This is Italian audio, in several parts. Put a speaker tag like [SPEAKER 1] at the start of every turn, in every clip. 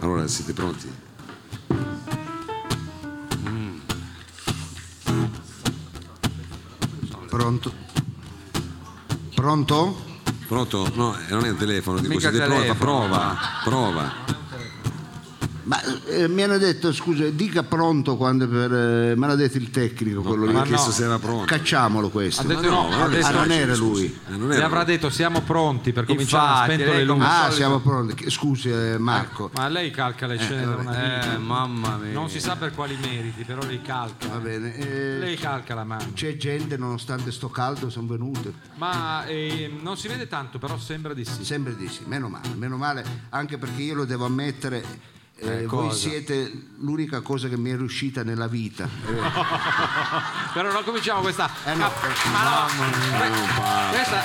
[SPEAKER 1] Allora, siete pronti?
[SPEAKER 2] Pronto? Pronto?
[SPEAKER 1] Pronto? No, eh, non è un telefono, dico
[SPEAKER 3] Mica
[SPEAKER 1] siete pronti, fa
[SPEAKER 3] telefono.
[SPEAKER 1] prova, prova.
[SPEAKER 2] Ma eh, mi hanno detto, scusa, dica pronto quando per... eh, mi hanno detto il tecnico, quello lì.
[SPEAKER 1] Mi ha
[SPEAKER 3] Ma
[SPEAKER 1] chiesto
[SPEAKER 3] no.
[SPEAKER 1] se era pronto.
[SPEAKER 2] Cacciamolo questo.
[SPEAKER 3] Ha detto
[SPEAKER 2] Ma
[SPEAKER 3] no,
[SPEAKER 1] ma
[SPEAKER 3] ha detto-
[SPEAKER 2] ah, non era
[SPEAKER 1] scusi,
[SPEAKER 2] lui.
[SPEAKER 1] eh, non
[SPEAKER 3] Le
[SPEAKER 1] era
[SPEAKER 3] avrà
[SPEAKER 1] lui.
[SPEAKER 3] detto siamo pronti per cominciare
[SPEAKER 4] Infatti, ecco,
[SPEAKER 3] a spentole
[SPEAKER 4] lei
[SPEAKER 3] lunghe.
[SPEAKER 2] Ah, siamo pronti. Scusi eh, Marco.
[SPEAKER 3] Ma lei calca le scene da una vita.
[SPEAKER 4] Eh, mamma mia.
[SPEAKER 3] Non si sa per quali meriti, però lei calca.
[SPEAKER 2] Va bene. eh,
[SPEAKER 3] Lei calca la mano.
[SPEAKER 2] c'è gente, nonostante sto caldo, sono venute.
[SPEAKER 3] Ma eh, non si vede tanto, però sembra di sì.
[SPEAKER 2] Sempre di sì, meno male, meno male, anche perché io lo devo ammettere, eh, voi
[SPEAKER 3] cosa?
[SPEAKER 2] siete l'unica cosa che mi è riuscita nella vita.
[SPEAKER 3] Eh, Però non cominciamo questa.
[SPEAKER 2] Eh no,
[SPEAKER 3] Ma no, que- questa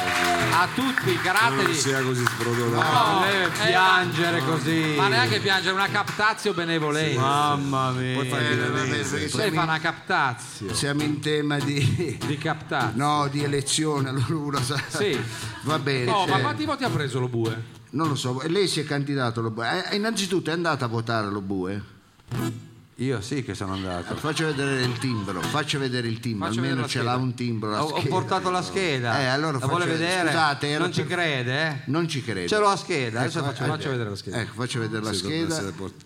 [SPEAKER 3] ha tutti i
[SPEAKER 1] Non
[SPEAKER 3] caratteri.
[SPEAKER 1] sia così sprodorato.
[SPEAKER 3] No,
[SPEAKER 4] Lei
[SPEAKER 3] eh,
[SPEAKER 4] piangere così.
[SPEAKER 3] Ma neanche piangere, una captazio benevolenza.
[SPEAKER 4] Mamma
[SPEAKER 1] Poi fai
[SPEAKER 4] mia.
[SPEAKER 1] il milanese.
[SPEAKER 2] Eh, perché
[SPEAKER 3] Lei fa
[SPEAKER 2] siamo,
[SPEAKER 3] una captazio.
[SPEAKER 2] in, siamo in tema di,
[SPEAKER 3] Di captazio.
[SPEAKER 2] no, di elezione, allora uno sa-
[SPEAKER 3] Sì.
[SPEAKER 2] Va bene,
[SPEAKER 3] No,
[SPEAKER 4] eh.
[SPEAKER 3] ma
[SPEAKER 2] cioè,
[SPEAKER 3] quanti voti ha preso lo bue?
[SPEAKER 2] non lo so, lei si è candidato lo Bue. Eh, innanzitutto è andata a votare lo Bue?
[SPEAKER 4] Io sì che sono andato.
[SPEAKER 2] Faccio vedere il timbro, faccio vedere il timbro,
[SPEAKER 3] Faccio
[SPEAKER 2] almeno
[SPEAKER 3] vedere la
[SPEAKER 2] ce l'ha
[SPEAKER 3] scheda.
[SPEAKER 2] un timbro. la
[SPEAKER 4] Ho, ho
[SPEAKER 2] scheda.
[SPEAKER 4] portato la scheda.
[SPEAKER 2] Eh, allora
[SPEAKER 4] la vuole
[SPEAKER 2] faccio-
[SPEAKER 4] vedere?
[SPEAKER 2] scusate, era
[SPEAKER 4] non ci
[SPEAKER 2] per-
[SPEAKER 4] crede, eh?
[SPEAKER 2] Non ci credo.
[SPEAKER 4] Ce l'ho a scheda, adesso
[SPEAKER 2] Ecco,
[SPEAKER 4] faccio
[SPEAKER 2] eh,
[SPEAKER 4] vedere.
[SPEAKER 3] Faccio vedere la scheda.
[SPEAKER 2] Ecco, faccio vedere la
[SPEAKER 1] Se dovrebbe
[SPEAKER 2] scheda.
[SPEAKER 1] essere port-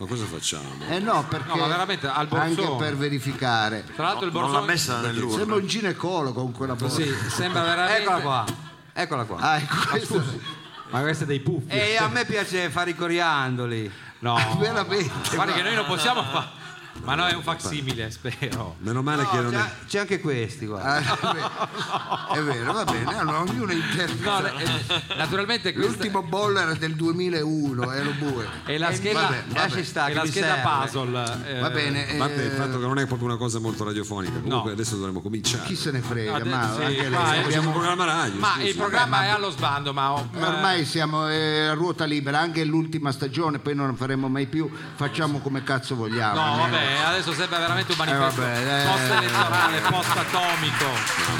[SPEAKER 1] Ma cosa facciamo?
[SPEAKER 2] Eh no, perché
[SPEAKER 3] No, ma veramente, al Borzone.
[SPEAKER 2] anche per verificare.
[SPEAKER 3] Tra l'altro il
[SPEAKER 5] Non
[SPEAKER 3] borsone.
[SPEAKER 5] l'ha messa nell'urna.
[SPEAKER 2] Sembra un ginecologo con quella voce.
[SPEAKER 3] Sì, sembra
[SPEAKER 5] eh,
[SPEAKER 3] veramente.
[SPEAKER 4] Eccola qua. Eccola qua.
[SPEAKER 2] Ah, ecco, questo-
[SPEAKER 3] Ma questo è dei puffi.
[SPEAKER 5] Eh,
[SPEAKER 4] E a me piace fare i coriandoli.
[SPEAKER 3] No.
[SPEAKER 2] veramente.
[SPEAKER 3] Guarda che noi non possiamo fare. Ma no, è un facsimile, spero.
[SPEAKER 1] Meno male che non è...
[SPEAKER 4] C'è, c'è anche questi, guarda.
[SPEAKER 2] Ah, è vero. è vero, va bene, allora ognuno interpreta.
[SPEAKER 3] No, eh, naturalmente questa
[SPEAKER 2] L'ultimo boller del 2001, eh, lo bue.
[SPEAKER 3] è la
[SPEAKER 4] Eh,
[SPEAKER 3] scheda,
[SPEAKER 4] vabbè, lasci stare,
[SPEAKER 3] è
[SPEAKER 4] che
[SPEAKER 3] la
[SPEAKER 4] mi
[SPEAKER 3] scheda
[SPEAKER 4] serve.
[SPEAKER 3] puzzle. eh,
[SPEAKER 2] Va bene,
[SPEAKER 1] A parte il
[SPEAKER 2] eh,
[SPEAKER 1] fatto che non è proprio una cosa molto radiofonica. Comunque
[SPEAKER 3] No.
[SPEAKER 1] adesso dovremmo cominciare.
[SPEAKER 2] chi se ne frega,
[SPEAKER 3] Adesso-
[SPEAKER 2] ma
[SPEAKER 3] sì,
[SPEAKER 2] anche lei.
[SPEAKER 3] ma è-
[SPEAKER 1] Facciamo un
[SPEAKER 2] abbiamo-
[SPEAKER 1] programma radio.
[SPEAKER 3] Ma eh,
[SPEAKER 1] scusi.
[SPEAKER 3] il programma è allo sbando, ma ho-
[SPEAKER 2] ma Ormai siamo eh, a ruota libera, anche l'ultima stagione, poi non la faremo mai più, facciamo come cazzo vogliamo. eh.
[SPEAKER 3] No,
[SPEAKER 2] almeno.
[SPEAKER 3] vabbè, adesso sembra veramente un manifesto
[SPEAKER 2] Eh, vabbè, eh.
[SPEAKER 3] post elettorale, post atomico.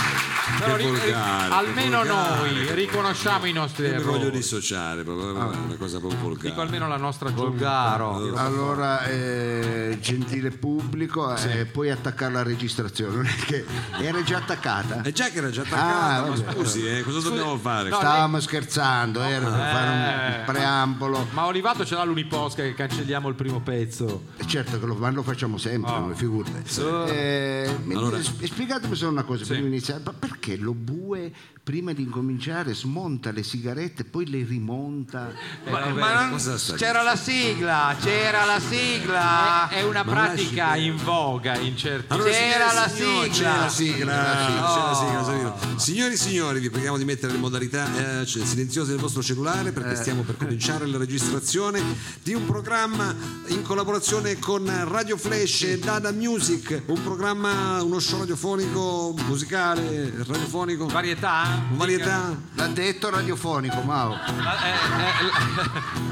[SPEAKER 3] Però ri- eh,
[SPEAKER 1] volgare, che
[SPEAKER 3] almeno
[SPEAKER 1] volgare,
[SPEAKER 3] noi eh,
[SPEAKER 1] che-
[SPEAKER 3] riconosciamo i nostri
[SPEAKER 1] Io mi voglio
[SPEAKER 3] errori.
[SPEAKER 1] dissociare, proprio, è una cosa proprio volgare.
[SPEAKER 3] Dico almeno la nostra giunta.
[SPEAKER 4] Volgaro.
[SPEAKER 2] Allora, eh, gentile pubblico, eh, puoi attaccare la registrazione, non è che era già attaccata.
[SPEAKER 3] Eh,
[SPEAKER 1] È Eh, già che era già attaccata, ma
[SPEAKER 2] vabbè.
[SPEAKER 1] scusi, eh, cosa dobbiamo fare?
[SPEAKER 3] Ah, no,
[SPEAKER 2] Stavamo scherzando, era per fare
[SPEAKER 3] Eh.
[SPEAKER 2] un- un preambolo.
[SPEAKER 3] Ma Olivato ce l'ha l'uniposca che cancelliamo il primo pezzo.
[SPEAKER 2] Certo che lo, ma lo facciamo sempre,
[SPEAKER 4] Ah.
[SPEAKER 2] noi, figurate. Eh, mi-
[SPEAKER 1] Allora-
[SPEAKER 2] sp- spiegatemi solo una cosa prima di iniziare. Ma perché lo bue prima di incominciare smonta le sigarette, poi le rimonta?
[SPEAKER 5] Eh,
[SPEAKER 4] Ma, ma non-
[SPEAKER 1] cosa sta
[SPEAKER 4] c'era la sigla, c'era la sigla.
[SPEAKER 3] È una
[SPEAKER 1] Ah, Ma
[SPEAKER 3] pratica
[SPEAKER 1] lasci-
[SPEAKER 3] in voga in certi
[SPEAKER 1] Allora,
[SPEAKER 4] C'era la
[SPEAKER 1] signori, signori,
[SPEAKER 4] sigla.
[SPEAKER 1] c'era la sigla, c'era la sigla, Savino. Signori e signori, vi preghiamo di mettere in modalità eh, c- silenziosa il vostro cellulare
[SPEAKER 4] Eh.
[SPEAKER 1] perché stiamo per cominciare la registrazione di un programma in collaborazione con Radio Flash e Dada Music, un programma, uno show radiofonico, musicale, radiofonico, con
[SPEAKER 3] varietà.
[SPEAKER 1] varietà.
[SPEAKER 2] L'ha detto radiofonico, Mao.
[SPEAKER 3] Eh,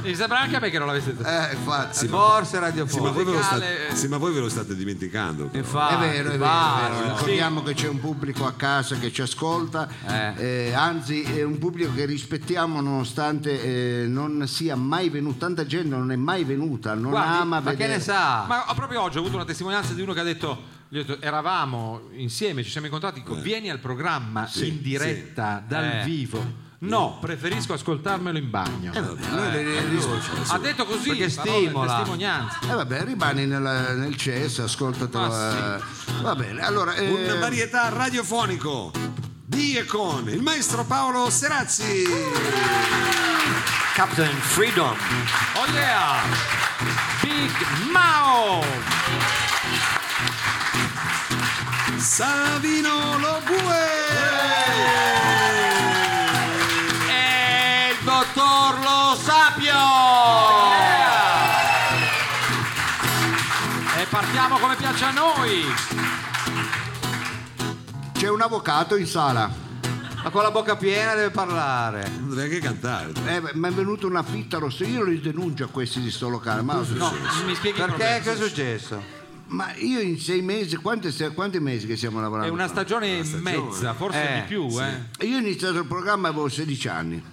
[SPEAKER 3] eh, Mi sembra anche a me che non l'aveste detto.
[SPEAKER 2] Eh, infatti.
[SPEAKER 4] Forse
[SPEAKER 1] Sì ma, voi ve lo
[SPEAKER 4] radiofonica.
[SPEAKER 1] state, sì, ma voi ve lo state dimenticando. però.
[SPEAKER 4] Infatti,
[SPEAKER 2] È vero, è vero, è
[SPEAKER 4] va.
[SPEAKER 5] eh.
[SPEAKER 2] vero. ricordiamo che c'è un pubblico a casa che ci ascolta, eh, anzi è un pubblico che rispettiamo nonostante eh, non sia mai venuto, tanta gente non è mai venuta, non
[SPEAKER 3] Guardi,
[SPEAKER 2] ama
[SPEAKER 4] Ma che
[SPEAKER 2] vedere.
[SPEAKER 4] ne sa?
[SPEAKER 1] Eh.
[SPEAKER 3] Ma ho- proprio oggi ho avuto una testimonianza di uno che ha detto, gli ho detto, eravamo insieme, ci siamo incontrati,
[SPEAKER 1] Eh.
[SPEAKER 3] dico, vieni al programma in diretta, dal
[SPEAKER 4] Eh.
[SPEAKER 3] vivo. No, preferisco ascoltarmelo in bagno.
[SPEAKER 1] Eh,
[SPEAKER 2] Noi
[SPEAKER 4] Eh,
[SPEAKER 2] le- le-
[SPEAKER 3] ha detto così,
[SPEAKER 4] Perché
[SPEAKER 3] parole,
[SPEAKER 4] stimola.
[SPEAKER 3] testimonianza.
[SPEAKER 2] Eh, vabbè, rimani nel, nel CES, ascoltatelo.
[SPEAKER 4] Ah,
[SPEAKER 3] Ma
[SPEAKER 2] eh. Va bene, allora... eh,
[SPEAKER 1] Una varietà radiofonico di e con il maestro Paolo Serazzi.
[SPEAKER 5] Captain Freedom.
[SPEAKER 3] Oh yeah! Big Mao!
[SPEAKER 1] Savino Lobue!
[SPEAKER 4] E il dottor Lo Sapio!
[SPEAKER 3] E partiamo come piace a noi!
[SPEAKER 2] C'è un avvocato in sala.
[SPEAKER 4] Ma con la bocca piena deve parlare.
[SPEAKER 1] Non deve anche cantare.
[SPEAKER 2] Eh, beh, mi è venuta una fitta rossa, io li denuncio a questi di sto locale, ma,
[SPEAKER 3] No, mi spieghi
[SPEAKER 4] Perché?
[SPEAKER 3] il problema.
[SPEAKER 4] Che è successo?
[SPEAKER 2] ma io in sei mesi, quanti, quanti mesi che stiamo lavorando?
[SPEAKER 3] È una
[SPEAKER 2] qua?
[SPEAKER 3] stagione e mezza, forse
[SPEAKER 4] Eh,
[SPEAKER 3] di più, eh.
[SPEAKER 2] Io ho iniziato il programma avevo 16 anni.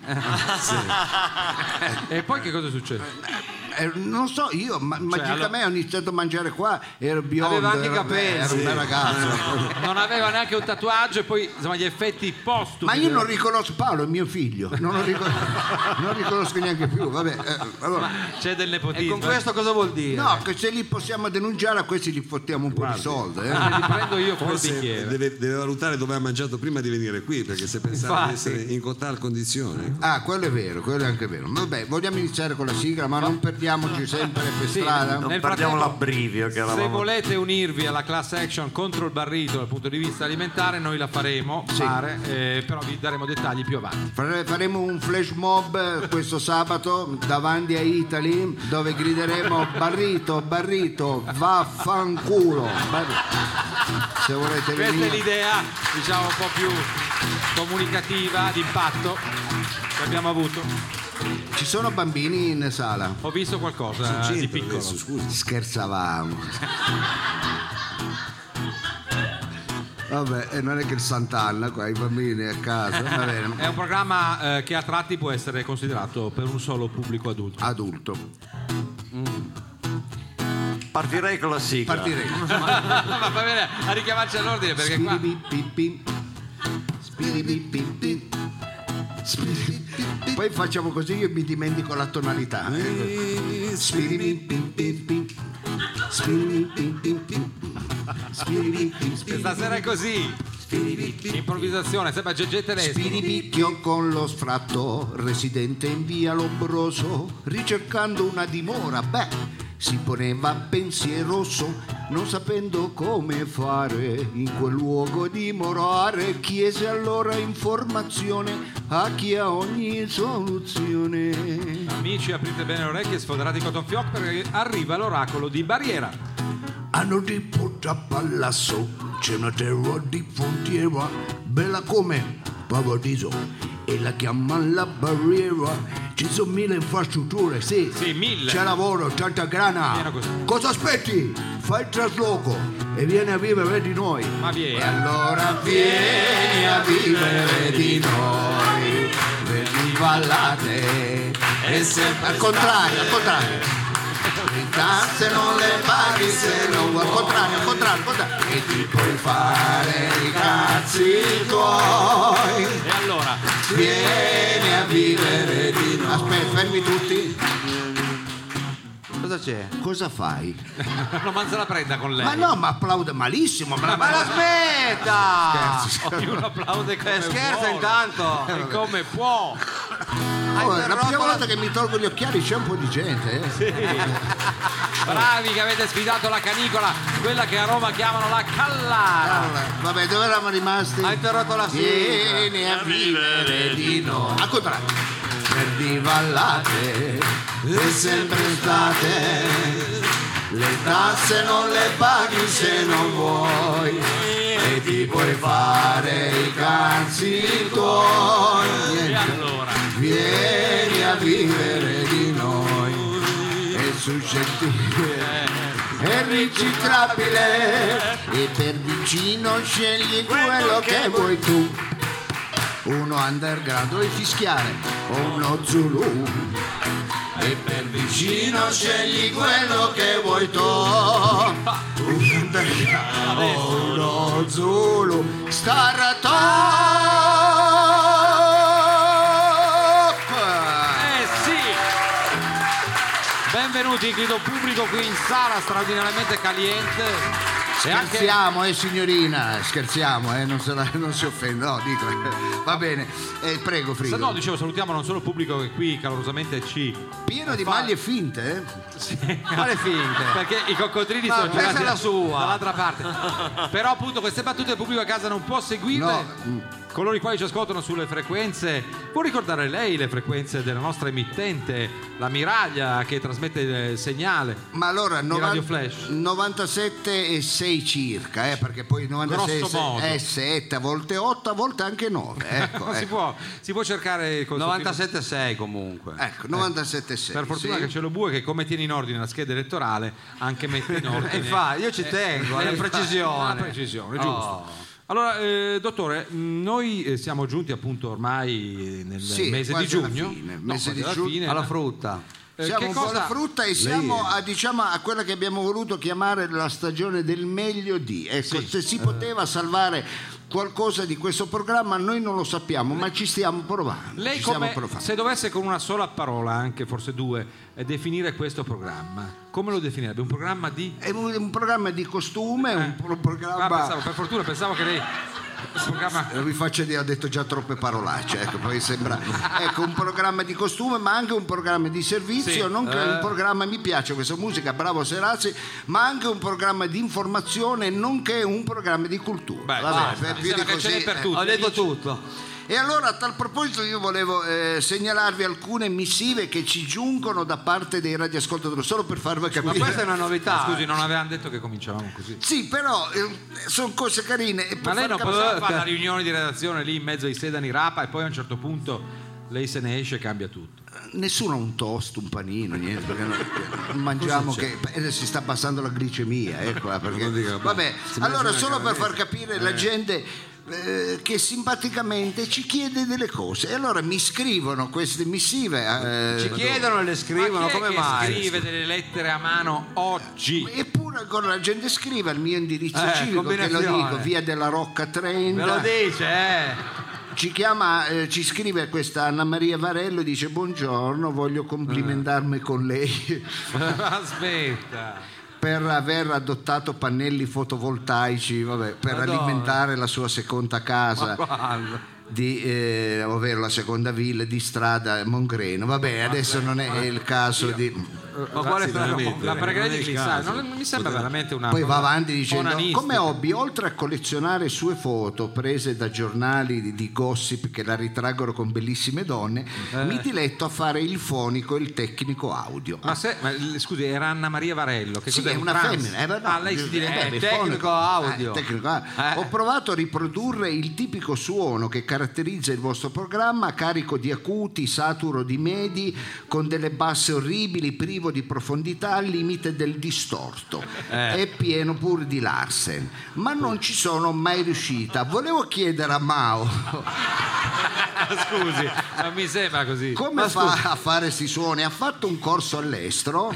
[SPEAKER 3] E poi che cosa è successo?
[SPEAKER 2] Eh, non so, io ma, magicamente ho iniziato a mangiare qua, ero biondo,
[SPEAKER 4] Cioè, Aveva anche i
[SPEAKER 2] ero-
[SPEAKER 4] capelli. Eh,
[SPEAKER 2] ero un bel ragazzo.
[SPEAKER 3] Non aveva neanche un tatuaggio e poi insomma, gli effetti postumi.
[SPEAKER 2] Ma io non riconosco Paolo, è mio figlio, non lo riconosco, non riconosco neanche più. Vabbè, eh, allora-
[SPEAKER 5] C'è del
[SPEAKER 4] E
[SPEAKER 3] eh.
[SPEAKER 5] nepotismo.
[SPEAKER 4] con questo cosa vuol dire?
[SPEAKER 2] No, che se li possiamo denunciare a questi li fottiamo un po' di soldi. eh.
[SPEAKER 3] Li prendo io col
[SPEAKER 1] Forse
[SPEAKER 3] bicchiere.
[SPEAKER 1] deve, deve valutare dove ha mangiato prima di venire qui, perché se pensava di essere in cotal condizione.
[SPEAKER 2] Ah, quello è vero, quello è anche vero. Vabbè, vogliamo iniziare con la sigla, ma non perdiamoci sempre per strada.
[SPEAKER 3] no.
[SPEAKER 5] Non
[SPEAKER 3] Nel frattempo,
[SPEAKER 5] perdiamo l'abbrivio che
[SPEAKER 3] Se
[SPEAKER 5] eravamo.
[SPEAKER 3] volete unirvi alla class action contro il barrito dal punto di vista alimentare, noi la faremo, pare, eh, però vi daremo dettagli più avanti.
[SPEAKER 2] Fare- Faremo un flash mob eh, questo sabato davanti a Italy dove grideremo barrito, barrito, vaffanculo. Barri- Se volete
[SPEAKER 3] Questa è
[SPEAKER 2] venire.
[SPEAKER 3] l'idea, diciamo, un po' più comunicativa, di impatto che abbiamo avuto.
[SPEAKER 2] Ci sono bambini in sala.
[SPEAKER 3] Ho visto
[SPEAKER 5] Ah,
[SPEAKER 3] qualcosa di
[SPEAKER 1] Centro
[SPEAKER 3] piccolo.
[SPEAKER 1] adesso, scusi.
[SPEAKER 2] Scherzavamo. Vabbè, e non è che il Sant'Anna qua, i bambini a casa, va
[SPEAKER 3] È
[SPEAKER 2] bene.
[SPEAKER 3] un programma eh, che a tratti può essere considerato per un solo pubblico adulto.
[SPEAKER 2] Adulto.
[SPEAKER 5] Partirei con la sigla.
[SPEAKER 2] Partirei.
[SPEAKER 3] Ma va bene, a richiamarci all'ordine perché qua
[SPEAKER 2] Spiribipipim. Spiribipipim. Spiribipipim. Poi facciamo così io mi dimentico la tonalità. eh. Spiribipipim. Spiribipipim. Spiribipipim.
[SPEAKER 3] stasera è così. Improvvisazione, sembra Gegè Tedesco.
[SPEAKER 2] Spiribicchio con lo sfratto, residente in via Lombroso, ricercando una dimora, beh, si poneva pensieroso, non sapendo come fare in quel luogo dimorare, chiese allora informazione a chi ha ogni soluzione.
[SPEAKER 3] Amici, aprite bene le orecchie, sfoderate i cotton fioc perché arriva l'oracolo di Barriera.
[SPEAKER 2] Hanno di porta a palazzo, c'è una terra di frontiera, bella come paradiso, e la chiamano la barriera. Ci sono mille infrastrutture, sì.
[SPEAKER 3] Sì, mille.
[SPEAKER 2] C'è lavoro, tanta grana.
[SPEAKER 3] Pieno così.
[SPEAKER 2] Cosa aspetti? Fai il trasloco e vieni a vivere di noi.
[SPEAKER 3] Ma vieni.
[SPEAKER 2] E allora vieni a vivere di noi, vedi ballate. E se al contrario, al contrario. Le tasse non le paghi se non al contrario, al contrario, al contrario. E ti puoi fare i cazzi tuoi.
[SPEAKER 3] E allora,
[SPEAKER 2] Vieni a vivere di noi. Aspetta, fermi tutti.
[SPEAKER 4] Cosa c'è?
[SPEAKER 2] Cosa fai?
[SPEAKER 3] non manza la prenda con lei.
[SPEAKER 2] Ma no, ma applaude malissimo. Ma,
[SPEAKER 4] Ma la smetta!
[SPEAKER 3] Ognuno applaude come
[SPEAKER 4] Eh, scherza
[SPEAKER 3] vuole.
[SPEAKER 4] intanto!
[SPEAKER 3] E come può.
[SPEAKER 4] Hai
[SPEAKER 2] Oh, è la prima
[SPEAKER 4] interrotto
[SPEAKER 2] volta che mi tolgo gli occhiali c'è un po' di gente. eh.
[SPEAKER 3] Bravi che avete sfidato la canicola, quella che a Roma chiamano la Callara.
[SPEAKER 2] Allora, vabbè, dove eravamo rimasti?
[SPEAKER 4] Ha interrotto la sigla.
[SPEAKER 2] Vieni a vivere di noi. Al contrario. Per divallate è sempre state. Le tasse non le paghi se non vuoi. E ti puoi fare i cazzi tuoi.
[SPEAKER 3] E allora,
[SPEAKER 2] Vieni a vivere di noi. È suscettibile. È riciclabile e per vicino scegli quello che vuoi tu. Uno underground vuoi fischiare o uno zulu. E per vicino scegli quello che vuoi tu. Un underground o uno zulu. Star Top!
[SPEAKER 3] eh sì! Benvenuti, grido pubblico qui in sala straordinariamente caliente. E anche
[SPEAKER 2] Scherziamo, eh signorina, scherziamo, eh, non, sarà- non si offenda, no, dico. Va bene, eh, prego
[SPEAKER 3] Se
[SPEAKER 2] Frido.
[SPEAKER 3] no, dicevo, salutiamo non solo il pubblico che qui calorosamente ci.
[SPEAKER 2] Pieno di maglie finte, eh.
[SPEAKER 3] Quale finte? Perché i coccodrilli
[SPEAKER 4] Ma
[SPEAKER 3] sono
[SPEAKER 4] questa
[SPEAKER 3] girati
[SPEAKER 4] è la sua.
[SPEAKER 3] dall'altra parte. Però, appunto, queste battute il pubblico a casa non può seguirle.
[SPEAKER 2] No.
[SPEAKER 3] Coloro i quali ci ascoltano sulle frequenze, può ricordare lei le frequenze della nostra emittente, la Miraglia che trasmette il segnale?
[SPEAKER 2] Ma allora
[SPEAKER 3] Radio
[SPEAKER 2] 90
[SPEAKER 3] Flash.
[SPEAKER 2] 97 e 96 circa, eh, perché poi 96
[SPEAKER 3] Grosso modo.
[SPEAKER 2] è 7, eh, a volte 8, a volte anche 9. Ecco,
[SPEAKER 3] si,
[SPEAKER 2] ecco.
[SPEAKER 3] può, si può cercare col
[SPEAKER 5] 97,6 comunque.
[SPEAKER 2] Ecco, 97,6.
[SPEAKER 3] Per fortuna
[SPEAKER 2] sì.
[SPEAKER 3] che c'è lo bue che come tiene in ordine la scheda elettorale, anche mette in ordine.
[SPEAKER 5] E fa, Eh, io ci tengo alla
[SPEAKER 3] eh,
[SPEAKER 5] precisione.
[SPEAKER 3] alla precisione, giusto.
[SPEAKER 5] Oh.
[SPEAKER 3] Allora, eh, dottore, mh, noi eh, siamo giunti appunto ormai eh, nel
[SPEAKER 2] Sì,
[SPEAKER 3] mese di
[SPEAKER 2] quasi alla
[SPEAKER 3] giugno.
[SPEAKER 2] fine,
[SPEAKER 3] No,
[SPEAKER 2] mese
[SPEAKER 3] quasi
[SPEAKER 2] di
[SPEAKER 3] alla
[SPEAKER 2] giugno.
[SPEAKER 3] fine.
[SPEAKER 5] Oh, Alla frutta.
[SPEAKER 3] Eh,
[SPEAKER 2] siamo
[SPEAKER 3] che
[SPEAKER 2] un po'
[SPEAKER 3] cosa-
[SPEAKER 2] alla frutta e siamo a, diciamo, a quella che abbiamo voluto chiamare la stagione del meglio di. Ecco, se si poteva salvare qualcosa di questo programma noi non lo sappiamo, ma ci stiamo provando.
[SPEAKER 3] Lei
[SPEAKER 2] ci stiamo
[SPEAKER 3] come,
[SPEAKER 2] provando.
[SPEAKER 3] se dovesse con una sola parola, anche forse due, eh, definire questo programma, come lo definirebbe? Un programma di...
[SPEAKER 2] È un, un programma di costume, un pro-
[SPEAKER 3] Ah, pensavo,
[SPEAKER 2] programma...
[SPEAKER 3] per fortuna pensavo che lei... Un programma...
[SPEAKER 2] Vi faccio dire, ho detto già troppe parolacce, ecco, poi sembra. Ecco, un programma di costume, ma anche un programma di servizio,
[SPEAKER 3] Sì, eh.
[SPEAKER 2] nonché un programma, mi piace questa musica, bravo Serazzi, ma anche un programma di informazione, nonché un programma di cultura.
[SPEAKER 3] Beh,
[SPEAKER 2] Vabbè,
[SPEAKER 3] basta,
[SPEAKER 2] per
[SPEAKER 3] mi
[SPEAKER 2] più
[SPEAKER 3] sembra
[SPEAKER 2] di
[SPEAKER 3] che ce n'è
[SPEAKER 2] così,
[SPEAKER 3] per
[SPEAKER 2] eh,
[SPEAKER 3] tutti.
[SPEAKER 5] Ho detto tutto.
[SPEAKER 2] E allora a tal proposito io volevo eh, segnalarvi alcune missive che ci giungono da parte dei radioascoltatori, solo per farvi
[SPEAKER 5] Ma
[SPEAKER 2] capire.
[SPEAKER 5] questa è una novità.
[SPEAKER 3] Scusi, non avevano detto che cominciavamo così.
[SPEAKER 2] Sì, però sono cose carine. e per
[SPEAKER 3] Ma lei
[SPEAKER 2] far
[SPEAKER 3] non
[SPEAKER 2] capire-
[SPEAKER 3] poteva fare la riunione di redazione lì in mezzo ai sedani rapa e poi a un certo punto lei se ne esce e cambia tutto.
[SPEAKER 2] Nessuno ha un toast, un panino, niente, perché non- mangiamo che eh, si sta abbassando la glicemia, eccola, perché-
[SPEAKER 1] Non dica,
[SPEAKER 2] Vabbè,
[SPEAKER 1] si mangia
[SPEAKER 2] allora
[SPEAKER 1] una
[SPEAKER 2] solo per far
[SPEAKER 1] calabrese.
[SPEAKER 2] capire la gente eh, che simpaticamente ci chiede delle cose e allora mi scrivono queste missive eh,
[SPEAKER 5] Ci chiedono e le scrivono,
[SPEAKER 3] Ma chi è
[SPEAKER 5] come
[SPEAKER 3] che
[SPEAKER 5] mai?
[SPEAKER 3] scrive delle lettere a mano oggi?
[SPEAKER 2] Eppure ancora la gente scrive al mio indirizzo
[SPEAKER 5] Eh,
[SPEAKER 2] civico, che lo
[SPEAKER 5] combinazione.
[SPEAKER 2] dico, via della Rocca
[SPEAKER 5] Me lo
[SPEAKER 2] 30.
[SPEAKER 5] dice, eh.
[SPEAKER 2] Ci chiama, eh, ci scrive questa Anna Maria Varello e dice buongiorno,
[SPEAKER 5] Eh.
[SPEAKER 2] voglio complimentarmi con lei
[SPEAKER 3] Aspetta.
[SPEAKER 2] per aver adottato pannelli fotovoltaici, vabbè, per
[SPEAKER 5] Madonna.
[SPEAKER 2] alimentare la sua seconda casa. di, eh, ovvero la seconda villa di strada Mongreno. Vabbè, adesso non è il caso di.
[SPEAKER 5] Ma quale
[SPEAKER 1] veramente,
[SPEAKER 3] La
[SPEAKER 1] eh,
[SPEAKER 3] pregherei
[SPEAKER 1] non è
[SPEAKER 3] di
[SPEAKER 1] il
[SPEAKER 3] Clissano,
[SPEAKER 1] caso.
[SPEAKER 3] non mi sembra veramente una...
[SPEAKER 2] Poi va avanti dicendo:
[SPEAKER 3] onanistica.
[SPEAKER 2] Come hobby, oltre a collezionare sue foto prese da giornali di, di gossip che la ritraggono con bellissime donne, mi diletto a fare il fonico e il tecnico audio.
[SPEAKER 3] Ma, se, ma l- scusi, era Anna Maria Varello. Che
[SPEAKER 2] Sì,
[SPEAKER 3] cos'è?
[SPEAKER 2] è
[SPEAKER 3] un
[SPEAKER 2] una
[SPEAKER 3] trans?
[SPEAKER 2] femmina. eh, beh, no,
[SPEAKER 3] ah, lei si
[SPEAKER 2] giusto, eh,
[SPEAKER 3] direbbe
[SPEAKER 2] beh,
[SPEAKER 5] tecnico
[SPEAKER 2] fonico.
[SPEAKER 5] audio.
[SPEAKER 2] Eh, tecnico audio.
[SPEAKER 5] Eh.
[SPEAKER 2] Ho provato a riprodurre il tipico suono che caratterizza il vostro programma, carico di acuti, saturo di medi, con delle basse orribili, privo di profondità, al limite del distorto. È pieno pur di Larsen. Ma non ci sono mai riuscita. Volevo chiedere a Mao.
[SPEAKER 3] Ah, Scusi, ma mi sembra così.
[SPEAKER 2] Come fa a fare questi suoni? Ha fatto un corso all'estero.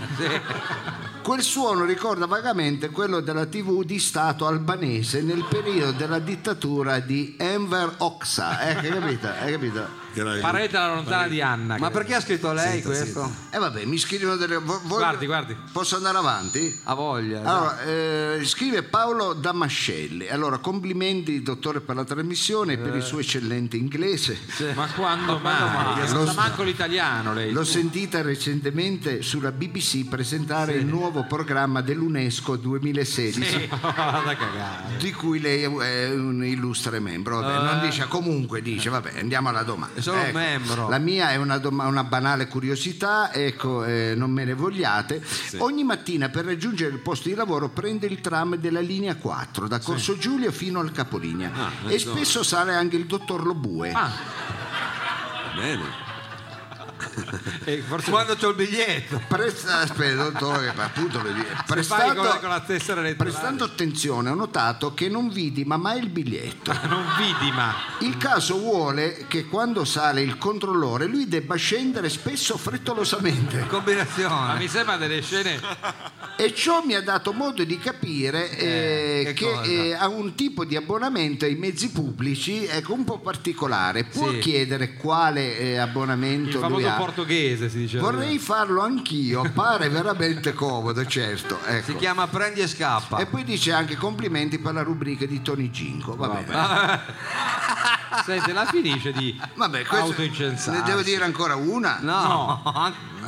[SPEAKER 2] Quel suono ricorda vagamente quello della TV di Stato albanese nel periodo della dittatura di Enver Oxa. Eh, hai capito? Hai capito?
[SPEAKER 1] Che era il-
[SPEAKER 3] Parete alla lontana di Anna.
[SPEAKER 5] Ma
[SPEAKER 3] credo.
[SPEAKER 5] perché ha scritto lei
[SPEAKER 1] Senta,
[SPEAKER 5] questo?
[SPEAKER 2] E Eh, vabbè, mi scrivono delle. vo- voglio-
[SPEAKER 3] Guardi, guardi.
[SPEAKER 2] Posso andare avanti?
[SPEAKER 5] Ha voglia.
[SPEAKER 2] Allora, eh, scrive Paolo Damascelli. Allora, complimenti, dottore, per la trasmissione e per il suo eccellente inglese.
[SPEAKER 3] Ma quando mai?
[SPEAKER 2] Lo-
[SPEAKER 3] Non sa manco l'italiano lei.
[SPEAKER 2] L'ho sentita recentemente sulla BBC presentare il nuovo programma dell'UNESCO 2016,
[SPEAKER 3] Vada a cagare.
[SPEAKER 2] di cui lei è un illustre membro. Vabbè, Non
[SPEAKER 3] Eh.
[SPEAKER 2] dice comunque, dice, vabbè, andiamo alla domanda. Ecco,
[SPEAKER 5] È solo un membro.
[SPEAKER 2] La mia è una, doma- una banale curiosità, ecco, eh, non me ne vogliate. Ogni mattina per raggiungere il posto di lavoro prende il tram della linea 4 da Corso Giulio fino al Capolinea e spesso sale anche il dottor Lobue.
[SPEAKER 3] ecco. Ah,
[SPEAKER 1] Bene.
[SPEAKER 3] e forse
[SPEAKER 5] Quando c'ho il biglietto.
[SPEAKER 2] Presta- aspetta, dottore, ma appunto le dico,
[SPEAKER 3] se vai con la, con
[SPEAKER 2] prestato-
[SPEAKER 3] la tessera elettorale.
[SPEAKER 2] Prestando attenzione ho notato che non vidi ma mai il biglietto.
[SPEAKER 3] Ah, Non vidi, ma
[SPEAKER 2] Il caso vuole che quando sale il controllore lui debba scendere spesso frettolosamente
[SPEAKER 3] Ma
[SPEAKER 5] Combinazione.
[SPEAKER 3] mi sembra delle scene.
[SPEAKER 2] e ciò mi ha dato modo di capire eh,
[SPEAKER 5] che
[SPEAKER 2] che,
[SPEAKER 5] cosa?
[SPEAKER 2] eh, ha un tipo di abbonamento ai mezzi pubblici ecco, un po' particolare. Può
[SPEAKER 3] Sì.
[SPEAKER 2] chiedere quale eh,
[SPEAKER 3] Il
[SPEAKER 2] abbonamento lui
[SPEAKER 3] famoso
[SPEAKER 2] ha?
[SPEAKER 3] portoghese si dice.
[SPEAKER 2] Vorrei farlo anch'io, pare veramente comodo, certo.
[SPEAKER 5] Si
[SPEAKER 2] Ecco.
[SPEAKER 5] chiama Prendi e scappa.
[SPEAKER 2] E poi dice anche complimenti per la rubrica di Tony Ginco. Vabbè.
[SPEAKER 3] Senti, la finisce di
[SPEAKER 2] Vabbè, questo
[SPEAKER 3] autoincensare.
[SPEAKER 2] ne devo dire ancora una.
[SPEAKER 5] No,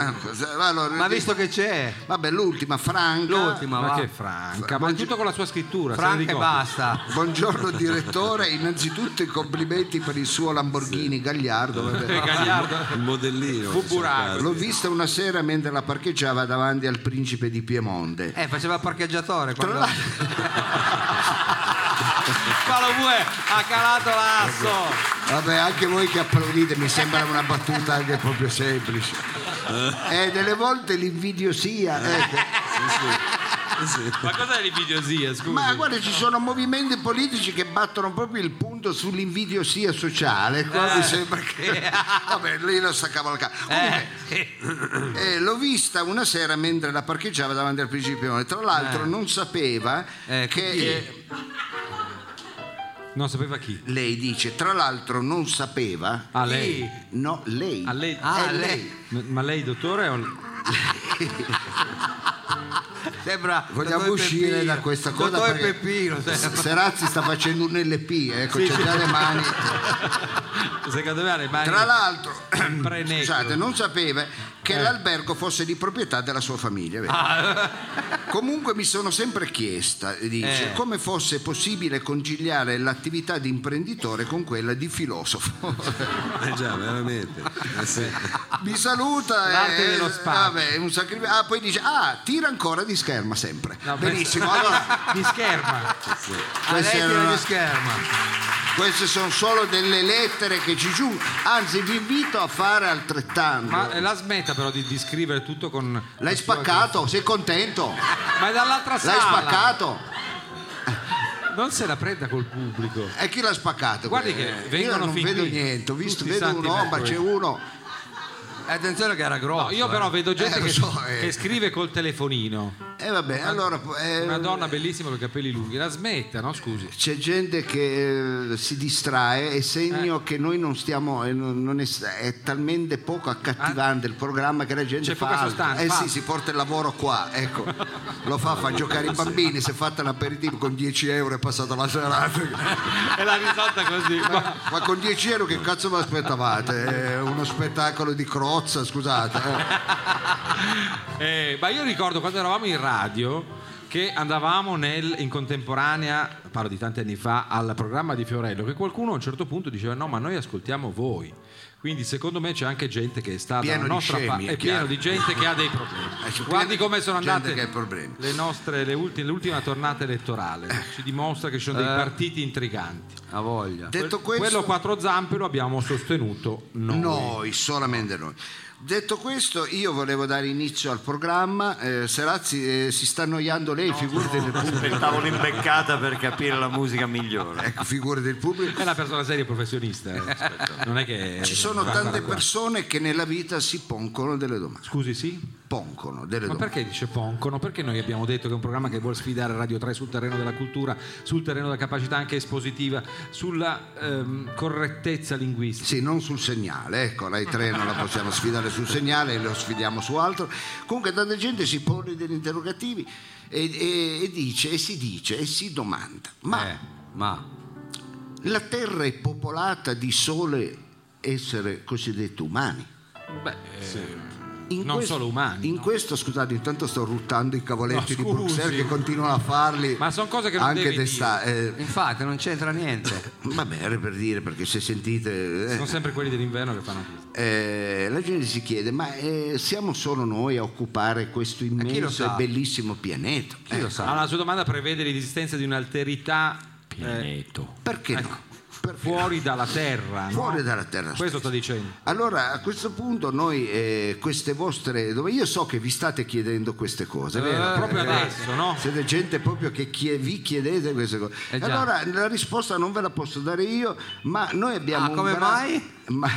[SPEAKER 2] Ah, cosa- allora,
[SPEAKER 5] ma visto che c'è,
[SPEAKER 2] Vabbè, l'ultima, Franca.
[SPEAKER 5] l'ultima,
[SPEAKER 3] Ma
[SPEAKER 5] va.
[SPEAKER 3] che franca, ma tutto con la sua scrittura. se ne
[SPEAKER 5] Franca e
[SPEAKER 3] ricordi?
[SPEAKER 5] basta.
[SPEAKER 2] Buongiorno direttore, innanzitutto i complimenti per il suo Lamborghini Gagliardo.
[SPEAKER 5] Ecco.
[SPEAKER 2] vabbè.
[SPEAKER 3] Gagliardo.
[SPEAKER 1] il modellino
[SPEAKER 3] Fu
[SPEAKER 1] che sono
[SPEAKER 3] buraco.
[SPEAKER 1] fatti.
[SPEAKER 2] L'ho vista una sera mentre la parcheggiava davanti al principe di Piemonte.
[SPEAKER 5] Eh, faceva il parcheggiatore
[SPEAKER 2] Tra
[SPEAKER 5] quando...
[SPEAKER 2] l'altro,
[SPEAKER 3] Paolo Bue
[SPEAKER 5] Ah,
[SPEAKER 3] ha calato l'asso.
[SPEAKER 2] vabbè, anche voi che applaudite mi sembra una battuta anche proprio semplice. E delle volte l'invidiosia, ecco.
[SPEAKER 3] Ma cos'è l'invidiosia, scusa?
[SPEAKER 2] Ma guarda, ci sono movimenti politici che battono proprio il punto sull'invidiosia sociale. Qua
[SPEAKER 5] Eh.
[SPEAKER 2] mi sembra che. Vabbè, lei lo sta cavalcando. Comunque, eh, l'ho vista una sera mentre la parcheggiava davanti al principione. Tra l'altro, non sapeva
[SPEAKER 5] Eh,
[SPEAKER 2] che.
[SPEAKER 5] chi?
[SPEAKER 2] eh,
[SPEAKER 3] Non sapeva chi.
[SPEAKER 2] lei dice, tra l'altro, non sapeva.
[SPEAKER 3] A lei.
[SPEAKER 2] No, lei.
[SPEAKER 3] A lei.
[SPEAKER 5] Ah,
[SPEAKER 2] È
[SPEAKER 5] lei.
[SPEAKER 3] Ma- Ma lei, dottore, è un...
[SPEAKER 5] Sembra
[SPEAKER 2] Vogliamo
[SPEAKER 5] Totò e
[SPEAKER 2] uscire
[SPEAKER 5] Peppino.
[SPEAKER 2] da questa cosa
[SPEAKER 5] Totò e
[SPEAKER 2] perché-
[SPEAKER 5] Peppino, se-
[SPEAKER 2] S- Serazzi sta facendo un LP, ecco, c'è già le mani.
[SPEAKER 3] secondo me ha le mani...
[SPEAKER 2] Tra l'altro,
[SPEAKER 3] Prenecco.
[SPEAKER 2] scusate, non sapeva che
[SPEAKER 3] Eh.
[SPEAKER 2] l'albergo fosse di proprietà della sua famiglia. vedi?
[SPEAKER 3] Ah.
[SPEAKER 2] Comunque mi sono sempre chiesta, dice,
[SPEAKER 5] Eh.
[SPEAKER 2] come fosse possibile conciliare l'attività di imprenditore con quella di filosofo.
[SPEAKER 1] Eh già, veramente. Eh sì.
[SPEAKER 2] mi saluta.
[SPEAKER 3] L'arte
[SPEAKER 2] eh,
[SPEAKER 3] dello spazio.
[SPEAKER 2] vabbè, è un sacrificio. Ah, poi dice, ah, tira ancora di scherma sempre.
[SPEAKER 3] No,
[SPEAKER 2] Benissimo,
[SPEAKER 3] penso-
[SPEAKER 2] allora
[SPEAKER 3] Di scherma.
[SPEAKER 5] A lei
[SPEAKER 2] queste
[SPEAKER 5] tira
[SPEAKER 2] erano-
[SPEAKER 5] di scherma.
[SPEAKER 2] queste sono solo delle lettere che ci giù. Anzi, vi invito a fare altrettanto.
[SPEAKER 3] Ma eh, la smetta però di, di scrivere tutto con...
[SPEAKER 2] L'hai
[SPEAKER 3] la sua-
[SPEAKER 2] spaccato, sei contento?
[SPEAKER 3] Ma è dall'altra sala.
[SPEAKER 2] L'hai spaccato?
[SPEAKER 3] Non se la prenda col pubblico.
[SPEAKER 2] E chi l'ha spaccato?
[SPEAKER 3] Guardi che
[SPEAKER 2] Eh, Io
[SPEAKER 3] vengono
[SPEAKER 2] non
[SPEAKER 3] fin
[SPEAKER 2] vedo
[SPEAKER 3] qui.
[SPEAKER 2] niente, ho visto,
[SPEAKER 3] Tutti
[SPEAKER 2] vedo
[SPEAKER 3] santi
[SPEAKER 2] un'ombra,
[SPEAKER 3] mercoledì.
[SPEAKER 2] c'è uno.
[SPEAKER 5] Eh, Attenzione che era grosso.
[SPEAKER 3] No, io però vedo gente
[SPEAKER 2] Eh, lo
[SPEAKER 3] che,
[SPEAKER 2] so, eh.
[SPEAKER 3] che scrive col telefonino.
[SPEAKER 2] E vabbè, allora eh,
[SPEAKER 3] Una donna bellissima con i capelli lunghi. La smetta, no? Scusi.
[SPEAKER 2] c'è gente che eh, si distrae, è
[SPEAKER 3] Eh.
[SPEAKER 2] segno che noi non stiamo, eh, non- non è, è talmente poco accattivante il programma che la gente
[SPEAKER 3] Ah. C'è
[SPEAKER 2] fa
[SPEAKER 3] poca
[SPEAKER 2] altro.
[SPEAKER 3] sostanza,
[SPEAKER 2] Eh
[SPEAKER 3] fa.
[SPEAKER 2] sì, si porta il lavoro qua, ecco. Lo fa, fa giocare i bambini, si è fatta un aperitivo con 10 euro è passata la serata.
[SPEAKER 3] E la risolta così. Ma...
[SPEAKER 2] Ma con 10 euro che cazzo vi aspettavate? È uno spettacolo di crozza, scusate. eh.
[SPEAKER 3] Eh, ma io ricordo quando eravamo in radio che andavamo nel- in contemporanea, parlo di tanti anni fa, al programma di Fiorello, che qualcuno a un certo punto diceva no, ma noi ascoltiamo voi. Quindi secondo me c'è anche gente che sta
[SPEAKER 2] Pieno
[SPEAKER 3] dalla
[SPEAKER 2] di
[SPEAKER 3] nostra
[SPEAKER 2] scemi,
[SPEAKER 3] parte,
[SPEAKER 2] è
[SPEAKER 3] è
[SPEAKER 2] chiaro.
[SPEAKER 3] pieno di gente che ha dei problemi.
[SPEAKER 2] Eh, c'è
[SPEAKER 3] Guardi
[SPEAKER 2] pieno
[SPEAKER 3] come sono
[SPEAKER 2] gente
[SPEAKER 3] andate
[SPEAKER 2] che ha problemi.
[SPEAKER 3] le nostre, le ultime, l'ultima tornata elettorale, ci dimostra che ci sono dei
[SPEAKER 5] Eh.
[SPEAKER 3] partiti intriganti.
[SPEAKER 5] Ha voglia.
[SPEAKER 2] Detto questo,
[SPEAKER 3] Quello quattro zampe lo abbiamo sostenuto noi.
[SPEAKER 2] noi, solamente noi. Detto questo, io volevo dare inizio al programma. Eh, Serazzi eh, si sta annoiando lei, figurati del pubblico.
[SPEAKER 6] Aspettavo l'imbeccata per capire la musica migliore.
[SPEAKER 2] Ecco, figurati del pubblico.
[SPEAKER 3] È una persona seria e professionista, eh, aspetta, non è che
[SPEAKER 2] Ci sono
[SPEAKER 3] Guarda,
[SPEAKER 2] tante
[SPEAKER 3] guarda.
[SPEAKER 2] persone che nella vita si pongono delle domande.
[SPEAKER 3] Scusi, sì?
[SPEAKER 2] Pongono delle
[SPEAKER 3] Ma
[SPEAKER 2] domande.
[SPEAKER 3] perché dice Poncono? Perché noi abbiamo detto che è un programma che vuole sfidare Radio 3 sul terreno della cultura, sul terreno della capacità anche espositiva, sulla ehm, correttezza linguistica.
[SPEAKER 2] Sì, non sul segnale, ecco, lei tre non la possiamo sfidare sul segnale, lo sfidiamo su altro. Comunque tanta gente si pone degli interrogativi e, e- e dice, e si dice, e si domanda,
[SPEAKER 3] Eh.
[SPEAKER 2] ma
[SPEAKER 5] Ma
[SPEAKER 2] la Terra è popolata di sole esseri cosiddetti umani?
[SPEAKER 3] Beh, eh,
[SPEAKER 2] In
[SPEAKER 3] non solo umani.
[SPEAKER 2] In
[SPEAKER 3] no?
[SPEAKER 2] questo, scusate, intanto sto ruttando i cavoletti
[SPEAKER 3] No,
[SPEAKER 2] di
[SPEAKER 3] scusi.
[SPEAKER 2] Bruxelles che continuano a farli.
[SPEAKER 3] Ma son cose che non
[SPEAKER 2] Anche
[SPEAKER 3] devi
[SPEAKER 2] d'estate. eh,
[SPEAKER 5] infatti non c'entra niente.
[SPEAKER 2] vabbè, era per dire, perché se sentite... eh,
[SPEAKER 3] Sono sempre quelli dell'inverno che fanno questo.
[SPEAKER 2] Eh, la gente si chiede, ma eh, siamo solo noi a occupare questo
[SPEAKER 3] Eh,
[SPEAKER 5] chi lo
[SPEAKER 2] immenso e
[SPEAKER 5] sa?
[SPEAKER 2] bellissimo pianeta? Eh,
[SPEAKER 3] Allora, la sua domanda prevede l'esistenza di un'alterità eh,
[SPEAKER 2] perché no? Perché no?
[SPEAKER 3] fuori dalla Terra. no?
[SPEAKER 2] Fuori dalla Terra.
[SPEAKER 3] Ecco. Questo sta dicendo.
[SPEAKER 2] Allora, a questo punto noi eh, queste vostre... dove- Io so che vi state chiedendo queste cose, vero?
[SPEAKER 3] proprio
[SPEAKER 2] Eh,
[SPEAKER 3] adesso, no?
[SPEAKER 2] Siete gente proprio che chie- vi chiedete queste cose.
[SPEAKER 5] Eh già.
[SPEAKER 2] allora la risposta non ve la posso dare io, ma noi abbiamo...
[SPEAKER 5] Ah,
[SPEAKER 2] un
[SPEAKER 5] come
[SPEAKER 2] bra-
[SPEAKER 5] mai?
[SPEAKER 2] Ma-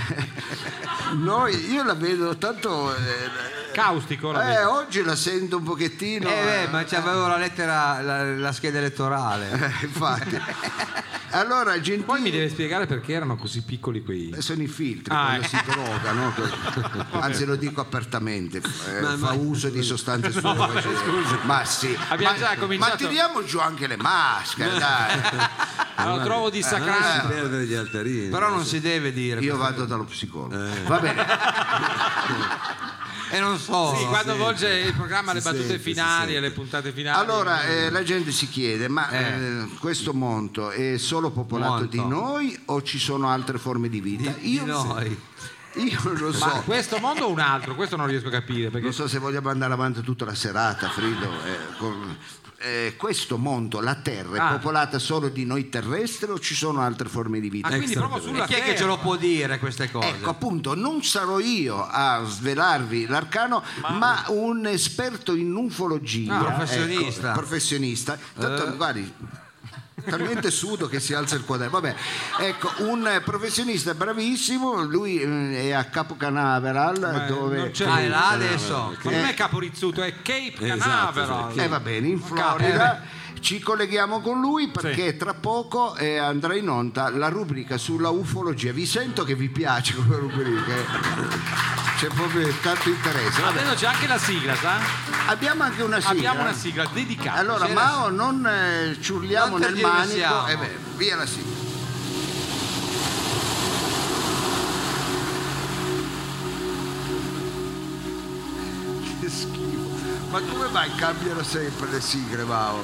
[SPEAKER 2] noi, io la vedo tanto... eh,
[SPEAKER 3] Caustico la
[SPEAKER 2] Eh, oggi la sento un pochettino.
[SPEAKER 5] Eh, beh, ma c'avevo la lettera, la, la scheda elettorale.
[SPEAKER 2] eh, infatti. Allora, Gentile,
[SPEAKER 3] Poi mi deve spiegare perché erano così piccoli quei...
[SPEAKER 2] Eh, sono i filtri
[SPEAKER 3] Ah,
[SPEAKER 2] quando
[SPEAKER 3] eh.
[SPEAKER 2] si droga, no? Che- Anzi, lo dico apertamente, eh, fa uso di sostanze stupefacenti. ma sì,
[SPEAKER 3] Abbiamo
[SPEAKER 2] ma,
[SPEAKER 3] già cominciato-
[SPEAKER 2] ma tiriamo giù anche le maschere, dai.
[SPEAKER 3] Lo trovo
[SPEAKER 2] eh,
[SPEAKER 1] Ah,
[SPEAKER 3] dissacrante.
[SPEAKER 1] non si perdere gli altarini.
[SPEAKER 5] Però non si deve dire.
[SPEAKER 2] Io vado dallo psicologo.
[SPEAKER 3] Eh.
[SPEAKER 2] Va bene,
[SPEAKER 5] E non so.
[SPEAKER 3] Sì, quando volge il programma le
[SPEAKER 1] Si
[SPEAKER 3] battute
[SPEAKER 1] sente, si
[SPEAKER 3] finali
[SPEAKER 1] sente.
[SPEAKER 3] e le puntate finali.
[SPEAKER 2] allora eh, la gente si chiede: ma eh, questo monto è solo popolato di
[SPEAKER 5] Monto.
[SPEAKER 2] noi o ci sono altre forme di vita?
[SPEAKER 5] Di noi.
[SPEAKER 2] io non lo so.
[SPEAKER 3] Ma questo mondo o un altro? Questo non riesco a capire. Perché...
[SPEAKER 2] Non so se vogliamo andare avanti tutta la serata, Frido. eh, con- eh, questo mondo, la Terra, è
[SPEAKER 3] Ah.
[SPEAKER 2] popolata solo di noi terrestri o ci sono altre forme di vita?
[SPEAKER 3] Ah, quindi proprio sulla
[SPEAKER 5] E chi è che
[SPEAKER 3] terra.
[SPEAKER 5] ce lo può dire queste cose?
[SPEAKER 2] Ecco, appunto, non sarò io a svelarvi l'arcano, ma, un esperto in ufologia.
[SPEAKER 5] Ah, professionista.
[SPEAKER 2] ecco, professionista. Tanto, guardi, talmente sudo che si alza il quaderno. Vabbè, ecco, un eh, professionista bravissimo, lui eh, è a Capo Canaveral,
[SPEAKER 3] Eh, non
[SPEAKER 2] dove...
[SPEAKER 3] c'è-
[SPEAKER 5] Ah, è là adesso.
[SPEAKER 3] Ma non è Caporizzuto, è Cape
[SPEAKER 1] Esatto,
[SPEAKER 3] Canaveral.
[SPEAKER 2] Eh, va bene, in
[SPEAKER 3] eh,
[SPEAKER 2] Florida. Ci colleghiamo con lui perché tra poco eh, andrà in onda la rubrica sulla ufologia. Vi sento che vi piace come rubrica. eh. C'è proprio tanto interesse. Vabbè,
[SPEAKER 3] Adesso Ah, c'è anche la sigla, sa?
[SPEAKER 2] Abbiamo anche una sigla. eh.
[SPEAKER 3] Abbiamo una sigla dedicata.
[SPEAKER 2] Allora,
[SPEAKER 3] C'era-
[SPEAKER 2] Mao, non eh, ci urliamo
[SPEAKER 5] Non
[SPEAKER 2] nel manico.
[SPEAKER 5] tergiversiamo.
[SPEAKER 2] Eh beh, via la sigla. Che schifo. Ma come mai cambiano sempre le sigle, Mao?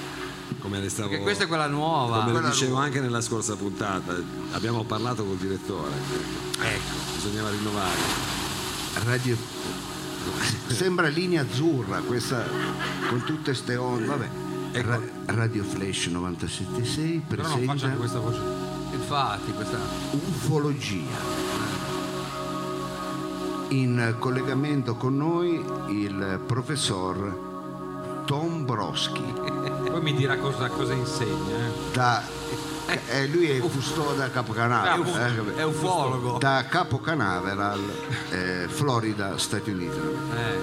[SPEAKER 1] Come le stavo...
[SPEAKER 5] Perché questa è quella nuova.
[SPEAKER 1] Come
[SPEAKER 2] Quella
[SPEAKER 1] lo dicevo
[SPEAKER 2] nuova.
[SPEAKER 1] anche nella scorsa puntata, abbiamo parlato col direttore. Ecco. Bisognava rinnovare.
[SPEAKER 2] Radio. Sembra linea azzurra questa con tutte ste onde. Vabbè. Ra- Radio Flash 976
[SPEAKER 3] Ecco. Però non faccio
[SPEAKER 2] presenta
[SPEAKER 3] anche questa voce.
[SPEAKER 5] Infatti, questa.
[SPEAKER 2] Ufologia. In collegamento con noi il professor Tom Broschi.
[SPEAKER 3] Poi mi dirà cosa, cosa insegna. eh.
[SPEAKER 2] Da, eh, lui è custode a Capocanale.
[SPEAKER 3] Eh,
[SPEAKER 2] eh, vabbè.
[SPEAKER 5] È ufologo.
[SPEAKER 2] da Capo Canaveral, eh, Florida, Stati Uniti.
[SPEAKER 5] Eh,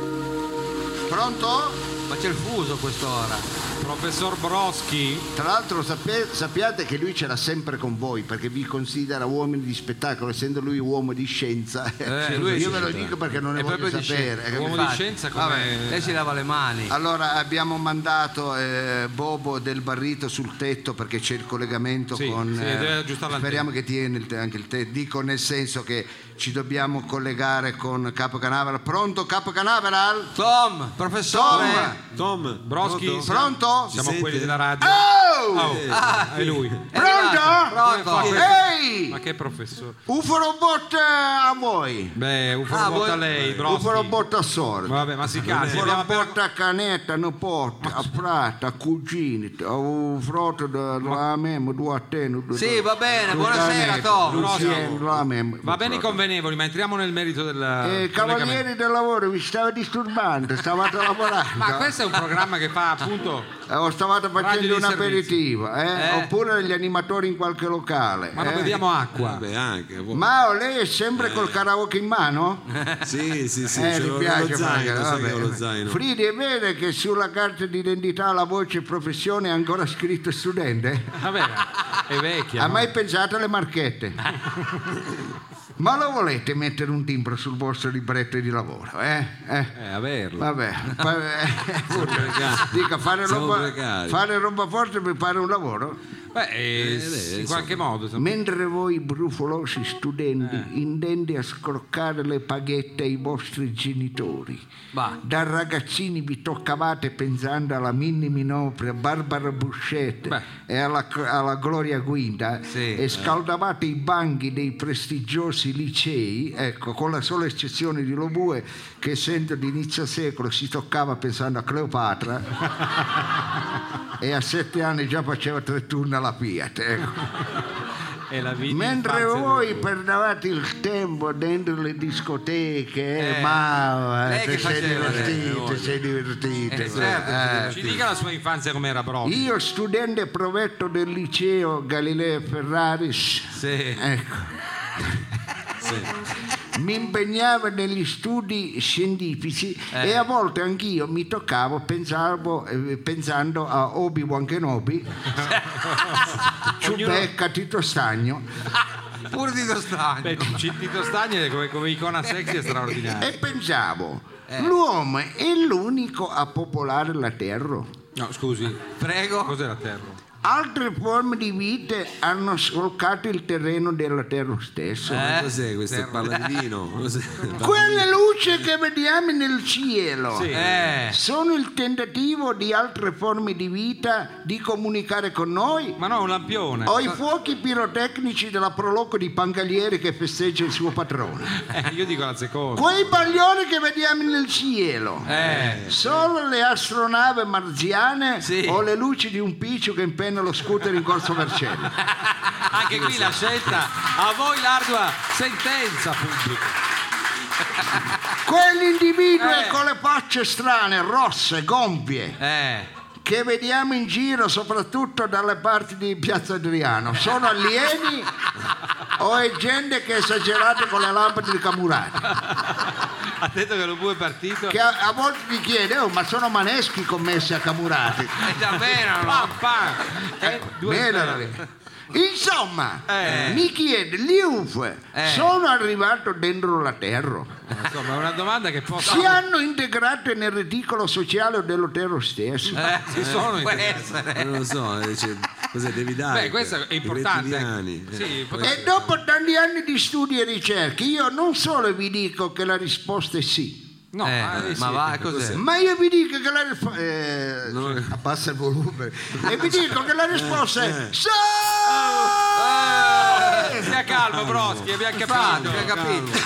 [SPEAKER 2] Pronto?
[SPEAKER 5] Ma c'è il fuso quest'ora.
[SPEAKER 3] Professor Broschi.
[SPEAKER 2] Tra l'altro sappia- sappiate che lui ce l'ha sempre con voi perché vi considera uomini di spettacolo, essendo lui uomo di scienza.
[SPEAKER 5] Eh, lui è
[SPEAKER 2] Io ve lo
[SPEAKER 5] scienza.
[SPEAKER 2] dico perché non ne
[SPEAKER 5] È
[SPEAKER 2] voglio
[SPEAKER 5] proprio di
[SPEAKER 2] sapere.
[SPEAKER 5] scienza.
[SPEAKER 3] Uomo di
[SPEAKER 5] Infatti.
[SPEAKER 3] scienza come...
[SPEAKER 5] Lei si lava le mani.
[SPEAKER 2] Allora abbiamo mandato eh, Bobo del barrito sul tetto perché c'è il collegamento
[SPEAKER 3] Sì,
[SPEAKER 2] con... eh,
[SPEAKER 3] sì, deve aggiustare l'antenna.
[SPEAKER 2] speriamo che tiene il te- anche il tetto. Dico nel senso che ci dobbiamo collegare con Capo Canaveral. Pronto Capo Canaveral?
[SPEAKER 5] Tom, professore.
[SPEAKER 2] Tom!
[SPEAKER 1] Tom,
[SPEAKER 3] Broschi.
[SPEAKER 1] pronto?
[SPEAKER 3] siamo-
[SPEAKER 2] Pronto?
[SPEAKER 3] Siamo
[SPEAKER 1] Si sente?
[SPEAKER 3] quelli della radio.
[SPEAKER 2] Oh!
[SPEAKER 3] Oh, è lui.
[SPEAKER 5] È arrivato.
[SPEAKER 2] Pronto?
[SPEAKER 5] Pronto?
[SPEAKER 2] Ehi!
[SPEAKER 3] Ma che professore?
[SPEAKER 2] Uforobot eh, a voi!
[SPEAKER 3] Beh, un
[SPEAKER 5] Ah,
[SPEAKER 3] robot
[SPEAKER 5] voi-
[SPEAKER 3] a lei,
[SPEAKER 2] Un
[SPEAKER 3] Broschi.
[SPEAKER 2] robot a sorda,
[SPEAKER 3] Vabbè, ma si calmi.
[SPEAKER 2] un
[SPEAKER 3] abbiamo appena-
[SPEAKER 2] robot a canetta, nipote, a frata, a cugini, a un frotto da la memo, due a te. due-
[SPEAKER 5] Sì, va
[SPEAKER 2] due
[SPEAKER 5] bene,
[SPEAKER 2] eh,
[SPEAKER 5] buonasera,
[SPEAKER 2] canette,
[SPEAKER 5] Tom.
[SPEAKER 2] Lucien, la memo,
[SPEAKER 3] Va bene i
[SPEAKER 2] frotto.
[SPEAKER 3] convenevoli, ma entriamo nel merito del
[SPEAKER 2] Eh,
[SPEAKER 3] collegamento.
[SPEAKER 2] cavalieri del lavoro, vi stavo disturbando, stavate lavorando.
[SPEAKER 3] Ma questo è un programma che fa appunto...
[SPEAKER 2] Eh, o stavate
[SPEAKER 3] Radio di
[SPEAKER 2] facendo un
[SPEAKER 3] servizio.
[SPEAKER 2] aperitivo, eh,
[SPEAKER 5] Eh.
[SPEAKER 2] oppure gli animatori in qualche locale.
[SPEAKER 3] Ma non
[SPEAKER 2] eh.
[SPEAKER 3] beviamo acqua.
[SPEAKER 1] Vabbè, anche. voi.
[SPEAKER 2] Mao, lei è sempre col karaoke in mano?
[SPEAKER 1] Sì, sì, sì,
[SPEAKER 2] Eh,
[SPEAKER 1] c'è
[SPEAKER 2] mi
[SPEAKER 1] lo,
[SPEAKER 2] piace,
[SPEAKER 1] lo zaino,
[SPEAKER 2] Franca,
[SPEAKER 1] sai
[SPEAKER 2] vabbè.
[SPEAKER 1] che ho lo zaino.
[SPEAKER 2] Fridi, è vero che sulla carta d'identità la voce professione è ancora scritto studente?
[SPEAKER 3] Vabbè, è vecchia.
[SPEAKER 2] Ha
[SPEAKER 3] no?
[SPEAKER 2] mai pensato alle marchette? Ma lo volete mettere un timbro sul vostro libretto di lavoro? Eh? Eh?
[SPEAKER 3] Eh, averlo.
[SPEAKER 2] Vabbè, fa-
[SPEAKER 1] precari.
[SPEAKER 2] dica fare
[SPEAKER 1] Siamo
[SPEAKER 2] roba,
[SPEAKER 1] precari.
[SPEAKER 2] fare roba forte per fare un lavoro
[SPEAKER 3] Beh, eh, in qualche modo. insomma.
[SPEAKER 2] mentre voi brufolosi studenti intende a scroccare le paghette ai vostri genitori
[SPEAKER 5] Va.
[SPEAKER 2] Da ragazzini vi toccavate pensando alla Minni Minopri, a Barbara Buscetta
[SPEAKER 3] Beh.
[SPEAKER 2] e alla, alla Gloria Guinda
[SPEAKER 5] Sì,
[SPEAKER 2] e scaldavate i banchi dei prestigiosi licei, ecco, con la sola eccezione di Lobue che essendo di inizio secolo si toccava pensando a Cleopatra e a sette anni già faceva tre turni alla Fiat. ecco.
[SPEAKER 3] È la vita
[SPEAKER 2] Mentre
[SPEAKER 3] infanzia
[SPEAKER 2] voi
[SPEAKER 3] del-
[SPEAKER 2] perdavate il tempo dentro le discoteche,
[SPEAKER 5] Eh,
[SPEAKER 2] ma eh,
[SPEAKER 5] lei
[SPEAKER 2] te
[SPEAKER 5] che
[SPEAKER 2] sei
[SPEAKER 5] faceva, eh,
[SPEAKER 2] divertito, sei divertito.
[SPEAKER 5] Eh, certo,
[SPEAKER 2] eh.
[SPEAKER 3] Ci dica la sua infanzia com'era Broschi.
[SPEAKER 2] Io studente provetto del liceo Galileo Ferraris,
[SPEAKER 5] Sì.
[SPEAKER 2] ecco, Mi impegnavo negli studi scientifici e
[SPEAKER 5] Eh.
[SPEAKER 2] a volte anch'io mi toccavo pensavo, eh, pensando a Obi-Wan Kenobi, Ciubecca, Tito Stagno
[SPEAKER 5] Pure di Dostagno.
[SPEAKER 3] Beh, C- Tito Stagni come, come icona sexy è straordinaria.
[SPEAKER 2] e pensavo, l'uomo è l'unico a popolare la Terra.
[SPEAKER 3] No, scusi.
[SPEAKER 5] Prego.
[SPEAKER 3] Cos'è la terra?
[SPEAKER 2] Altre forme di vita hanno solcato il terreno della Terra stessa.
[SPEAKER 1] Ma Cos'è questo? Parla di vino. Cos'è?
[SPEAKER 2] Quelle luci che vediamo nel cielo
[SPEAKER 5] Eh.
[SPEAKER 2] sono il tentativo di altre forme di vita di comunicare con noi.
[SPEAKER 3] Ma no, un lampione.
[SPEAKER 2] Ho i fuochi pirotecnici della Proloco di Pangaliere che festeggia il suo patrono.
[SPEAKER 3] Eh, io dico la seconda.
[SPEAKER 2] Quei paglioni che vediamo nel cielo
[SPEAKER 3] Eh.
[SPEAKER 2] Solo le astronavi marziane
[SPEAKER 5] Sì.
[SPEAKER 2] o le luci di un piccio che impenna lo scooter in corso Vercelli.
[SPEAKER 3] Anche qui la scelta a voi l'ardua sentenza pubblica.
[SPEAKER 2] Quell'individuo
[SPEAKER 3] Eh.
[SPEAKER 2] con le facce strane, rosse, gonfie,
[SPEAKER 3] Eh.
[SPEAKER 2] che vediamo in giro soprattutto dalle parti di Piazza Adriano, sono alieni o è gente che è esagerata con le lampade di Camurati,
[SPEAKER 3] Ha detto che lo bue è partito.
[SPEAKER 2] che a, a volte ti chiede, "Oh, ma sono maneschi commessi a Camurati.
[SPEAKER 5] È Eh, davvero, no?
[SPEAKER 3] Pam, pam. Eh, due
[SPEAKER 2] Bene,
[SPEAKER 3] stelle.
[SPEAKER 2] allora. Insomma,
[SPEAKER 3] Eh.
[SPEAKER 2] mi chiede, gli UFO
[SPEAKER 5] Eh.
[SPEAKER 2] sono arrivato dentro la Terra?
[SPEAKER 3] Insomma, è una domanda che posso.
[SPEAKER 2] Si hanno integrato nel reticolo sociale della Terra stessa?
[SPEAKER 3] Eh, si sono
[SPEAKER 5] Può
[SPEAKER 3] integrati.
[SPEAKER 5] essere.
[SPEAKER 1] Non lo so, eh, cioè, cos'è? Devi dare.
[SPEAKER 3] Beh, questo è importante.
[SPEAKER 1] Rettiliani.
[SPEAKER 3] Sì, pot-
[SPEAKER 2] E dopo tanti anni di studi e ricerche, io non solo vi dico che la risposta è sì,
[SPEAKER 3] no,
[SPEAKER 5] Eh,
[SPEAKER 3] ah, eh,
[SPEAKER 5] ma
[SPEAKER 3] sì.
[SPEAKER 5] va, cos'è?
[SPEAKER 2] ma io vi dico che la risposta... Eh, Abbassa il volume. e vi dico che la risposta
[SPEAKER 3] Eh.
[SPEAKER 2] è sì!
[SPEAKER 3] Stia calmo, Broschi, abbiamo capito.
[SPEAKER 5] Infatti, abbiamo capito.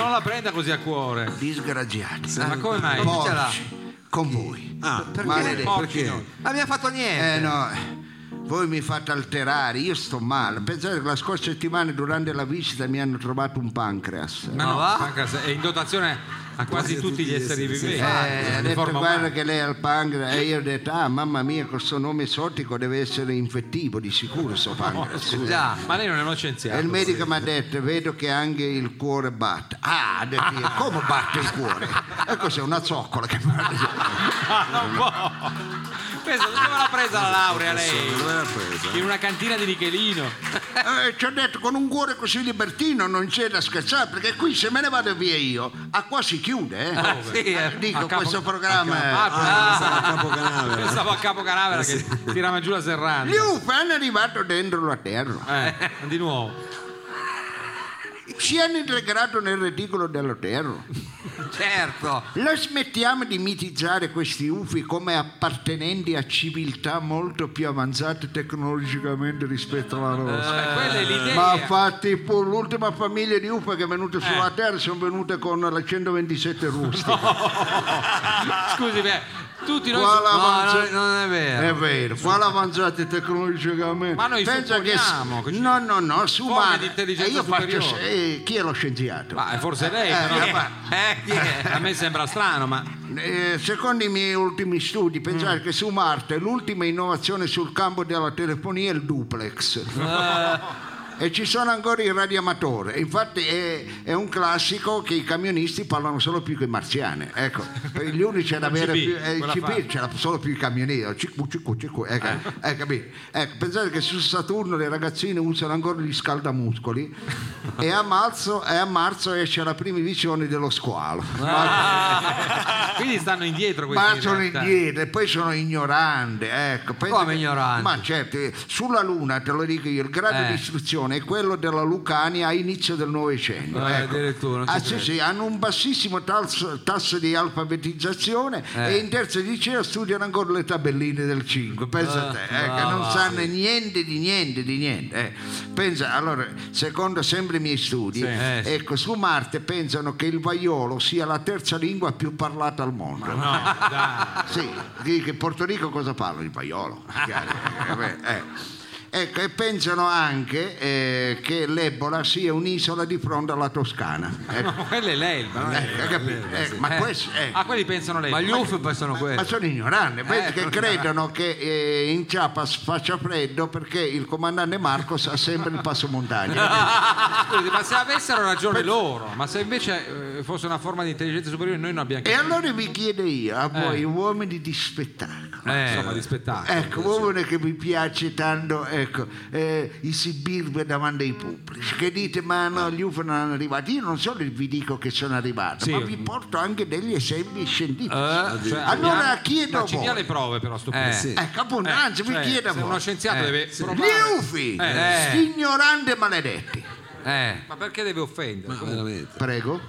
[SPEAKER 3] Non la prenda così a cuore.
[SPEAKER 2] Disgraziati.
[SPEAKER 3] Eh. Ma come mai?
[SPEAKER 5] ce l'ha?
[SPEAKER 2] Porci con voi.
[SPEAKER 1] Ah,
[SPEAKER 2] Maledetti.
[SPEAKER 1] perché?
[SPEAKER 3] no.
[SPEAKER 5] Abbiamo fatto niente.
[SPEAKER 2] Eh no, voi mi fate alterare, io sto male. Pensate che la scorsa settimana durante la visita mi hanno trovato un pancreas.
[SPEAKER 3] Ma
[SPEAKER 5] Ma
[SPEAKER 3] no,
[SPEAKER 5] va?
[SPEAKER 3] Pancras è in dotazione a quasi tutti gli esseri viventi.
[SPEAKER 2] Eh, ha
[SPEAKER 3] in
[SPEAKER 2] detto
[SPEAKER 3] forma
[SPEAKER 2] guarda
[SPEAKER 3] umana.
[SPEAKER 2] che lei ha il pancreas e io ho detto ah mamma mia questo nome esotico deve essere infettivo di sicuro sto pancreas Eh,
[SPEAKER 5] Già.
[SPEAKER 3] Ma lei non è uno scienziato.
[SPEAKER 2] e il medico mi ha detto vedo che anche il cuore batte ah ha detto io, come batte il cuore e cos'è una zoccola che batte
[SPEAKER 3] Ah, non può. Pensa, dove l'ha presa la laurea lei?
[SPEAKER 1] Dove l'ha presa?
[SPEAKER 3] In una cantina di Michelino.
[SPEAKER 2] Eh, ci ho detto con un cuore così libertino non c'è da scherzare perché qui se me ne vado via io a qua si chiude eh.
[SPEAKER 5] Ah, sì, eh.
[SPEAKER 2] dico
[SPEAKER 3] A capo-
[SPEAKER 2] questo programma è-
[SPEAKER 3] Ah,
[SPEAKER 1] Ah, capo canale.
[SPEAKER 3] Pensavo a Capo Canavera che tirava giù la serrana.
[SPEAKER 2] gli UFAN è arrivato dentro la terra
[SPEAKER 3] Eh, di nuovo.
[SPEAKER 2] si hanno integrato nel reticolo della terra
[SPEAKER 5] Certo.
[SPEAKER 2] La smettiamo di mitizzare questi UFI come appartenenti a civiltà molto più avanzate tecnologicamente rispetto alla nostra.
[SPEAKER 3] Eh, quella è l'idea.
[SPEAKER 2] Ma infatti pu- l'ultima famiglia di UFA che è venuta sulla
[SPEAKER 3] Eh.
[SPEAKER 2] Terra sono venute con la 127 rusti.
[SPEAKER 3] Scusi, beh, tutti noi.
[SPEAKER 2] Qua
[SPEAKER 5] No,
[SPEAKER 2] l'avanza-
[SPEAKER 5] non, non è vero.
[SPEAKER 3] Eh.
[SPEAKER 2] È vero, qua l'avanzate tecnologicamente.
[SPEAKER 3] Ma noi
[SPEAKER 2] Pensa che
[SPEAKER 3] supponiamo che ci-
[SPEAKER 2] No, no, no, su
[SPEAKER 3] Forme
[SPEAKER 2] umane.
[SPEAKER 3] di intelligenza
[SPEAKER 2] E io faccio...
[SPEAKER 3] superiore.
[SPEAKER 2] eh, chi è lo scienziato?
[SPEAKER 3] Ma è forse lei,
[SPEAKER 2] Eh,
[SPEAKER 3] però.
[SPEAKER 2] eh, ma-
[SPEAKER 5] Eh, chi è?
[SPEAKER 3] A me sembra strano, ma
[SPEAKER 2] Eh, secondo i miei ultimi studi, pensare che su Marte l'ultima innovazione sul campo della telefonia è il duplex. E ci sono ancora i radioamatori. Infatti è, è un classico che i camionisti parlano solo più che i marziani. Ecco, gli unici ad avere
[SPEAKER 3] CB,
[SPEAKER 2] più, eh, il
[SPEAKER 3] quella
[SPEAKER 2] CB
[SPEAKER 3] fa.
[SPEAKER 2] ce l'ha solo più i camionisti. Cicu, cicu, cicu. Ecco, eh, capito? Ecco, pensate che su Saturno le ragazzine usano ancora gli scaldamuscoli e a marzo, e a marzo esce la prima visione dello squalo.
[SPEAKER 3] quindi stanno indietro questi.
[SPEAKER 2] Ma
[SPEAKER 3] in
[SPEAKER 2] sono
[SPEAKER 3] realtà.
[SPEAKER 2] indietro e poi sono ignorante, ecco. Penso
[SPEAKER 5] Come
[SPEAKER 2] che-
[SPEAKER 5] ignoranti?
[SPEAKER 2] Ma certo, eh, sulla Luna, te lo dico io, il grado
[SPEAKER 5] Eh.
[SPEAKER 2] di istruzione è quello della Lucania a inizio del Novecento.
[SPEAKER 5] Eh,
[SPEAKER 2] ecco.
[SPEAKER 5] addirittura, non ci
[SPEAKER 2] Ah, sì, sì, hanno un bassissimo tasso, tasso di alfabetizzazione
[SPEAKER 5] Eh.
[SPEAKER 2] e in terza liceo studiano ancora le tabelline del 5.
[SPEAKER 5] Eh,
[SPEAKER 2] Pensa a te, ecco, non sanno niente di niente di niente. eh. Pensa, allora, secondo sempre i miei studi,
[SPEAKER 5] Eh, sì.
[SPEAKER 2] ecco, su Marte pensano che il vaiolo sia la terza lingua più parlata al mondo.
[SPEAKER 3] No, dai.
[SPEAKER 2] Sì, che che in Porto Rico cosa parlo? Il paiolo. chiaro, eh, eh. Ecco, e pensano anche eh, che l'Ebola sia un'isola di fronte alla Toscana. Ecco,
[SPEAKER 3] No, quella è l'Elba. non è
[SPEAKER 2] ecco, hai capito?
[SPEAKER 3] l'Elba, sì.
[SPEAKER 2] Ecco, ma, questo, ecco,
[SPEAKER 3] Ah, eh. quelli pensano l'Elba.
[SPEAKER 5] Ma gli UF pensano
[SPEAKER 2] ma
[SPEAKER 5] questo.
[SPEAKER 2] sono ignoranti, quelli che
[SPEAKER 5] sono
[SPEAKER 2] credono che eh, in Chiapas faccia freddo perché il comandante Marcos ha sempre il passo montagna.
[SPEAKER 3] Scusi, ma se avessero ragione loro, ma se invece eh, fosse una forma di intelligenza superiore, noi non abbiamo
[SPEAKER 2] e
[SPEAKER 3] capito.
[SPEAKER 2] allora vi chiedo io, a voi uomini di spettacolo,
[SPEAKER 3] Eh, insomma, di spettacolo.
[SPEAKER 2] Ecco, uomini che mi piace tanto, ecco, eh, esibirvi davanti ai pubblici, che dite ma no, gli UFO non sono arrivati, io non solo vi dico che sono arrivati,
[SPEAKER 3] Sì.
[SPEAKER 2] ma vi porto anche degli esempi scientifici.
[SPEAKER 3] Eh, cioè,
[SPEAKER 2] allora
[SPEAKER 3] abbiamo-
[SPEAKER 2] chiedo
[SPEAKER 3] Ma
[SPEAKER 2] a
[SPEAKER 3] ci dia
[SPEAKER 2] voi,
[SPEAKER 3] le prove però, sto punto.
[SPEAKER 5] sì.
[SPEAKER 2] ecco appunto,
[SPEAKER 3] Eh,
[SPEAKER 2] anzi vi
[SPEAKER 3] cioè,
[SPEAKER 2] chiedo a
[SPEAKER 3] se uno
[SPEAKER 2] voi,
[SPEAKER 3] scienziato deve provare...
[SPEAKER 2] gli UFI,
[SPEAKER 3] Eh.
[SPEAKER 2] ignoranti e maledetti,
[SPEAKER 5] Eh,
[SPEAKER 3] Ma perché deve offendere?
[SPEAKER 1] Ma
[SPEAKER 3] Comunque-
[SPEAKER 1] Ah, veramente.
[SPEAKER 2] prego,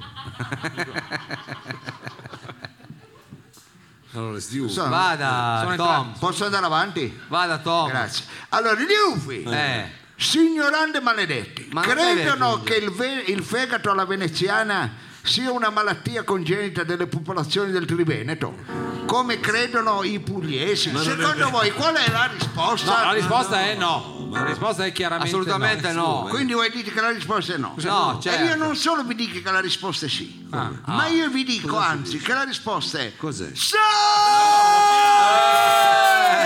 [SPEAKER 1] Allora, Stiu,
[SPEAKER 2] Sono-
[SPEAKER 5] vada,
[SPEAKER 3] Ah. Sono
[SPEAKER 5] Tom.
[SPEAKER 3] entrambi.
[SPEAKER 2] posso andare avanti?
[SPEAKER 5] Vada, Tom.
[SPEAKER 2] Grazie. Allora, gli UFI,
[SPEAKER 5] Eh,
[SPEAKER 2] Signorandi e maledetti,
[SPEAKER 5] Ma non
[SPEAKER 2] credono
[SPEAKER 5] credo.
[SPEAKER 2] che il, ve- il fegato alla veneziana sia una malattia congenita delle popolazioni del Triveneto, come credono i pugliesi. Secondo voi qual è la risposta?
[SPEAKER 3] Cioè, No, la risposta è no. La risposta è chiaramente
[SPEAKER 5] assolutamente no.
[SPEAKER 2] Quindi voi dite che la risposta è no.
[SPEAKER 5] No, certo.
[SPEAKER 2] E io non solo vi dico che la risposta è sì, ma io vi dico anzi che la risposta è
[SPEAKER 1] Cos'è?
[SPEAKER 2] Sì!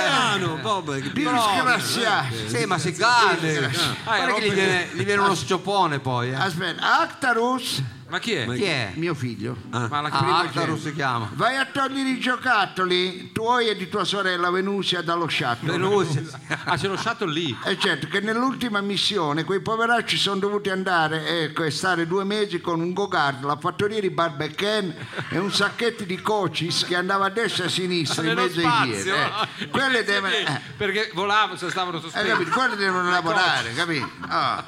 [SPEAKER 1] Milano, Ah, Bob, che
[SPEAKER 2] Disgraziati.
[SPEAKER 5] eh, Sì, ma si cade. Ah,
[SPEAKER 2] Grazie.
[SPEAKER 5] Guarda che gli viene, gli viene uno sciopone poi. Eh.
[SPEAKER 2] Aspetta, Actarus,
[SPEAKER 3] Ma chi è?
[SPEAKER 5] Chi è?
[SPEAKER 2] mio figlio.
[SPEAKER 3] Ma la
[SPEAKER 5] Ah, Actarus si chiama.
[SPEAKER 2] Vai a togliere i giocattoli tuoi e di tua sorella Venusia dallo sciattolo.
[SPEAKER 5] Venusia.
[SPEAKER 3] Ah, c'è lo shuttle lì.
[SPEAKER 2] E certo che nell'ultima missione quei poveracci sono dovuti andare ecco, e stare due mesi con un gogard, la fattoria di Barbecan e un sacchetto di cocis che andava a destra e a sinistra in
[SPEAKER 3] Nello
[SPEAKER 2] mezzo ai piedi.
[SPEAKER 3] spazio.
[SPEAKER 2] eh. Quelli devono,
[SPEAKER 3] Sì,
[SPEAKER 2] eh,
[SPEAKER 3] Perché volavano, se stavano
[SPEAKER 2] eh,
[SPEAKER 3] sospesi.
[SPEAKER 2] capito? Quelli devono lavorare, capito? Ah.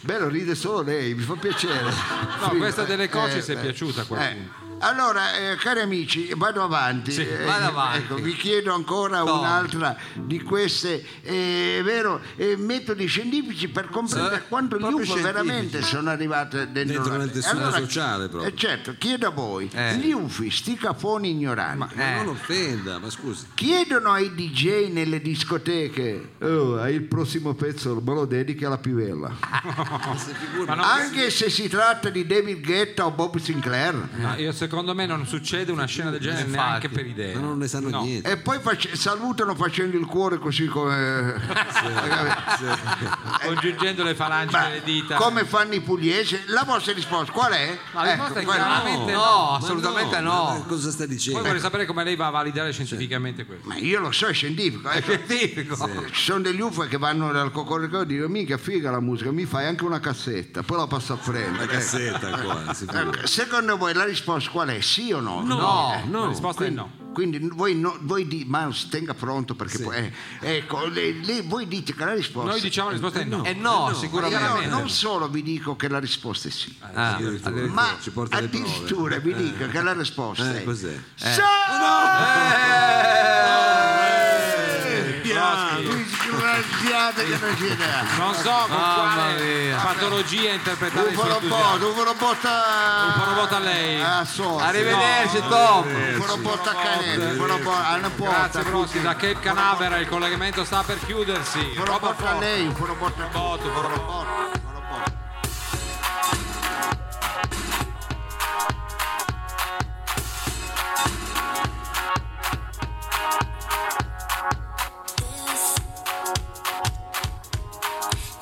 [SPEAKER 2] Bello, ride solo lei, mi fa piacere.
[SPEAKER 3] No, questa delle cocis
[SPEAKER 2] eh.
[SPEAKER 3] è piaciuta a qualcuno.
[SPEAKER 2] Eh, Allora, eh, cari amici, vado avanti.
[SPEAKER 3] Sì,
[SPEAKER 2] Eh,
[SPEAKER 5] vado avanti.
[SPEAKER 2] ecco, vi chiedo ancora
[SPEAKER 5] Tom.
[SPEAKER 2] un'altra di queste eh, è vero, eh, metodi scientifici per comprendere
[SPEAKER 5] Sì,
[SPEAKER 2] quanto gli
[SPEAKER 5] proprio
[SPEAKER 2] UFO veramente sono arrivate dentro,
[SPEAKER 1] Dentro
[SPEAKER 2] la-
[SPEAKER 1] la tessera sociale, proprio.
[SPEAKER 2] eh, certo, chiedo a voi,
[SPEAKER 5] Eh.
[SPEAKER 2] gli UFI, sti cafoni ignoranti.
[SPEAKER 1] Ma
[SPEAKER 5] Eh.
[SPEAKER 1] non offenda, ma scusi.
[SPEAKER 2] Chiedono ai DJ nelle discoteche, "Oh, il prossimo pezzo me lo dedichi alla pivella.
[SPEAKER 3] Ma no,
[SPEAKER 2] Anche se si tratta di David Guetta o Bob Sinclair.
[SPEAKER 3] no, io secondo me non succede una scena del genere
[SPEAKER 5] Infatti.
[SPEAKER 3] neanche per idea.
[SPEAKER 1] Ma non ne sanno
[SPEAKER 3] Eh. No.
[SPEAKER 1] niente.
[SPEAKER 2] E poi face- salutano facendo il cuore così come,
[SPEAKER 3] Congiungendo Ah, le falangi
[SPEAKER 2] Ma
[SPEAKER 3] delle dita.
[SPEAKER 2] come fanno i pugliesi. La vostra risposta qual è? Ecco.
[SPEAKER 3] Ma la risposta è
[SPEAKER 2] quella-
[SPEAKER 3] chiaramente-
[SPEAKER 5] Ecco, No,
[SPEAKER 3] no,
[SPEAKER 5] Eh, assolutamente
[SPEAKER 1] Ma
[SPEAKER 5] no.
[SPEAKER 1] Cosa sta
[SPEAKER 3] Poi
[SPEAKER 1] dicendo?
[SPEAKER 3] vorrei sapere come lei va a validare scientificamente questo.
[SPEAKER 2] Ma io lo so, è scientifico. ecco.
[SPEAKER 5] Scientifico.
[SPEAKER 2] Ci sono degli UFO che vanno dal cocorico e dicono mica figa la musica, mi fai anche una cassetta, poi la passo a freno.
[SPEAKER 1] La cassetta ancora, sicuro.
[SPEAKER 2] Ecco, Secondo voi la risposta qual è? Sì o no?
[SPEAKER 5] No.
[SPEAKER 3] Eh, La risposta è no.
[SPEAKER 2] Quindi voi, no- voi di, ma tenga pronto perché poi, eh, ecco, le- le- voi dite che la risposta
[SPEAKER 3] Noi diciamo la risposta è no.
[SPEAKER 5] E no,
[SPEAKER 2] Io
[SPEAKER 5] sicuramente.
[SPEAKER 2] non solo vi dico che la risposta è sì,
[SPEAKER 3] Eh,
[SPEAKER 5] Ah,
[SPEAKER 1] Addirittura,
[SPEAKER 2] ma
[SPEAKER 1] ecco, ci porta le prove.
[SPEAKER 2] addirittura vi dico che la risposta
[SPEAKER 1] Eh,
[SPEAKER 2] è
[SPEAKER 1] cos'è?
[SPEAKER 2] Sì! Eh!
[SPEAKER 3] Eh,
[SPEAKER 2] Disgraziate che non siete
[SPEAKER 3] Non so con
[SPEAKER 5] Mamma
[SPEAKER 3] quale
[SPEAKER 5] mia.
[SPEAKER 3] patologia interpretare il suo
[SPEAKER 2] Ufo
[SPEAKER 3] entusiasmo.
[SPEAKER 2] robot, ufo robot a...
[SPEAKER 3] Ufo robot eh, a lei.
[SPEAKER 2] A sorte.
[SPEAKER 5] Arrivederci, Tom.
[SPEAKER 2] Ufo robot a canelli, ufo robot a
[SPEAKER 3] Grazie
[SPEAKER 2] Napoli.
[SPEAKER 3] Prosti, da Cape Canaveral il collegamento sta per chiudersi.
[SPEAKER 2] Ufo robot a lei, ufo robot a...
[SPEAKER 3] Robot, ufo
[SPEAKER 2] Ufo
[SPEAKER 3] robot.
[SPEAKER 2] robot, ufo robot.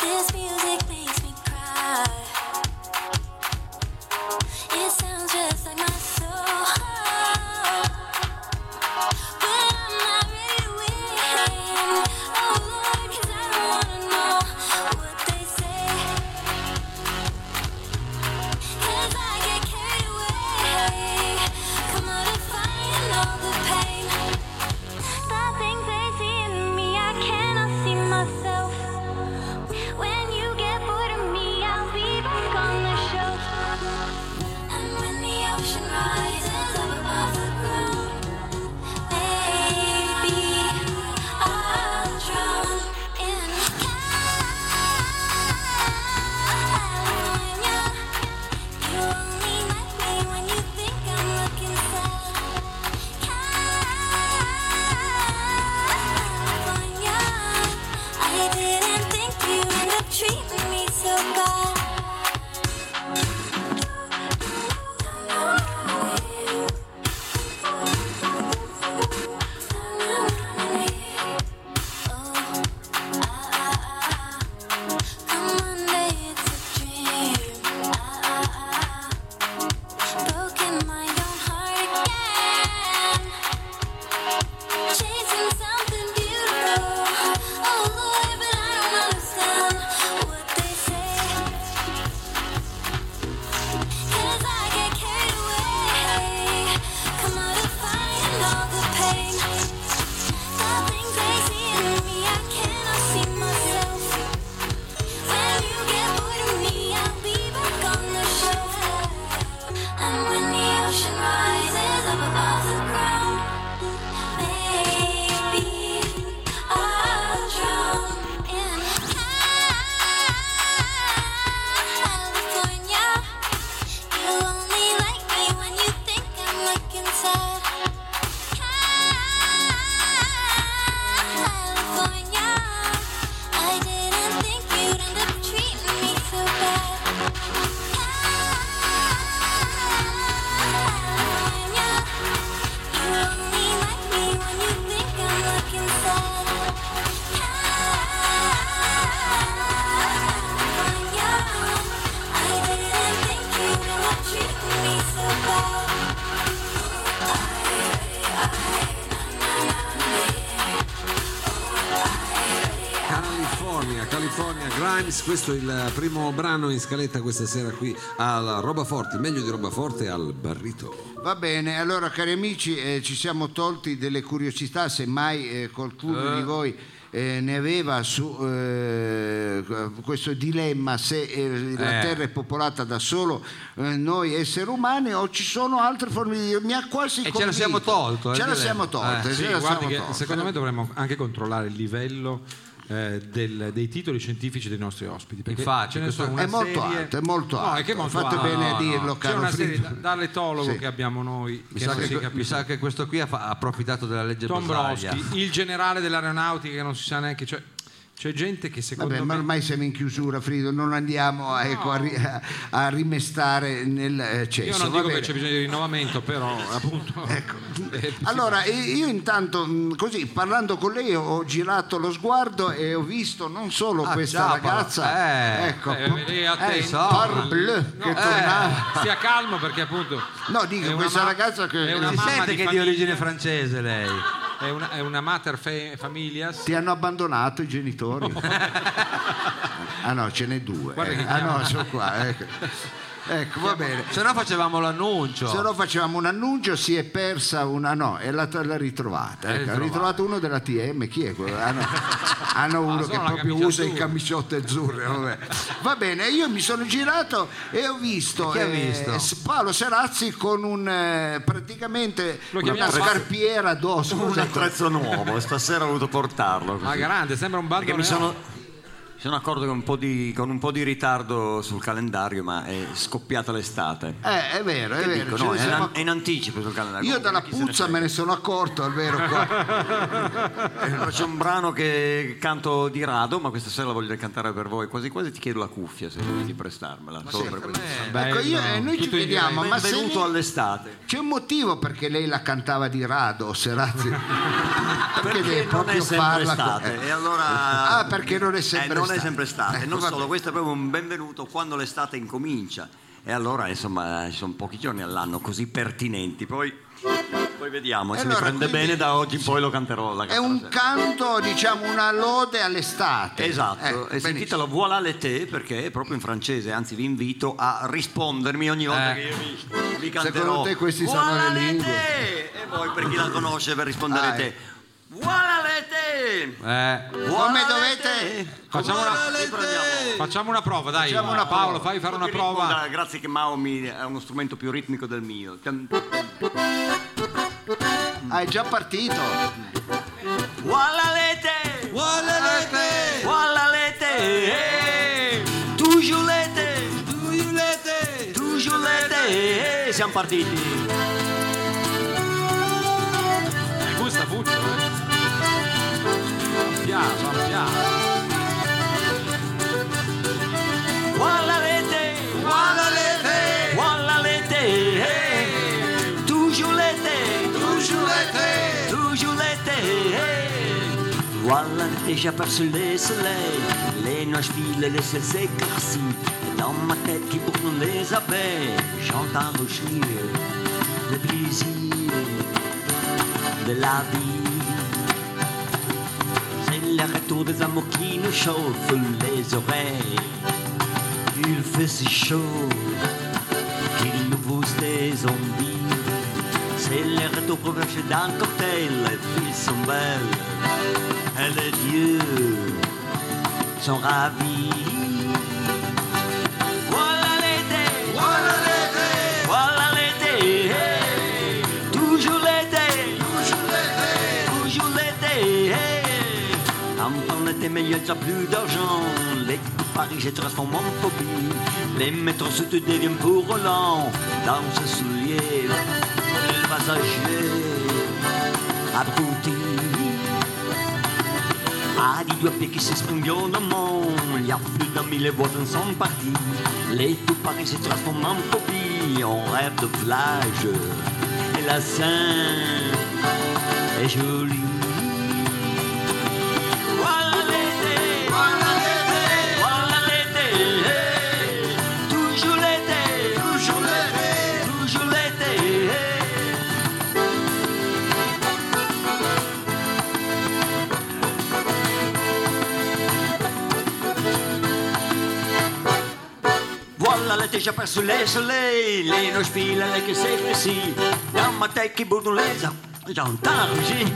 [SPEAKER 7] This music makes me cry. It sounds just like my soul. But I'm not ready to win. Oh Lord, 'cause I wanna know what they say.
[SPEAKER 1] Times, questo è il primo brano in scaletta questa sera qui alla Roba Forte, meglio di Roba Forte al Barrito.
[SPEAKER 2] Va bene, allora cari amici, eh, ci siamo tolti delle curiosità, semmai eh, qualcuno di voi eh, ne aveva su eh, questo dilemma se eh, la
[SPEAKER 3] Eh.
[SPEAKER 2] Terra è popolata da solo eh, noi esseri umani o ci sono altre forme di... Mi ha quasi
[SPEAKER 5] E ce la siamo tolto, eh,
[SPEAKER 2] Ce la
[SPEAKER 5] dilemma.
[SPEAKER 2] siamo tolte, ce
[SPEAKER 5] Eh,
[SPEAKER 3] Sì,
[SPEAKER 2] la
[SPEAKER 3] guardi
[SPEAKER 2] siamo
[SPEAKER 3] che
[SPEAKER 2] tolte.
[SPEAKER 3] secondo me dovremmo anche controllare il livello eh, del- dei titoli scientifici dei nostri ospiti. Perché
[SPEAKER 5] Infatti,
[SPEAKER 3] ce ne
[SPEAKER 5] questo
[SPEAKER 3] sono
[SPEAKER 2] è
[SPEAKER 3] una
[SPEAKER 2] molto
[SPEAKER 3] serie-
[SPEAKER 2] alto, è molto
[SPEAKER 3] No,
[SPEAKER 2] alto.
[SPEAKER 3] è che è molto
[SPEAKER 2] Fate
[SPEAKER 3] alto.
[SPEAKER 2] bene a
[SPEAKER 3] No, no.
[SPEAKER 2] dirlo,
[SPEAKER 3] C'è
[SPEAKER 2] caro
[SPEAKER 3] una serie
[SPEAKER 2] Friedman.
[SPEAKER 3] da- dall'etologo
[SPEAKER 2] Sì.
[SPEAKER 3] che abbiamo noi,
[SPEAKER 5] Mi
[SPEAKER 3] che
[SPEAKER 5] sa,
[SPEAKER 3] non si
[SPEAKER 5] che, mi
[SPEAKER 3] capisce.
[SPEAKER 5] sa che questo qui ha, fa- ha approfittato della legge
[SPEAKER 3] Tom
[SPEAKER 5] Basaglia.
[SPEAKER 3] Broschi, il generale dell'aeronautica che non si sa neanche, cioè c'è gente che secondo
[SPEAKER 2] Vabbè, ma
[SPEAKER 3] me
[SPEAKER 2] ormai siamo in chiusura, Frido, non andiamo a, ecco, a ri- a- a rimestare nel eh, cesso.
[SPEAKER 3] io
[SPEAKER 2] va
[SPEAKER 3] non dico
[SPEAKER 2] bene. ecco,
[SPEAKER 3] che c'è bisogno di rinnovamento, però appunto Eh,
[SPEAKER 2] Allora, eh, io intanto, mh, così parlando con lei, ho girato lo sguardo e ho visto non solo questa
[SPEAKER 5] ciao,
[SPEAKER 2] ragazza,
[SPEAKER 5] Paolo. Eh,
[SPEAKER 2] ecco,
[SPEAKER 3] Ah, eh, lei è
[SPEAKER 2] eh,
[SPEAKER 3] attento.
[SPEAKER 2] parbleu,
[SPEAKER 3] No,
[SPEAKER 2] che
[SPEAKER 3] eh,
[SPEAKER 2] tornava.
[SPEAKER 3] stia calmo perché appunto
[SPEAKER 2] No, dico,
[SPEAKER 3] è una
[SPEAKER 2] questa ragazza che-
[SPEAKER 3] è
[SPEAKER 2] Si
[SPEAKER 3] una
[SPEAKER 5] Si
[SPEAKER 3] mamma
[SPEAKER 5] sente
[SPEAKER 3] di
[SPEAKER 5] che è di
[SPEAKER 3] famiglia.
[SPEAKER 5] origine francese lei.
[SPEAKER 3] È una, è una mater fe- familias.
[SPEAKER 2] Ti hanno abbandonato i genitori. ah no, ce n'è due.
[SPEAKER 3] Guarda
[SPEAKER 2] eh.
[SPEAKER 3] che
[SPEAKER 2] Ah no, sono qua, ecco. Ecco, va bene.
[SPEAKER 5] Se no facevamo l'annuncio.
[SPEAKER 2] Se no facevamo un annuncio, si è persa una. No, e la- l'ha ritrovata. ecco, Ha ritrovato uno della TM, chi è quello? Ah, Hanno, hanno uno
[SPEAKER 3] sono
[SPEAKER 2] che
[SPEAKER 3] la
[SPEAKER 2] proprio
[SPEAKER 3] camicia
[SPEAKER 2] usa i
[SPEAKER 3] azzurra.
[SPEAKER 2] camiciotte azzurre. vabbè. Va bene, io mi sono girato e ho visto,
[SPEAKER 5] Chi ha
[SPEAKER 2] eh,
[SPEAKER 5] visto?
[SPEAKER 2] S- Paolo Serazzi con un eh, praticamente
[SPEAKER 3] Lo
[SPEAKER 2] una
[SPEAKER 3] chiamiamo-
[SPEAKER 2] scarpiera addosso.
[SPEAKER 6] Un
[SPEAKER 2] scusa, ecco.
[SPEAKER 6] attrezzo nuovo, stasera ho dovuto portarlo.
[SPEAKER 3] Ma
[SPEAKER 6] Così.
[SPEAKER 3] grande, sembra un eh.
[SPEAKER 6] Perché
[SPEAKER 3] bando.
[SPEAKER 6] mi sono, mi sono accorto che un po' di- con un po' di ritardo sul calendario, ma è scoppiata l'estate.
[SPEAKER 2] Eh, è vero, è
[SPEAKER 6] Che
[SPEAKER 2] vero.
[SPEAKER 6] dico,
[SPEAKER 2] ce
[SPEAKER 6] no,
[SPEAKER 2] ne
[SPEAKER 6] è,
[SPEAKER 2] siamo
[SPEAKER 6] in- è in anticipo sul calendario.
[SPEAKER 2] Io dalla
[SPEAKER 6] Chi se ne
[SPEAKER 2] puzza
[SPEAKER 6] frega?
[SPEAKER 2] me ne sono accorto, è vero. qua.
[SPEAKER 6] Allora, C'è un brano che canto di rado, ma questa sera la voglio cantare per voi. Quasi quasi ti chiedo la cuffia se vuoi di prestarmela. solo per questo.
[SPEAKER 2] Ecco, io- eh, noi ci
[SPEAKER 3] Tutto in
[SPEAKER 2] vediamo, ma se
[SPEAKER 6] Benvenuto
[SPEAKER 2] lei-
[SPEAKER 6] all'estate.
[SPEAKER 2] C'è un motivo perché lei la cantava di rado, Serazzi.
[SPEAKER 6] Perché
[SPEAKER 2] perché deve
[SPEAKER 6] non è
[SPEAKER 2] proprio
[SPEAKER 6] sempre
[SPEAKER 2] farla. con-
[SPEAKER 6] estate. eh. E allora...
[SPEAKER 2] eh. Ah, perché non è sempre
[SPEAKER 6] eh, non
[SPEAKER 2] estate.
[SPEAKER 6] è sempre estate.
[SPEAKER 2] Ecco,
[SPEAKER 6] non
[SPEAKER 2] va
[SPEAKER 6] solo,
[SPEAKER 2] bene.
[SPEAKER 6] questo è proprio un benvenuto quando l'estate incomincia. E allora, insomma, ci sono pochi giorni all'anno così pertinenti. Poi, poi vediamo,
[SPEAKER 2] E
[SPEAKER 6] se
[SPEAKER 2] allora,
[SPEAKER 6] mi prende
[SPEAKER 2] quindi-
[SPEAKER 6] bene da oggi in poi lo canterò. La
[SPEAKER 2] È
[SPEAKER 6] canterò
[SPEAKER 2] un
[SPEAKER 6] sempre.
[SPEAKER 2] canto, diciamo, una lode all'estate.
[SPEAKER 6] Esatto,
[SPEAKER 2] Eh,
[SPEAKER 6] e sentitelo voilà le te perché è proprio in francese, anzi vi invito a rispondermi ogni volta che io vi, vi canterò.
[SPEAKER 2] Eh. Secondo te questi sono
[SPEAKER 6] voilà
[SPEAKER 2] le lingue?
[SPEAKER 6] te! E voi per chi la conosce per rispondere
[SPEAKER 2] Ah,
[SPEAKER 6] a
[SPEAKER 2] eh.
[SPEAKER 6] te. Voilà le te!
[SPEAKER 5] Eh,
[SPEAKER 6] Voilà
[SPEAKER 2] Come
[SPEAKER 6] le
[SPEAKER 2] dovete-
[SPEAKER 6] te!
[SPEAKER 3] Facciamo
[SPEAKER 6] Voilà
[SPEAKER 3] una-
[SPEAKER 6] le te!
[SPEAKER 3] Facciamo una prova, dai.
[SPEAKER 2] Facciamo una
[SPEAKER 3] Paolo,
[SPEAKER 2] prova.
[SPEAKER 3] fai fare una
[SPEAKER 6] Ti rispondo,
[SPEAKER 3] prova.
[SPEAKER 6] ah, Grazie che Mao mi è uno strumento più ritmico del mio. Tem- Mm.
[SPEAKER 2] Ah, è già partito.
[SPEAKER 6] Voilà le te! Voilà le te!
[SPEAKER 3] Eh.
[SPEAKER 6] Toujours le te! Toujours le te! Eh, Siamo partiti!
[SPEAKER 3] Mi gusta Fuccio, eh. Piano, piano.
[SPEAKER 6] Guarda le te, guarda le te, guarda le
[SPEAKER 3] Eh.
[SPEAKER 6] te, tu giù le te, tu giù le te, tu giù le te. Voilà déjà perçu le soleil, les nuages filent, les ciels s'éclaircit. Et Dans ma tête qui bourdonne les abeilles, j'entends rougir le plaisir de la vie. C'est le retour des amours qui nous chauffent les oreilles. Il fait si chaud qu'il nous pousse des zombies. C'est le retour proverge d'un cocktail. Les filles sont belles et les dieux sont ravis. Voilà l'été, voilà l'été, voilà l'été. Toujours l'été, toujours l'été, toujours l'été. En temps d'été, mais il n'y a déjà plus d'argent. Les coups de Paris, j'ai transformé en phobie. Les métros se te deviennent pour Roland. Dans ses souliers, le passager abruti. Ah, di due piedi che si spugnono, gli più da mille volte sono parti. Les tout Paris si trasforma in phobie, on rêve de plage. Et la Seine est jolie. Voilà l'été, voilà l'été, voilà l'été. Toujours l'été, toujours l'été, toujours l'été. Voilà l'été, voilà l'été, voilà l'été, déjà pas sous les soleils, les nos spies, la que c'est précis. Dans ma tête qui bourdonnaise, j'entends rougir.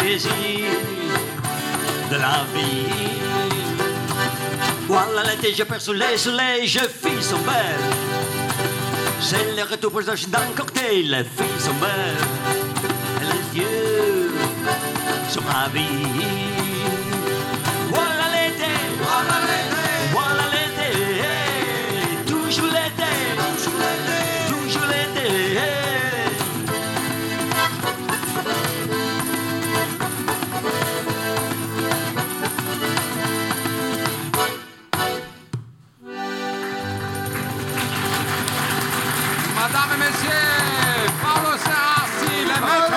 [SPEAKER 6] Plaisir de la vie. Voilà l'été, je perds sous les soleils, je filles sont belles. C'est le retour pour Josh dans le cocktail, les filles sont belles. Et les yeux sont ravis. Voilà l'été, voilà l'été, voilà l'été, hey, toujours l'été, toujours l'été, toujours l'été. hey.
[SPEAKER 3] Madame et messieurs, Paolo Serassi, le maître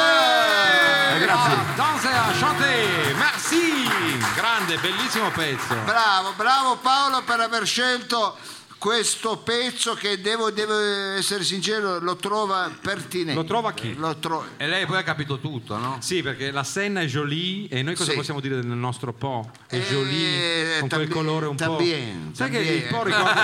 [SPEAKER 2] grazie.
[SPEAKER 3] a danser, a chanter. Merci. Grande, bellissimo pezzo.
[SPEAKER 2] Bravo, bravo Paolo per aver scelto questo pezzo che devo, devo essere sincero lo trova pertinente.
[SPEAKER 3] Lo trova chi?
[SPEAKER 2] Lo tro-
[SPEAKER 5] E lei poi ha capito tutto, no?
[SPEAKER 3] Sì, perché la Senna è jolie e noi cosa
[SPEAKER 2] Sì.
[SPEAKER 3] possiamo dire del nostro Po? È
[SPEAKER 2] Eh,
[SPEAKER 3] jolie, con
[SPEAKER 2] también,
[SPEAKER 3] quel colore un po'.
[SPEAKER 2] también,
[SPEAKER 3] Sai che
[SPEAKER 2] también.
[SPEAKER 3] il Po ricorda.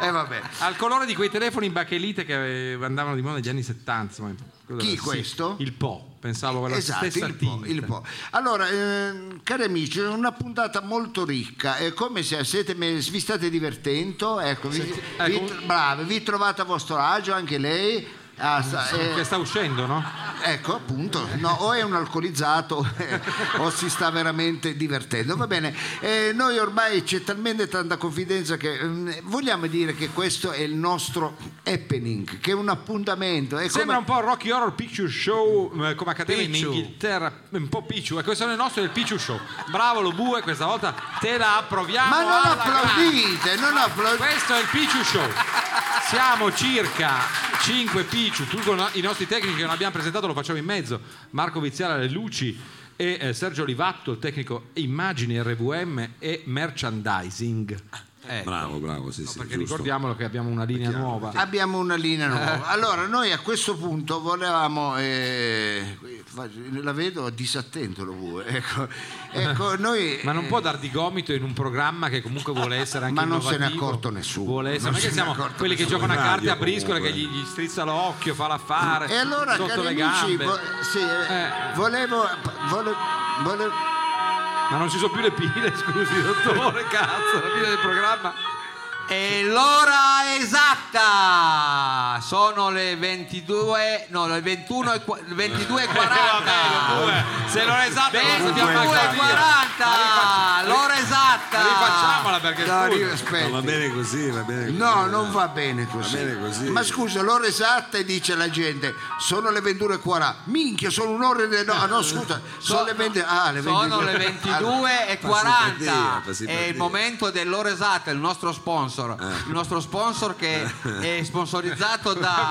[SPEAKER 2] Eh, vabbè.
[SPEAKER 3] Al colore di quei telefoni in bachelite che eh, andavano di moda negli anni 70. insomma, cosa-
[SPEAKER 2] Chi questo?
[SPEAKER 3] Il Po, pensavo alla
[SPEAKER 2] Esatto,
[SPEAKER 3] stessa
[SPEAKER 2] il po',
[SPEAKER 3] tinta.
[SPEAKER 2] il po'. Allora, ehm, cari amici, è una puntata molto ricca. È come se siete, me- vi state divertendo. Ecco, vi,
[SPEAKER 3] ecco.
[SPEAKER 2] vi- bravi, vi trovate a vostro agio, anche lei. Ah, sta- eh,
[SPEAKER 3] Che sta uscendo, no?
[SPEAKER 2] Ecco, appunto, no, o è un alcolizzato eh, o si sta veramente divertendo. Va bene, eh, noi ormai c'è talmente tanta confidenza che ehm, vogliamo dire che questo è il nostro happening, che è un appuntamento. È
[SPEAKER 3] Sembra
[SPEAKER 2] come-
[SPEAKER 3] un po' Rocky Horror Picture Show eh, come accademia in
[SPEAKER 5] Picchu.
[SPEAKER 3] Inghilterra, un po' Picchu, e questo è il nostro del Picchu Show. Bravo lo bue, questa volta te la approviamo.
[SPEAKER 2] Ma non
[SPEAKER 3] alla grande.
[SPEAKER 2] applaudite, non applaudite.
[SPEAKER 3] Questo è il Picchu Show. Siamo circa 5 Picchu, tu con i nostri tecnici che non abbiamo presentato lo facciamo in mezzo. Marco Viziale alle luci e eh, Sergio Olivatto, il tecnico immagini RVM e merchandising.
[SPEAKER 2] Ah,
[SPEAKER 3] Eh,
[SPEAKER 1] Bravo, bravo, sì, sì,
[SPEAKER 3] perché
[SPEAKER 1] giusto.
[SPEAKER 3] ricordiamolo che abbiamo una linea nuova.
[SPEAKER 2] Abbiamo una linea nuova. Allora, noi a questo punto volevamo. eh, fa- la vedo disattento lo vuoi. Ecco, ecco noi.
[SPEAKER 3] Ma non può dar di gomito in un programma che comunque vuole essere anche
[SPEAKER 2] Ma non se ne è
[SPEAKER 3] innovativo.
[SPEAKER 2] accorto nessuno.
[SPEAKER 3] Vuole essere,
[SPEAKER 2] Non
[SPEAKER 3] non è che
[SPEAKER 2] se ne è
[SPEAKER 3] siamo
[SPEAKER 2] accorto
[SPEAKER 3] quelli che
[SPEAKER 1] nessuno.
[SPEAKER 3] giocano a
[SPEAKER 1] In
[SPEAKER 3] carte
[SPEAKER 1] radio
[SPEAKER 3] a briscola che gli,
[SPEAKER 1] comunque.
[SPEAKER 3] gli strizza l'occhio, fa l'affare
[SPEAKER 2] E allora,
[SPEAKER 3] sotto
[SPEAKER 2] cari
[SPEAKER 3] le
[SPEAKER 2] amici,
[SPEAKER 3] gambe.
[SPEAKER 2] vo- sì,
[SPEAKER 3] Eh.
[SPEAKER 2] volevo. vole- vole-
[SPEAKER 3] Ma non ci sono più le pile, scusi, dottore, cazzo, la fine del programma.
[SPEAKER 5] E l'ora esatta! Sono le 22, no, le 21 e qua- le 22 e
[SPEAKER 2] Eh,
[SPEAKER 5] 40.
[SPEAKER 3] Se non è esatto, non sappiamo neanche la via.
[SPEAKER 5] 22.40 l'ora esatta
[SPEAKER 3] Rifacciamola perché
[SPEAKER 2] No,
[SPEAKER 3] scusi.
[SPEAKER 2] io-
[SPEAKER 1] No, va
[SPEAKER 2] aspetti.
[SPEAKER 1] bene così, va bene così.
[SPEAKER 2] No, non va bene così.
[SPEAKER 1] Va bene così.
[SPEAKER 2] Ma scusa, l'ora esatta e dice la gente, sono le 21.40. Minchia, sono un'ora e... No, no, scusa, sono le 20... Ah, le 22.
[SPEAKER 5] sono le 22 e
[SPEAKER 1] simpatia,
[SPEAKER 5] 40
[SPEAKER 1] fa simpatia.
[SPEAKER 5] è il momento dell'ora esatta il nostro sponsor il nostro sponsor che è sponsorizzato da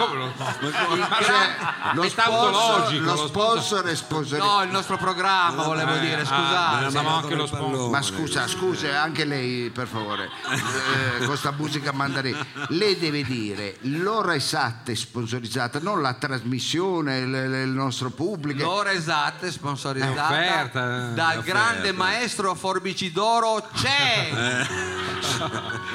[SPEAKER 5] Il gran-
[SPEAKER 2] cioè, Lo
[SPEAKER 5] è
[SPEAKER 3] Metà
[SPEAKER 2] sponsor,
[SPEAKER 3] autologico,
[SPEAKER 2] lo
[SPEAKER 3] lo
[SPEAKER 2] sponsor è sponsorizzato.
[SPEAKER 5] no il nostro programma volevo
[SPEAKER 2] eh,
[SPEAKER 5] dire
[SPEAKER 3] ah,
[SPEAKER 5] scusate
[SPEAKER 3] me la- anche lo
[SPEAKER 2] Ma scusa, scusa, anche lei per favore, eh, con sta musica mandarina, lei deve dire l'ora esatta e sponsorizzata, non la trasmissione, l- l- il nostro pubblico.
[SPEAKER 5] L'ora esatta è sponsorizzata
[SPEAKER 3] È offerta, eh,
[SPEAKER 5] dal
[SPEAKER 1] è
[SPEAKER 5] grande
[SPEAKER 1] offerta.
[SPEAKER 5] maestro Forbicidoro C'è.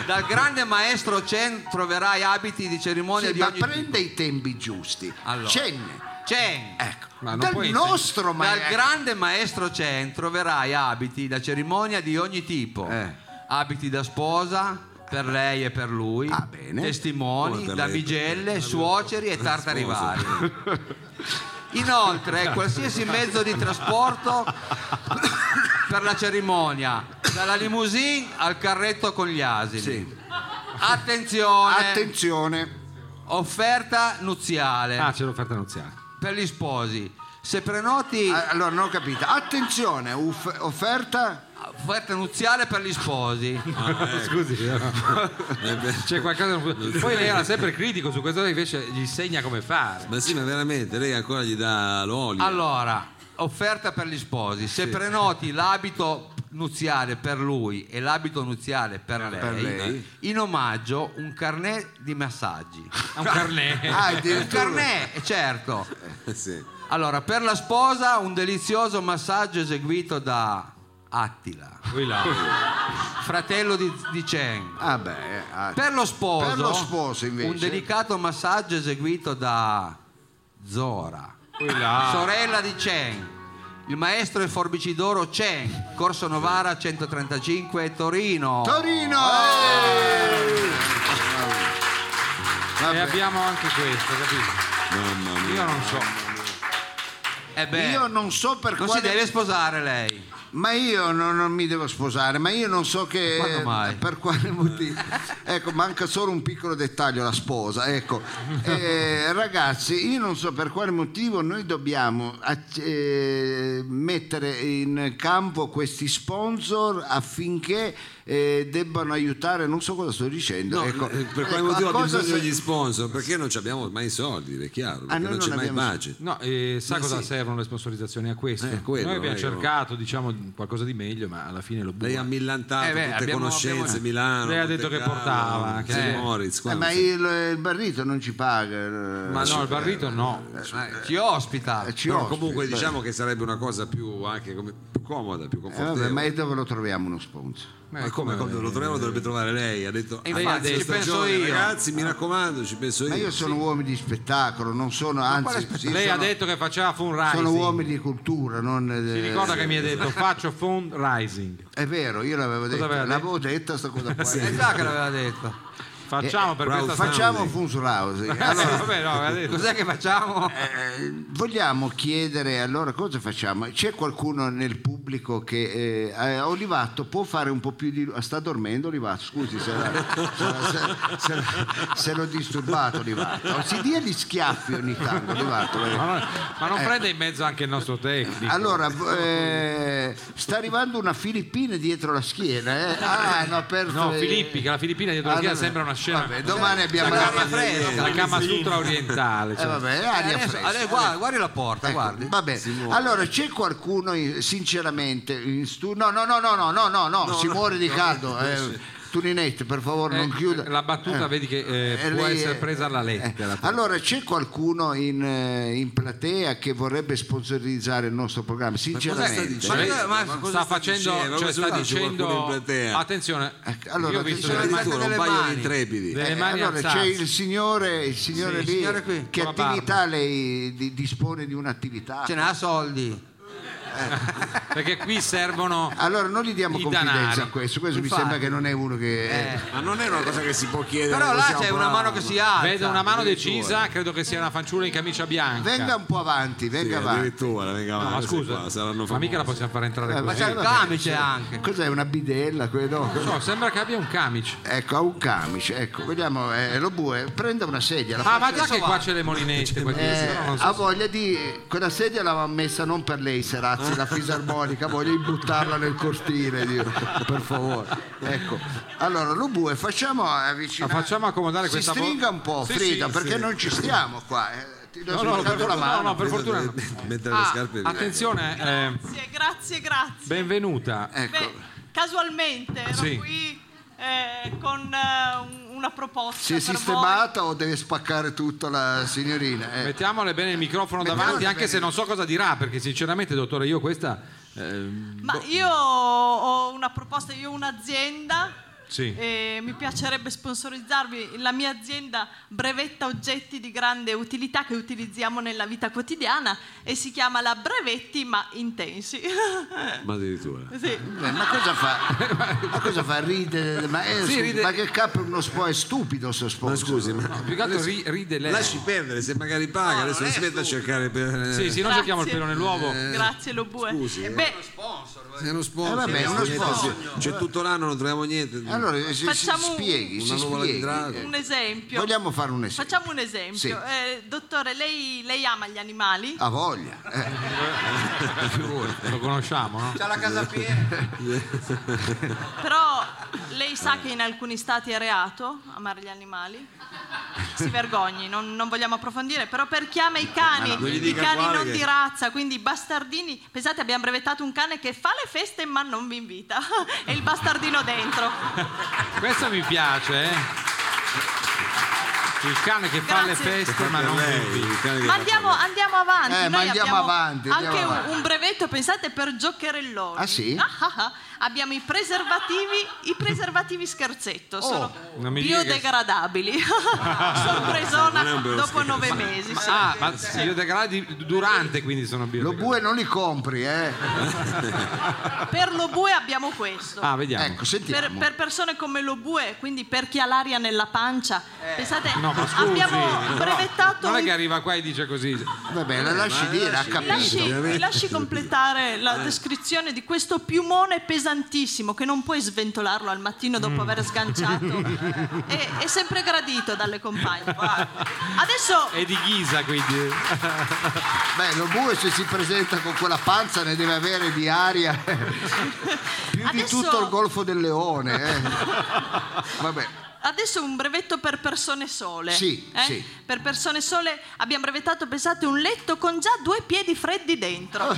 [SPEAKER 5] dal grande maestro Chen troverai abiti di cerimonia
[SPEAKER 2] Sì,
[SPEAKER 5] di
[SPEAKER 2] ma
[SPEAKER 5] ogni
[SPEAKER 2] prende i tempi giusti.
[SPEAKER 5] Allora.
[SPEAKER 2] Cenne,
[SPEAKER 5] Chen.
[SPEAKER 2] ecco,
[SPEAKER 3] Ma non
[SPEAKER 2] dal
[SPEAKER 3] puoi
[SPEAKER 2] nostro
[SPEAKER 5] Dal
[SPEAKER 2] maestro.
[SPEAKER 5] grande maestro Chen troverai abiti da cerimonia di ogni tipo.
[SPEAKER 2] Eh.
[SPEAKER 5] Abiti da sposa per lei e per lui,
[SPEAKER 2] Ah, bene.
[SPEAKER 5] testimoni,
[SPEAKER 1] Come per lei,
[SPEAKER 5] damigelle, suoceri e tartarivari. Inoltre, qualsiasi mezzo di trasporto per la cerimonia, dalla limousine al carretto con gli asini. Attenzione,
[SPEAKER 2] Attenzione.
[SPEAKER 5] offerta nuziale
[SPEAKER 3] Ah, c'è l'offerta nuziale.
[SPEAKER 5] per gli sposi. Se prenoti
[SPEAKER 2] Ah, Allora, non ho capito. Attenzione, uff- offerta.
[SPEAKER 5] Offerta nuziale per gli sposi.
[SPEAKER 3] Ah, Scusi, eh, no.
[SPEAKER 1] cioè,
[SPEAKER 3] c'è qualcosa. che non- Poi lei era sempre critico su questo, invece gli insegna come fare.
[SPEAKER 1] Ma sì, ma veramente, lei ancora gli dà l'olio.
[SPEAKER 5] Allora, offerta per gli sposi. Se prenoti l'abito nuziale per lui e l'abito nuziale per lei,
[SPEAKER 2] lei.
[SPEAKER 5] in omaggio un carnet di massaggi.
[SPEAKER 3] Ha un carnet.
[SPEAKER 2] Ah,
[SPEAKER 5] Il
[SPEAKER 2] addirittura-
[SPEAKER 5] carnet, eh, certo.
[SPEAKER 1] sì.
[SPEAKER 5] Allora, per la sposa un delizioso massaggio eseguito da Attila,
[SPEAKER 3] Qui là.
[SPEAKER 5] fratello di, di Chen.
[SPEAKER 2] Ah beh, eh, ah,
[SPEAKER 5] Per lo sposo,
[SPEAKER 2] Per lo sposo, invece.
[SPEAKER 5] un delicato massaggio eseguito da Zora,
[SPEAKER 3] Qui
[SPEAKER 2] Ah.
[SPEAKER 3] là.
[SPEAKER 5] sorella di Chen. Il maestro e forbicidoro Chen, Corso Novara 135 Torino.
[SPEAKER 2] Torino!
[SPEAKER 3] e
[SPEAKER 2] Vabbè,
[SPEAKER 3] abbiamo anche questo, capito? Io non so.
[SPEAKER 5] Eh beh,
[SPEAKER 2] io non so per
[SPEAKER 5] non si
[SPEAKER 2] quale...
[SPEAKER 5] deve sposare lei.
[SPEAKER 2] Ma io non, non mi devo sposare, ma io non so
[SPEAKER 5] Quando
[SPEAKER 2] che
[SPEAKER 5] mai?
[SPEAKER 2] per quale motivo. ecco, manca solo un piccolo dettaglio, la sposa. Ecco. Eh, ragazzi, io non so per quale motivo noi dobbiamo ac- eh, mettere in campo questi sponsor affinché eh, debbano aiutare, non so cosa sto dicendo.
[SPEAKER 1] No,
[SPEAKER 2] ecco.
[SPEAKER 1] eh, per
[SPEAKER 2] Ecco,
[SPEAKER 1] quale
[SPEAKER 2] a
[SPEAKER 1] motivo abbiamo
[SPEAKER 2] cosa
[SPEAKER 1] bisogno
[SPEAKER 2] se-
[SPEAKER 1] degli sponsor? Perché non ci abbiamo mai i soldi, è chiaro, perché
[SPEAKER 2] noi
[SPEAKER 1] non
[SPEAKER 2] non
[SPEAKER 1] c'è mai
[SPEAKER 2] abbiamo-
[SPEAKER 1] budget.
[SPEAKER 3] No, eh, sa
[SPEAKER 1] Ma
[SPEAKER 3] cosa
[SPEAKER 1] sì.
[SPEAKER 3] servono le sponsorizzazioni a questo?
[SPEAKER 1] Eh, quello,
[SPEAKER 3] Noi abbiamo
[SPEAKER 1] eh,
[SPEAKER 3] cercato, diciamo, qualcosa di meglio, ma alla fine lo
[SPEAKER 1] Lei ha
[SPEAKER 3] buona.
[SPEAKER 1] millantato
[SPEAKER 5] Eh beh,
[SPEAKER 1] tutte
[SPEAKER 5] abbiamo-
[SPEAKER 1] conoscenze,
[SPEAKER 5] abbiamo-
[SPEAKER 1] Milano.
[SPEAKER 3] Lei ha detto che
[SPEAKER 1] Monte Carlo,
[SPEAKER 3] portava, che-
[SPEAKER 1] Sì,
[SPEAKER 5] eh.
[SPEAKER 1] Moritz,
[SPEAKER 2] Eh,
[SPEAKER 1] guarda,
[SPEAKER 2] ma
[SPEAKER 1] sì.
[SPEAKER 2] il, il barrito non ci paga. eh,
[SPEAKER 3] Ma no, il barrito no.
[SPEAKER 5] Eh, Ci ospita.
[SPEAKER 2] eh, ci
[SPEAKER 1] Però
[SPEAKER 2] ospita.
[SPEAKER 1] comunque diciamo che sarebbe una cosa più, anche come- più comoda, più
[SPEAKER 2] Eh, vabbè,
[SPEAKER 1] confortevole.
[SPEAKER 2] ma e dove lo troviamo uno sponsor?
[SPEAKER 1] Ma come, come lo troviamo dovrebbe trovare lei, ha detto
[SPEAKER 5] E infatti,
[SPEAKER 1] "Avanti
[SPEAKER 5] ci
[SPEAKER 1] questa
[SPEAKER 5] penso
[SPEAKER 1] stagione,
[SPEAKER 5] io."
[SPEAKER 1] Ragazzi, mi raccomando, ci penso
[SPEAKER 2] Ma
[SPEAKER 1] io.
[SPEAKER 2] io sono uomo di spettacolo, non sono, anzi, sì,
[SPEAKER 3] Lei ha
[SPEAKER 2] sono-
[SPEAKER 3] detto che faceva fundraising.
[SPEAKER 2] sono uomini eh, di cultura, non...
[SPEAKER 3] Si ricorda che mi ha detto faccio fundraising.
[SPEAKER 2] È vero, io l'avevo detto,
[SPEAKER 3] aveva
[SPEAKER 2] l'avevo detta sta cosa qua. Esatto.
[SPEAKER 5] È Eh, già che l'aveva detto.
[SPEAKER 3] Facciamo per
[SPEAKER 1] bravo,
[SPEAKER 3] questa
[SPEAKER 2] Facciamo Funzulausi.
[SPEAKER 3] stagione.
[SPEAKER 2] Allora,
[SPEAKER 3] Vabbè, no, aveva detto.
[SPEAKER 5] Cos'è che facciamo?
[SPEAKER 2] eh, vogliamo chiedere, allora cosa facciamo? C'è qualcuno nel pubblico che... eh, eh, Olivato può fare un po' più di... ah, Sta dormendo Olivato, scusi se, la- se la- se la- se l'ho disturbato Olivato. Si dia gli schiaffi ogni tanto Olivato. eh.
[SPEAKER 3] Ma non, ma non prende in mezzo anche il nostro tecnico.
[SPEAKER 2] Allora, eh, sta arrivando una Filippina dietro la schiena. eh. Ah, no, per
[SPEAKER 3] No, Filippi, che la Filippina dietro la
[SPEAKER 2] Ah,
[SPEAKER 3] schiena
[SPEAKER 2] no, no.
[SPEAKER 3] sembra una scena.
[SPEAKER 2] Vabbè, domani abbiamo
[SPEAKER 5] La
[SPEAKER 2] la
[SPEAKER 5] gamba fredda.
[SPEAKER 3] la Kama Sutra orientale.
[SPEAKER 2] Eh,
[SPEAKER 3] cioè.
[SPEAKER 2] vabbè, aria
[SPEAKER 5] Adesso-
[SPEAKER 2] fresca.
[SPEAKER 5] adesso guarda, guardi la porta,
[SPEAKER 2] Ecco,
[SPEAKER 5] guardi.
[SPEAKER 2] vabbè. Allora, c'è qualcuno in- sinceramente in stu- No, no, no, no, no, no, no, no, si muore di caldo. eh. Tuninette, per favore, non
[SPEAKER 3] Eh,
[SPEAKER 2] chiuda.
[SPEAKER 3] La battuta vedi che eh,
[SPEAKER 2] Eh,
[SPEAKER 3] può
[SPEAKER 2] lei-
[SPEAKER 3] essere presa alla lettera.
[SPEAKER 2] eh, Allora c'è qualcuno in, eh, in platea che vorrebbe sponsorizzare il nostro programma? Sinceramente,
[SPEAKER 5] Ma
[SPEAKER 3] Lei
[SPEAKER 5] cosa- ma cosa
[SPEAKER 3] sta facendo,
[SPEAKER 1] dicendo?
[SPEAKER 3] cioè,
[SPEAKER 1] Cosa
[SPEAKER 3] sta
[SPEAKER 1] sta dicendo
[SPEAKER 3] dicendo
[SPEAKER 1] qualcuno in platea?
[SPEAKER 3] attenzione,
[SPEAKER 2] Ecco, allora,
[SPEAKER 3] io ho visto
[SPEAKER 2] attenzione,
[SPEAKER 3] delle mani,
[SPEAKER 1] addirittura un
[SPEAKER 5] delle
[SPEAKER 1] paio
[SPEAKER 5] mani.
[SPEAKER 1] di intrepidi.
[SPEAKER 3] delle
[SPEAKER 2] Eh,
[SPEAKER 3] mani
[SPEAKER 2] allora c'è
[SPEAKER 3] alzate.
[SPEAKER 2] il signore, il signore
[SPEAKER 5] il
[SPEAKER 2] lì,
[SPEAKER 5] signore qui,
[SPEAKER 2] che
[SPEAKER 3] con la
[SPEAKER 2] attività lei di- dispone di un'attività?
[SPEAKER 5] Ce n'ha
[SPEAKER 2] Eh,
[SPEAKER 5] soldi.
[SPEAKER 3] perché qui servono
[SPEAKER 2] Allora non gli diamo
[SPEAKER 3] I
[SPEAKER 2] confidenza
[SPEAKER 3] danari.
[SPEAKER 2] a questo, questo mi
[SPEAKER 5] Infatti.
[SPEAKER 2] sembra che non è uno che...
[SPEAKER 5] Eh.
[SPEAKER 1] Ma non è una cosa che si può chiedere.
[SPEAKER 5] Però
[SPEAKER 1] non
[SPEAKER 5] là
[SPEAKER 1] siamo
[SPEAKER 5] c'è una
[SPEAKER 1] bravi,
[SPEAKER 5] mano che
[SPEAKER 1] ma-
[SPEAKER 5] si alza.
[SPEAKER 3] vedo una mano decisa credo che sia una fanciulla in camicia bianca
[SPEAKER 2] Venga un po' avanti, venga
[SPEAKER 1] Sì,
[SPEAKER 2] avanti.
[SPEAKER 1] addirittura, venga
[SPEAKER 3] No, ma
[SPEAKER 1] avanti,
[SPEAKER 3] scusa
[SPEAKER 1] Ah, qua, saranno
[SPEAKER 3] ma mica la
[SPEAKER 1] famosi.
[SPEAKER 3] possiamo far entrare
[SPEAKER 2] Eh,
[SPEAKER 3] così
[SPEAKER 5] Ma c'è il
[SPEAKER 2] vabbè, sì.
[SPEAKER 5] camice anche.
[SPEAKER 2] Cos'è una bidella? Quello?
[SPEAKER 3] No, sembra che abbia un camice
[SPEAKER 2] Ecco, ha un camice, ecco, vediamo, eh, lo bue, prenda una sedia. la
[SPEAKER 3] ah ma
[SPEAKER 2] faccia-
[SPEAKER 3] già che
[SPEAKER 5] va.
[SPEAKER 3] qua c'è le molinette qua dietro,
[SPEAKER 2] Eh,
[SPEAKER 3] però non so
[SPEAKER 2] ha
[SPEAKER 3] se-
[SPEAKER 2] voglia di quella sedia l'aveva messa non per lei Serazzi la fisarmonica ha voglia di buttarla nel cortile dico, per favore ecco allora Lubue facciamo eh, avvicinare
[SPEAKER 3] Ma Ah, facciamo accomodare
[SPEAKER 2] si
[SPEAKER 3] questa vo-
[SPEAKER 2] stringa un po'
[SPEAKER 3] Sì,
[SPEAKER 2] Frida
[SPEAKER 3] sì,
[SPEAKER 2] perché non ci stiamo qua eh. ti do
[SPEAKER 3] No, no, per,
[SPEAKER 2] soltanto la
[SPEAKER 3] no,
[SPEAKER 2] mano
[SPEAKER 3] no, per
[SPEAKER 1] Vedo
[SPEAKER 3] fortuna no.
[SPEAKER 1] delle- Mettere le
[SPEAKER 8] Ah,
[SPEAKER 1] scarpe.
[SPEAKER 3] attenzione eh,
[SPEAKER 8] Grazie, grazie, grazie.
[SPEAKER 3] benvenuta
[SPEAKER 2] ecco
[SPEAKER 8] Beh, casualmente ero
[SPEAKER 3] Sì.
[SPEAKER 8] qui eh, con eh, un- una proposta.
[SPEAKER 2] si è
[SPEAKER 8] cioè, per voi.
[SPEAKER 2] sistemata o deve spaccare tutta la signorina eh.
[SPEAKER 3] Mettiamole bene il microfono
[SPEAKER 2] Mettiamole
[SPEAKER 3] davanti, anche
[SPEAKER 2] bene.
[SPEAKER 3] se non so cosa dirà, perché sinceramente, dottore, io questa. ehm,
[SPEAKER 8] Ma
[SPEAKER 3] boh,
[SPEAKER 8] io ho una proposta, io ho un'azienda.
[SPEAKER 3] Sì.
[SPEAKER 8] E mi piacerebbe sponsorizzarvi la mia azienda brevetta oggetti di grande utilità che utilizziamo nella vita quotidiana e si chiama la brevetti ma intensi.
[SPEAKER 1] Ma addirittura.
[SPEAKER 8] sì.
[SPEAKER 2] Beh, eh, ma cosa fa? ma cosa fa? Ride, ma, eh,
[SPEAKER 3] Eh, Sì,
[SPEAKER 2] scusi,
[SPEAKER 3] ride.
[SPEAKER 2] ma che capo è uno spo- è stupido sto
[SPEAKER 1] Ma
[SPEAKER 2] sponsor
[SPEAKER 1] scusi, ma
[SPEAKER 3] più che altro ri- ride lei.
[SPEAKER 1] lasci perdere se magari paga, adesso non si mette a cercare per eh,
[SPEAKER 3] Sì, sì,
[SPEAKER 8] Grazie.
[SPEAKER 3] non cerchiamo il pelo nell'uovo.
[SPEAKER 8] Grazie Lobue.
[SPEAKER 1] scusi,
[SPEAKER 8] Eh,
[SPEAKER 1] eh.
[SPEAKER 8] beh,
[SPEAKER 1] È uno sponsor.
[SPEAKER 2] Eh, vabbè,
[SPEAKER 1] non
[SPEAKER 2] è uno
[SPEAKER 1] so niente,
[SPEAKER 2] sponsor.
[SPEAKER 1] sì. C'è tutto l'anno, non troviamo niente.
[SPEAKER 2] Allora, eh, si, si
[SPEAKER 8] Facciamo un-
[SPEAKER 2] spieghi,
[SPEAKER 1] una
[SPEAKER 2] si
[SPEAKER 1] nuvola di
[SPEAKER 2] spieghi. Eh,
[SPEAKER 1] drago.
[SPEAKER 3] Eh,
[SPEAKER 8] un esempio.
[SPEAKER 2] Vogliamo fare un esempio.
[SPEAKER 8] Facciamo un esempio.
[SPEAKER 2] Sì. Ah,
[SPEAKER 8] Eh, dottore, lei, lei ama gli animali?
[SPEAKER 2] Ha voglia. Eh,
[SPEAKER 3] Lo conosciamo, no?
[SPEAKER 5] C'ha la casa piena.
[SPEAKER 8] Però lei sa che in alcuni stati è reato amare gli animali? Si vergogni, non, non vogliamo approfondire, però per chi ama i cani,
[SPEAKER 1] Ah, no, quindi
[SPEAKER 8] i
[SPEAKER 1] dica
[SPEAKER 8] cani
[SPEAKER 1] quale
[SPEAKER 8] non
[SPEAKER 1] che-
[SPEAKER 8] di razza, quindi i bastardini, pensate abbiamo brevettato un cane che fa le feste ma non vi invita, e il bastardino dentro.
[SPEAKER 3] Questo mi piace, eh. Il cane che fa le
[SPEAKER 8] Grazie.
[SPEAKER 3] feste, ma non
[SPEAKER 2] Ah,
[SPEAKER 1] Lei, il cane che
[SPEAKER 8] Ma
[SPEAKER 1] la
[SPEAKER 8] andiamo,
[SPEAKER 1] fa-
[SPEAKER 8] andiamo avanti.
[SPEAKER 2] Eh, ma
[SPEAKER 8] Noi
[SPEAKER 2] andiamo
[SPEAKER 8] abbiamo
[SPEAKER 2] avanti,
[SPEAKER 8] Anche
[SPEAKER 2] andiamo
[SPEAKER 8] un-
[SPEAKER 2] avanti.
[SPEAKER 8] un brevetto, pensate, per giocherelloni.
[SPEAKER 2] Ah, sì?
[SPEAKER 8] ah, ah. Abbiamo i preservativi, i preservativi
[SPEAKER 2] Oh.
[SPEAKER 8] scherzetto, sono
[SPEAKER 3] Non mi dica che-
[SPEAKER 8] biodegradabili.
[SPEAKER 1] Non è
[SPEAKER 8] Sorpresona
[SPEAKER 1] un bello
[SPEAKER 8] dopo
[SPEAKER 1] scherzo.
[SPEAKER 8] nove mesi. sì.
[SPEAKER 3] Ah, ma sì, io degradi durante quindi sono
[SPEAKER 2] Lo
[SPEAKER 3] biodegradabile.
[SPEAKER 2] bue non li compri, eh.
[SPEAKER 8] Per lo bue abbiamo questo.
[SPEAKER 3] Ah, vediamo.
[SPEAKER 2] Ecco,
[SPEAKER 8] per,
[SPEAKER 2] sentiamo.
[SPEAKER 8] per persone come lo bue, quindi per chi ha l'aria nella pancia. Pensate,
[SPEAKER 3] Eh. No, ma scusi,
[SPEAKER 8] abbiamo
[SPEAKER 3] però
[SPEAKER 8] brevettato
[SPEAKER 3] Non è
[SPEAKER 8] i-
[SPEAKER 3] che arriva qua e dice così.
[SPEAKER 2] Va bene,
[SPEAKER 1] Eh,
[SPEAKER 2] la lasci dire, ha
[SPEAKER 8] Mi
[SPEAKER 2] capito.
[SPEAKER 8] lasci, mi lasci completare la
[SPEAKER 2] Eh.
[SPEAKER 8] descrizione di questo piumone pesantissimo che non puoi sventolarlo al mattino
[SPEAKER 2] Mm.
[SPEAKER 8] dopo aver sganciato. è, è sempre gradito dalle compagne. Adesso
[SPEAKER 3] È di ghisa quindi.
[SPEAKER 2] Beh, lo bue se si presenta con quella panza ne deve avere di aria più di
[SPEAKER 8] Adesso-
[SPEAKER 2] tutto il Golfo del Leone. eh. Vabbè,
[SPEAKER 8] Adesso un brevetto per persone sole.
[SPEAKER 2] Sì,
[SPEAKER 8] eh?
[SPEAKER 2] sì.
[SPEAKER 8] Per persone sole abbiamo brevettato, pensate, un letto con già due piedi freddi
[SPEAKER 2] Ah.
[SPEAKER 8] dentro.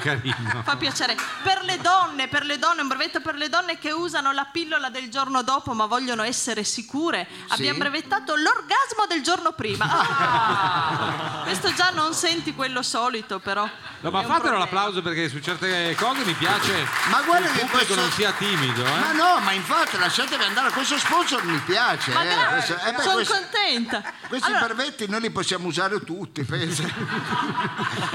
[SPEAKER 3] Carino.
[SPEAKER 8] Fa piacere. Per le donne, per le donne, un brevetto per le donne che usano la pillola del giorno dopo ma vogliono essere sicure. Abbiamo brevettato l'orgasmo del giorno prima. Ah! Questo già non senti quello solito però.
[SPEAKER 3] No,
[SPEAKER 8] È
[SPEAKER 3] ma
[SPEAKER 8] un
[SPEAKER 3] fatelo
[SPEAKER 8] problema.
[SPEAKER 3] l'applauso perché su certe cose mi piace
[SPEAKER 2] ma guarda
[SPEAKER 3] che
[SPEAKER 2] che
[SPEAKER 3] il pubblico
[SPEAKER 2] questo...
[SPEAKER 3] non sia timido, eh.
[SPEAKER 2] Ma no, ma infatti lasciatevi andare, questo sponsor mi piace.
[SPEAKER 8] Ma
[SPEAKER 2] eh,
[SPEAKER 8] grazie,
[SPEAKER 2] questo- eh, beh,
[SPEAKER 8] sono
[SPEAKER 2] questo-
[SPEAKER 8] contenta.
[SPEAKER 2] Questi
[SPEAKER 8] Allora,
[SPEAKER 2] brevetti noi li possiamo usare tutti, pensa.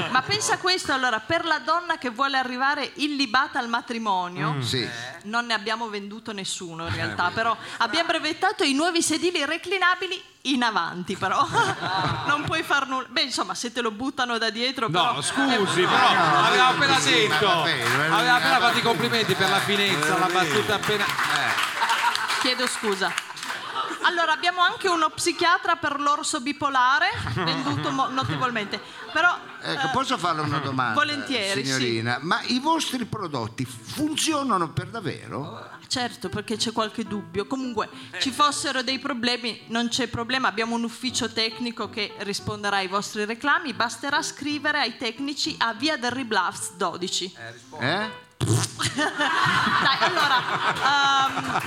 [SPEAKER 8] Ma pensa a questo allora, per la donna che vuole arrivare illibata al matrimonio,
[SPEAKER 2] Sì. Ecco,
[SPEAKER 8] non ne abbiamo venduto nessuno in
[SPEAKER 3] Eh,
[SPEAKER 8] realtà, però abbiamo brevettato i nuovi sedili reclinabili in avanti, però non puoi far nulla. Beh, insomma, se te lo buttano da dietro, però eh,
[SPEAKER 3] No, scusi, però aveva appena detto.
[SPEAKER 2] va bene, va
[SPEAKER 3] aveva appena fatto i complimenti per la finezza, la battuta appena.
[SPEAKER 8] chiedo scusa. Allora, abbiamo anche uno psichiatra per l'orso bipolare, venduto mo- notevolmente. Però
[SPEAKER 2] Ecco,
[SPEAKER 8] eh,
[SPEAKER 2] posso farle una domanda?
[SPEAKER 8] volentieri, sì.
[SPEAKER 2] signorina. Ma i vostri prodotti funzionano per davvero?
[SPEAKER 8] Certo, perché c'è qualche dubbio. Comunque, ci fossero dei problemi, non c'è problema. Abbiamo un ufficio tecnico che risponderà ai vostri reclami. Basterà scrivere ai tecnici a via del Riblaffs 12.
[SPEAKER 2] Eh?
[SPEAKER 8] Dai, allora, ehm,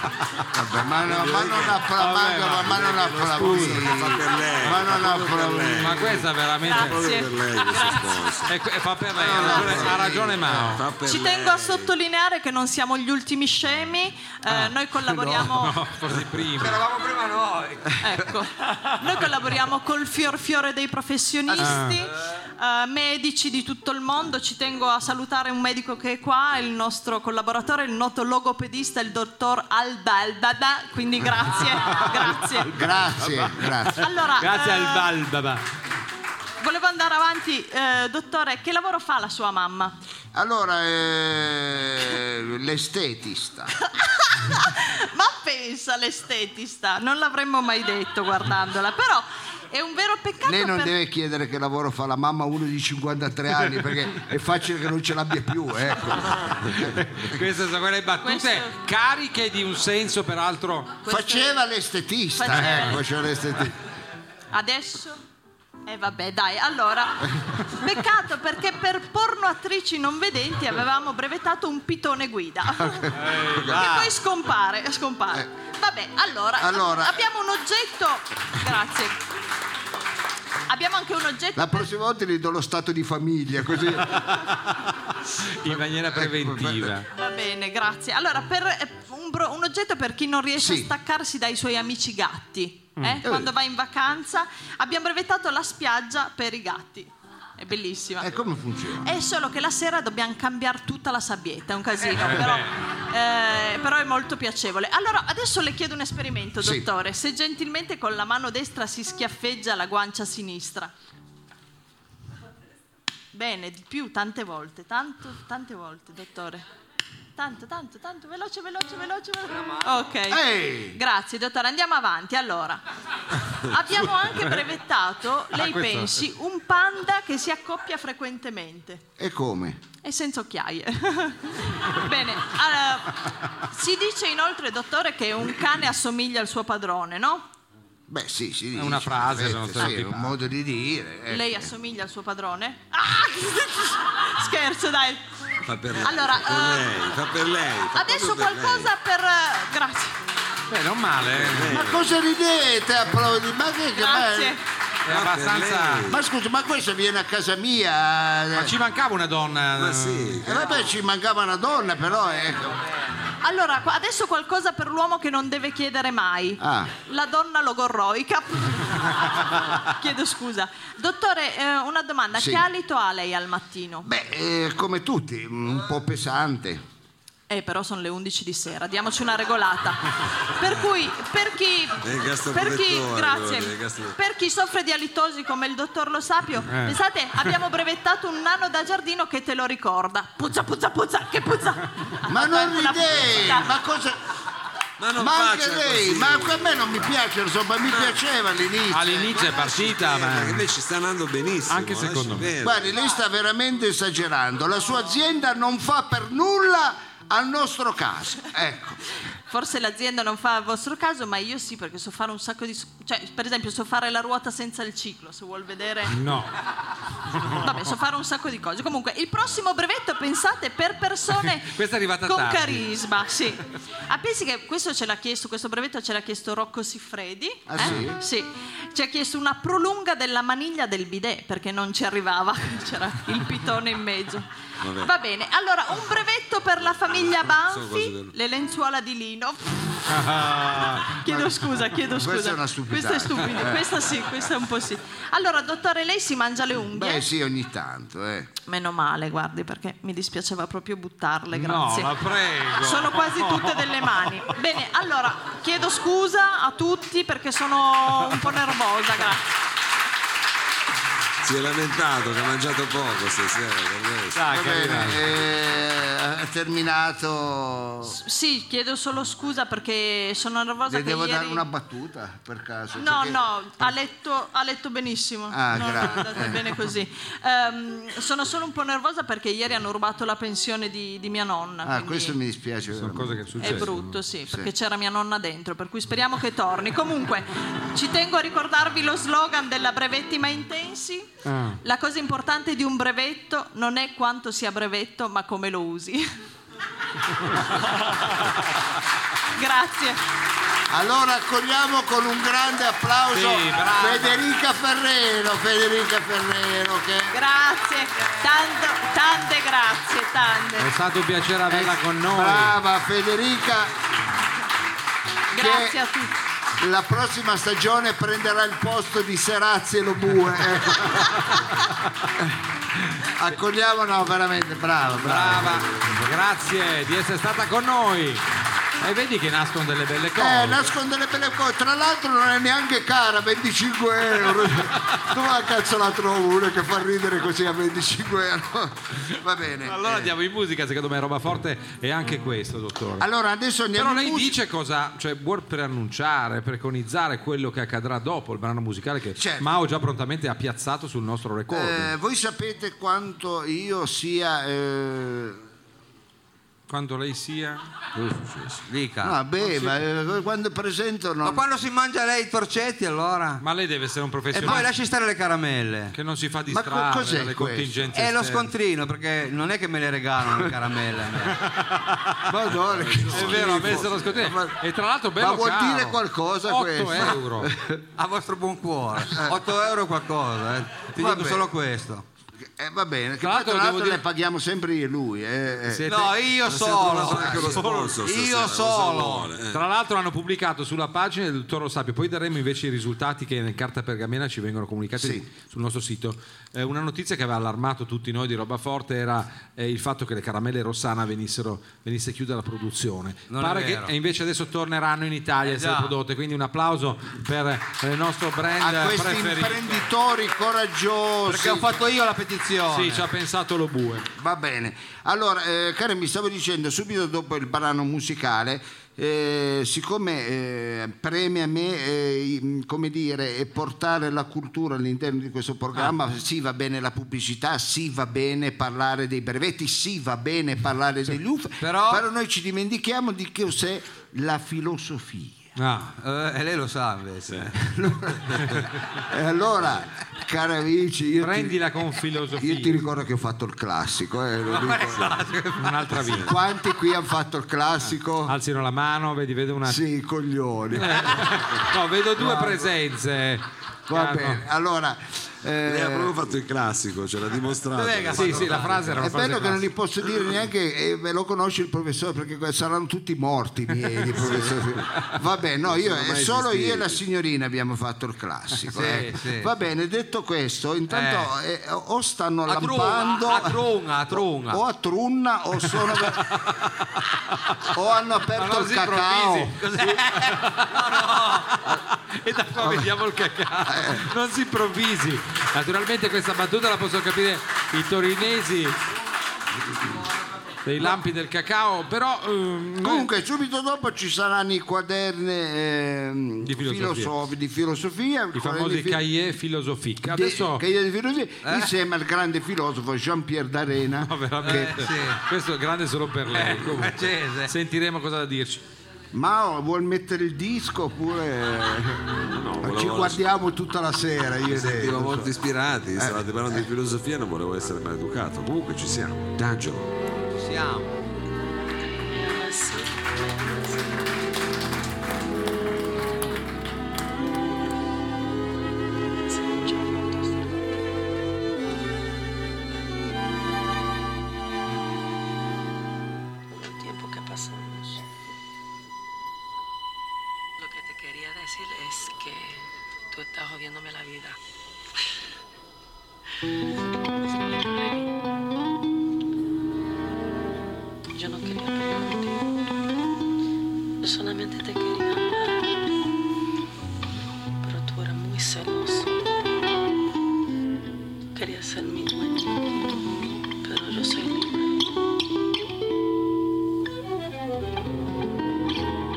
[SPEAKER 2] Vabbè, ma, no, ma non applaudire, ma, ma non applaudire.
[SPEAKER 1] Fa per lei.
[SPEAKER 2] Ma non
[SPEAKER 3] Eh,
[SPEAKER 2] applaudire.
[SPEAKER 3] Ma questa veramente.
[SPEAKER 8] grazie.
[SPEAKER 1] Per lei
[SPEAKER 8] Ah,
[SPEAKER 1] questo
[SPEAKER 8] grazie.
[SPEAKER 1] sponsor.
[SPEAKER 3] E que- fa per lei, ha ragione, ha ragione Mao.
[SPEAKER 1] Fa per
[SPEAKER 8] Ci
[SPEAKER 1] lei.
[SPEAKER 8] tengo a sottolineare che non siamo gli ultimi scemi. eh, noi collaboriamo.
[SPEAKER 3] No, forse prima.
[SPEAKER 4] Eravamo prima noi.
[SPEAKER 8] Ecco, noi collaboriamo col fior fiore dei professionisti,
[SPEAKER 2] Ah.
[SPEAKER 8] eh, medici di tutto il mondo. Ci tengo a salutare un medico che è qua, il nostro collaboratore, il noto logopedista, il dottor Alba Albada. Quindi grazie, grazie.
[SPEAKER 2] Grazie, grazie.
[SPEAKER 8] Allora,
[SPEAKER 3] Grazie
[SPEAKER 8] eh,
[SPEAKER 3] al Balbaba.
[SPEAKER 8] volevo andare avanti, eh, dottore, che lavoro fa la sua mamma?
[SPEAKER 2] Allora, eh, l'estetista.
[SPEAKER 8] Ma pensa l'estetista, non l'avremmo mai detto guardandola, però è un vero peccato
[SPEAKER 2] Lei non
[SPEAKER 8] per-
[SPEAKER 2] deve chiedere che lavoro fa la mamma a uno di 53 anni perché è facile che non ce l'abbia più, ecco.
[SPEAKER 3] Queste sono quelle battute
[SPEAKER 8] Questo-
[SPEAKER 3] cariche di un senso, peraltro.
[SPEAKER 8] Questo-
[SPEAKER 2] Faceva l'estetista,
[SPEAKER 8] Faceva
[SPEAKER 2] ecco, faceva l'estetista.
[SPEAKER 8] Adesso? E vabbè, dai, allora. Peccato perché per pornoattrici non vedenti avevamo brevettato un pitone guida. che poi scompare, scompare. Vabbè, allora,
[SPEAKER 2] Eh. Allora.
[SPEAKER 8] abbiamo un oggetto. Grazie. Abbiamo anche un oggetto.
[SPEAKER 2] La prossima volta gli do lo stato di famiglia, così.
[SPEAKER 3] In maniera preventiva.
[SPEAKER 8] Va bene, grazie. Allora, per eh, un, bro- un oggetto per chi non riesce
[SPEAKER 2] Sì.
[SPEAKER 8] a staccarsi dai suoi amici gatti, eh, quando va in vacanza, abbiamo brevettato la spiaggia per i gatti. È bellissima.
[SPEAKER 2] E come funziona?
[SPEAKER 8] È solo che la sera dobbiamo cambiare tutta la sabbietta, è un casino, però, eh, però è molto piacevole. Allora, adesso le chiedo un esperimento,
[SPEAKER 2] Sì.
[SPEAKER 8] dottore. Se gentilmente con la mano destra si schiaffeggia la guancia sinistra. Bene, di più, tante volte, tanto, tante volte, dottore. Tanto, tanto, tanto, veloce, veloce, veloce, veloce. Ok.
[SPEAKER 2] Ehi!
[SPEAKER 8] Grazie, dottore. Andiamo avanti. Allora, abbiamo anche brevettato,
[SPEAKER 1] Ah,
[SPEAKER 8] lei
[SPEAKER 3] questo-
[SPEAKER 8] pensi, un panda che si accoppia frequentemente.
[SPEAKER 2] E come?
[SPEAKER 8] E senza occhiaie. Bene, allora, si dice inoltre, dottore, che un cane assomiglia al suo padrone, no?
[SPEAKER 2] Beh, sì, sì.
[SPEAKER 3] È una frase, sono
[SPEAKER 2] sì, è
[SPEAKER 3] stereotipato.
[SPEAKER 2] un modo di dire.
[SPEAKER 1] Eh,
[SPEAKER 2] ecco.
[SPEAKER 8] Lei assomiglia al suo padrone? Ah! Scherzo, dai.
[SPEAKER 1] Fa per lei.
[SPEAKER 8] Allora,
[SPEAKER 1] fa per
[SPEAKER 8] eh,
[SPEAKER 1] lei, fa per lei, fa
[SPEAKER 8] Adesso
[SPEAKER 1] proprio per lei.
[SPEAKER 8] qualcosa per... eh, Grazie.
[SPEAKER 3] Beh, non male. eh.
[SPEAKER 2] Ma cosa ridete? Applaudi? Ma che, che- ma-
[SPEAKER 8] Grazie.
[SPEAKER 3] È abbastanza.
[SPEAKER 2] Ma scusa, ma questo viene a casa mia.
[SPEAKER 3] Ma ci mancava una donna. eh,
[SPEAKER 1] Ma sì.
[SPEAKER 2] E vabbè, ci mancava una donna, però ecco.
[SPEAKER 8] Allora, qua- adesso qualcosa per l'uomo che non deve chiedere mai.
[SPEAKER 2] Ah.
[SPEAKER 8] La donna logorroica. Chiedo scusa. Dottore, eh, una domanda.
[SPEAKER 2] Sì.
[SPEAKER 8] Che alito ha lei al mattino?
[SPEAKER 2] Beh, eh, come tutti, un po' pesante.
[SPEAKER 8] Eh, però sono le 11 di sera, diamoci una regolata. Per cui, per chi,
[SPEAKER 1] Eh, il gasto
[SPEAKER 8] per chi,
[SPEAKER 1] protettore,
[SPEAKER 8] grazie,
[SPEAKER 1] volevo dire, il gasto-
[SPEAKER 8] per chi soffre di alitosi come il dottor Lo
[SPEAKER 2] Eh.
[SPEAKER 8] Sapio, pensate, abbiamo brevettato un nano da giardino che te lo ricorda. Puzza, puzza, puzza, che puzza! Ha
[SPEAKER 2] Ma
[SPEAKER 8] fatto anche
[SPEAKER 2] non
[SPEAKER 8] Ah, una
[SPEAKER 2] ridei,
[SPEAKER 8] puzza.
[SPEAKER 2] ma cosa.
[SPEAKER 1] Ma non
[SPEAKER 2] Ma anche
[SPEAKER 1] faccia
[SPEAKER 2] lei,
[SPEAKER 1] così.
[SPEAKER 2] ma a me non mi piace, insomma,
[SPEAKER 8] Ah.
[SPEAKER 2] mi piaceva all'inizio.
[SPEAKER 3] All'inizio è partita,
[SPEAKER 1] Eh, ma che
[SPEAKER 3] ma.
[SPEAKER 1] invece sta andando benissimo.
[SPEAKER 3] Anche secondo
[SPEAKER 1] lasci
[SPEAKER 3] me.
[SPEAKER 8] certo.
[SPEAKER 1] perdere.
[SPEAKER 2] Guardi, lei sta veramente esagerando. La sua azienda non fa per nulla al nostro caso. Ecco.
[SPEAKER 8] Forse l'azienda non fa il vostro caso, ma io sì, perché so fare un sacco di... Cioè, per esempio, so fare la ruota senza il ciclo, se vuol vedere...
[SPEAKER 3] No.
[SPEAKER 8] Vabbè, so fare un sacco di cose. Comunque, il prossimo brevetto, pensate, per persone
[SPEAKER 3] Questa è arrivata
[SPEAKER 8] con
[SPEAKER 3] tardi.
[SPEAKER 8] carisma. Sì. Ah, pensi che questo ce l'ha chiesto, questo brevetto ce l'ha chiesto Rocco Siffredi.
[SPEAKER 2] Ah,
[SPEAKER 8] eh? Sì. Ci ha chiesto una prolunga della maniglia del bidet, perché non ci arrivava, c'era il pitone in mezzo. Va bene, allora un brevetto per la famiglia
[SPEAKER 1] Ah, cose del-
[SPEAKER 8] Banfi, le lenzuola di lino. chiedo scusa, chiedo scusa.
[SPEAKER 2] Questa è una stupidità.
[SPEAKER 8] Questa è stupida, questa sì, questa è un po' sì. Allora, dottore, lei si mangia le unghie?
[SPEAKER 2] Beh, sì, ogni tanto, eh.
[SPEAKER 8] Meno male, guardi, perché mi dispiaceva proprio buttarle,
[SPEAKER 3] No,
[SPEAKER 8] grazie.
[SPEAKER 3] la prego.
[SPEAKER 8] sono quasi tutte delle mani. Bene, allora chiedo scusa a tutti perché sono un po' nervosa, grazie.
[SPEAKER 1] Si è lamentato che ha mangiato poco stasera. per questo.
[SPEAKER 8] Ah,
[SPEAKER 3] Dai,
[SPEAKER 2] Va
[SPEAKER 3] che arriva.
[SPEAKER 2] bene, eh, ha terminato.
[SPEAKER 8] Sì, chiedo solo scusa perché sono nervosa
[SPEAKER 2] Le
[SPEAKER 8] che
[SPEAKER 2] devo
[SPEAKER 8] ieri-
[SPEAKER 2] dare una battuta per caso?
[SPEAKER 8] No,
[SPEAKER 2] Perché-
[SPEAKER 8] no, ha letto, ha letto benissimo.
[SPEAKER 2] Ah,
[SPEAKER 8] No, no,
[SPEAKER 2] grazie.
[SPEAKER 8] è andata bene così. Ehm, sono solo un po' nervosa perché ieri hanno rubato la pensione di, di mia nonna.
[SPEAKER 2] Ah,
[SPEAKER 8] quindi-
[SPEAKER 2] questo mi dispiace.
[SPEAKER 3] Sono
[SPEAKER 2] veramente.
[SPEAKER 3] cose che
[SPEAKER 8] È
[SPEAKER 3] succedono.
[SPEAKER 8] brutto, sì, perché c'era mia nonna dentro, per cui speriamo che torni. Comunque, ci tengo a ricordarvi lo slogan della Brevetti ma intensi. La cosa importante di un brevetto non è quanto sia brevetto, ma come lo usi. Grazie.
[SPEAKER 2] Allora accogliamo con un grande applauso
[SPEAKER 3] Sì, brava.
[SPEAKER 2] Federica Ferrero, Federica Ferrero che
[SPEAKER 8] Grazie. Tanto, tante grazie,
[SPEAKER 3] È
[SPEAKER 8] tante.
[SPEAKER 3] stato un piacere averla con noi.
[SPEAKER 2] Brava Federica,
[SPEAKER 8] Grazie a tutti.
[SPEAKER 2] la prossima stagione prenderà il posto di Serazzi e Lobue. ecco. Accogliamo, no, veramente, brava, brava.
[SPEAKER 3] Brava, grazie di essere stata con noi. E vedi che nascono delle belle cose.
[SPEAKER 2] Eh, nasconde le belle cose, tra l'altro non è neanche cara, 25 euro. Dove la cazzo la trovo una che fa ridere così a 25 euro? Va bene.
[SPEAKER 3] Allora
[SPEAKER 2] eh.
[SPEAKER 3] andiamo in musica, secondo me è roba forte e anche questo, dottore.
[SPEAKER 2] Allora, adesso Ah, andiamo
[SPEAKER 3] Però lei
[SPEAKER 2] in musica.
[SPEAKER 3] dice cosa, cioè vuol preannunciare, preconizzare quello che accadrà dopo il brano musicale che
[SPEAKER 2] Certo.
[SPEAKER 3] Mao già prontamente ha piazzato sul nostro record.
[SPEAKER 2] Eh, voi sapete quanto io sia eh,
[SPEAKER 3] Quando lei sia...
[SPEAKER 5] Dica.
[SPEAKER 2] ah, beva, eh, quando presento
[SPEAKER 5] Ma
[SPEAKER 2] no.
[SPEAKER 5] quando si mangia lei i torcetti allora?
[SPEAKER 3] Ma lei deve essere un
[SPEAKER 2] Eh,
[SPEAKER 5] E poi
[SPEAKER 3] professionista
[SPEAKER 5] lasci stare le caramelle.
[SPEAKER 3] che non si fa
[SPEAKER 2] co-
[SPEAKER 3] distrarre
[SPEAKER 2] cos'è
[SPEAKER 3] dalle
[SPEAKER 2] questo?
[SPEAKER 3] contingenze.
[SPEAKER 5] È lo
[SPEAKER 3] esterne.
[SPEAKER 5] scontrino, perché non è che me le regalano le caramelle. a me.
[SPEAKER 2] Madonna, che
[SPEAKER 3] È vero, ha
[SPEAKER 2] schifo.
[SPEAKER 3] messo lo scontrino.
[SPEAKER 2] Ma-
[SPEAKER 3] E tra l'altro bello
[SPEAKER 2] ma vuol
[SPEAKER 3] caro.
[SPEAKER 2] dire qualcosa
[SPEAKER 3] 8
[SPEAKER 2] questo?
[SPEAKER 3] euro.
[SPEAKER 5] A vostro buon cuore. 8 euro qualcosa, eh. Ti
[SPEAKER 2] Vabbè.
[SPEAKER 5] dico solo questo.
[SPEAKER 2] Eh, va bene, che
[SPEAKER 3] Tra
[SPEAKER 2] poi
[SPEAKER 3] l'altro
[SPEAKER 2] tra
[SPEAKER 3] devo
[SPEAKER 2] l'altro
[SPEAKER 3] dire-
[SPEAKER 2] le paghiamo sempre io e lui. eh, eh.
[SPEAKER 3] Siete-
[SPEAKER 5] No, io
[SPEAKER 1] Sento
[SPEAKER 5] solo.
[SPEAKER 1] anche lo sponsor
[SPEAKER 5] Io
[SPEAKER 1] stasera, cosa
[SPEAKER 5] solo.
[SPEAKER 1] vuole, eh.
[SPEAKER 3] Tra l'altro hanno pubblicato sulla pagina del Toro Sapio, poi daremo invece i risultati che in carta pergamena ci vengono comunicati
[SPEAKER 2] Sì.
[SPEAKER 3] sul nostro sito. Eh, una notizia che aveva allarmato tutti noi di roba forte era eh, il fatto che le caramelle Rossana venissero, venisse chiusa la produzione.
[SPEAKER 5] Non è
[SPEAKER 3] Pare che
[SPEAKER 5] vero. Eh,
[SPEAKER 3] e invece adesso torneranno in Italia a essere
[SPEAKER 5] già.
[SPEAKER 3] prodotte, quindi un applauso per eh, il nostro brand
[SPEAKER 2] A questi
[SPEAKER 3] preferito.
[SPEAKER 2] imprenditori coraggiosi.
[SPEAKER 5] Perché ho fatto io la petizione.
[SPEAKER 3] Sì, ci ha pensato lo bue.
[SPEAKER 2] Va bene. Allora, eh, cari, mi stavo dicendo subito dopo il brano musicale, eh, siccome eh, preme a me, eh, i- come dire, eh, portare la cultura all'interno di questo programma, sì va bene la pubblicità, sì va bene parlare dei brevetti, sì va bene parlare degli UF,
[SPEAKER 5] Però-
[SPEAKER 2] noi ci dimentichiamo di che cos'è la filosofia.
[SPEAKER 3] Ah,
[SPEAKER 5] Eh, e lei lo sa invece.
[SPEAKER 2] E allora, Cari amici, io, ti,
[SPEAKER 3] Prendila con filosofia.
[SPEAKER 2] io ti ricordo che ho fatto il classico. eh, lo dico.
[SPEAKER 3] Un'altra vita.
[SPEAKER 2] Quanti qui hanno fatto il classico?
[SPEAKER 3] Alzino la mano, vedi, vedo una.
[SPEAKER 2] Sì, coglioni.
[SPEAKER 3] No, vedo due presenze.
[SPEAKER 2] Va
[SPEAKER 3] Ah, no.
[SPEAKER 2] bene, allora. eh,
[SPEAKER 1] Lei ha proprio fatto il classico, ce l'ha dimostrato.
[SPEAKER 3] Sì, sì, la frase era una
[SPEAKER 2] è
[SPEAKER 3] frase
[SPEAKER 2] bello che non gli posso dire neanche, eh, ve lo conosce il professore perché que- saranno tutti morti i miei di professore. Vabbè, no, io,
[SPEAKER 1] sono
[SPEAKER 2] eh,
[SPEAKER 1] mai
[SPEAKER 2] solo io e la
[SPEAKER 1] esistiti.
[SPEAKER 2] signorina abbiamo fatto il classico.
[SPEAKER 5] Sì,
[SPEAKER 2] eh.
[SPEAKER 5] sì.
[SPEAKER 2] Va bene, detto questo, intanto eh, o stanno
[SPEAKER 5] A trunga,
[SPEAKER 2] lampando
[SPEAKER 5] a trunga, a trunga.
[SPEAKER 2] o a trunna o sono o hanno
[SPEAKER 3] Ma
[SPEAKER 2] aperto
[SPEAKER 3] non
[SPEAKER 2] il
[SPEAKER 3] si
[SPEAKER 2] cacao.
[SPEAKER 3] improvvisi. Cos'è? No, no. E da qua vediamo il cacao.
[SPEAKER 2] Eh.
[SPEAKER 3] Non si improvvisi. Naturalmente questa battuta la possono capire i torinesi dei lampi del cacao, però ehm, noi-
[SPEAKER 2] Comunque, subito dopo ci saranno i quaderni ehm,
[SPEAKER 3] Di filosofia.
[SPEAKER 2] filosofi- di filosofia,
[SPEAKER 3] i
[SPEAKER 2] quaderni
[SPEAKER 3] famosi
[SPEAKER 2] di fi-
[SPEAKER 3] cahiers philosophiques.
[SPEAKER 2] di-
[SPEAKER 3] Adesso Eh?
[SPEAKER 2] che io di filosofia, insieme al grande filosofo Jean-Pierre D'Arena.
[SPEAKER 3] No, veramente.
[SPEAKER 2] che- Eh,
[SPEAKER 3] Questo è grande solo per lei. Comunque,
[SPEAKER 5] francese.
[SPEAKER 3] sentiremo cosa da dirci.
[SPEAKER 2] Mao vuol mettere il disco oppure
[SPEAKER 1] volevo-
[SPEAKER 2] ci guardiamo tutta la sera? Io e lei.
[SPEAKER 1] Siamo molto ispirati, stavate parlando di filosofia, non volevo essere maleducato. Comunque ci siamo. D'Angelo.
[SPEAKER 5] Ci siamo.
[SPEAKER 9] el tiempo que pasamos. Lo que te quería decir es que tú estás jodiéndome la vida. Yo no quería pelear contigo. Yo solamente te quería amar. Pero tú eras muy celoso. Querías ser mi dueño. Pero yo soy libre.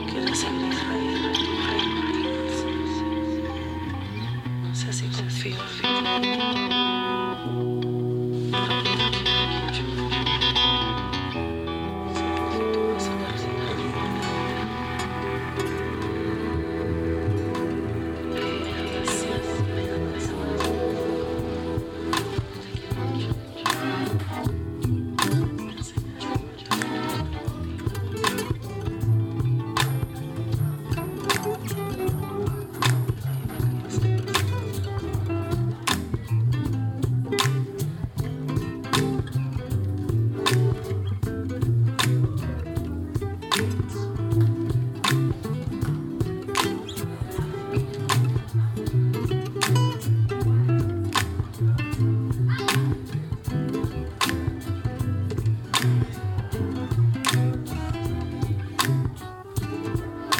[SPEAKER 9] Quiero ser Israel, rey de No sé si confío en ti. Pero te quiero mucho. Sé que tú vas a dar señal. Gracias, gracias. Te quiero mucho, mucho. Gracias, gracias.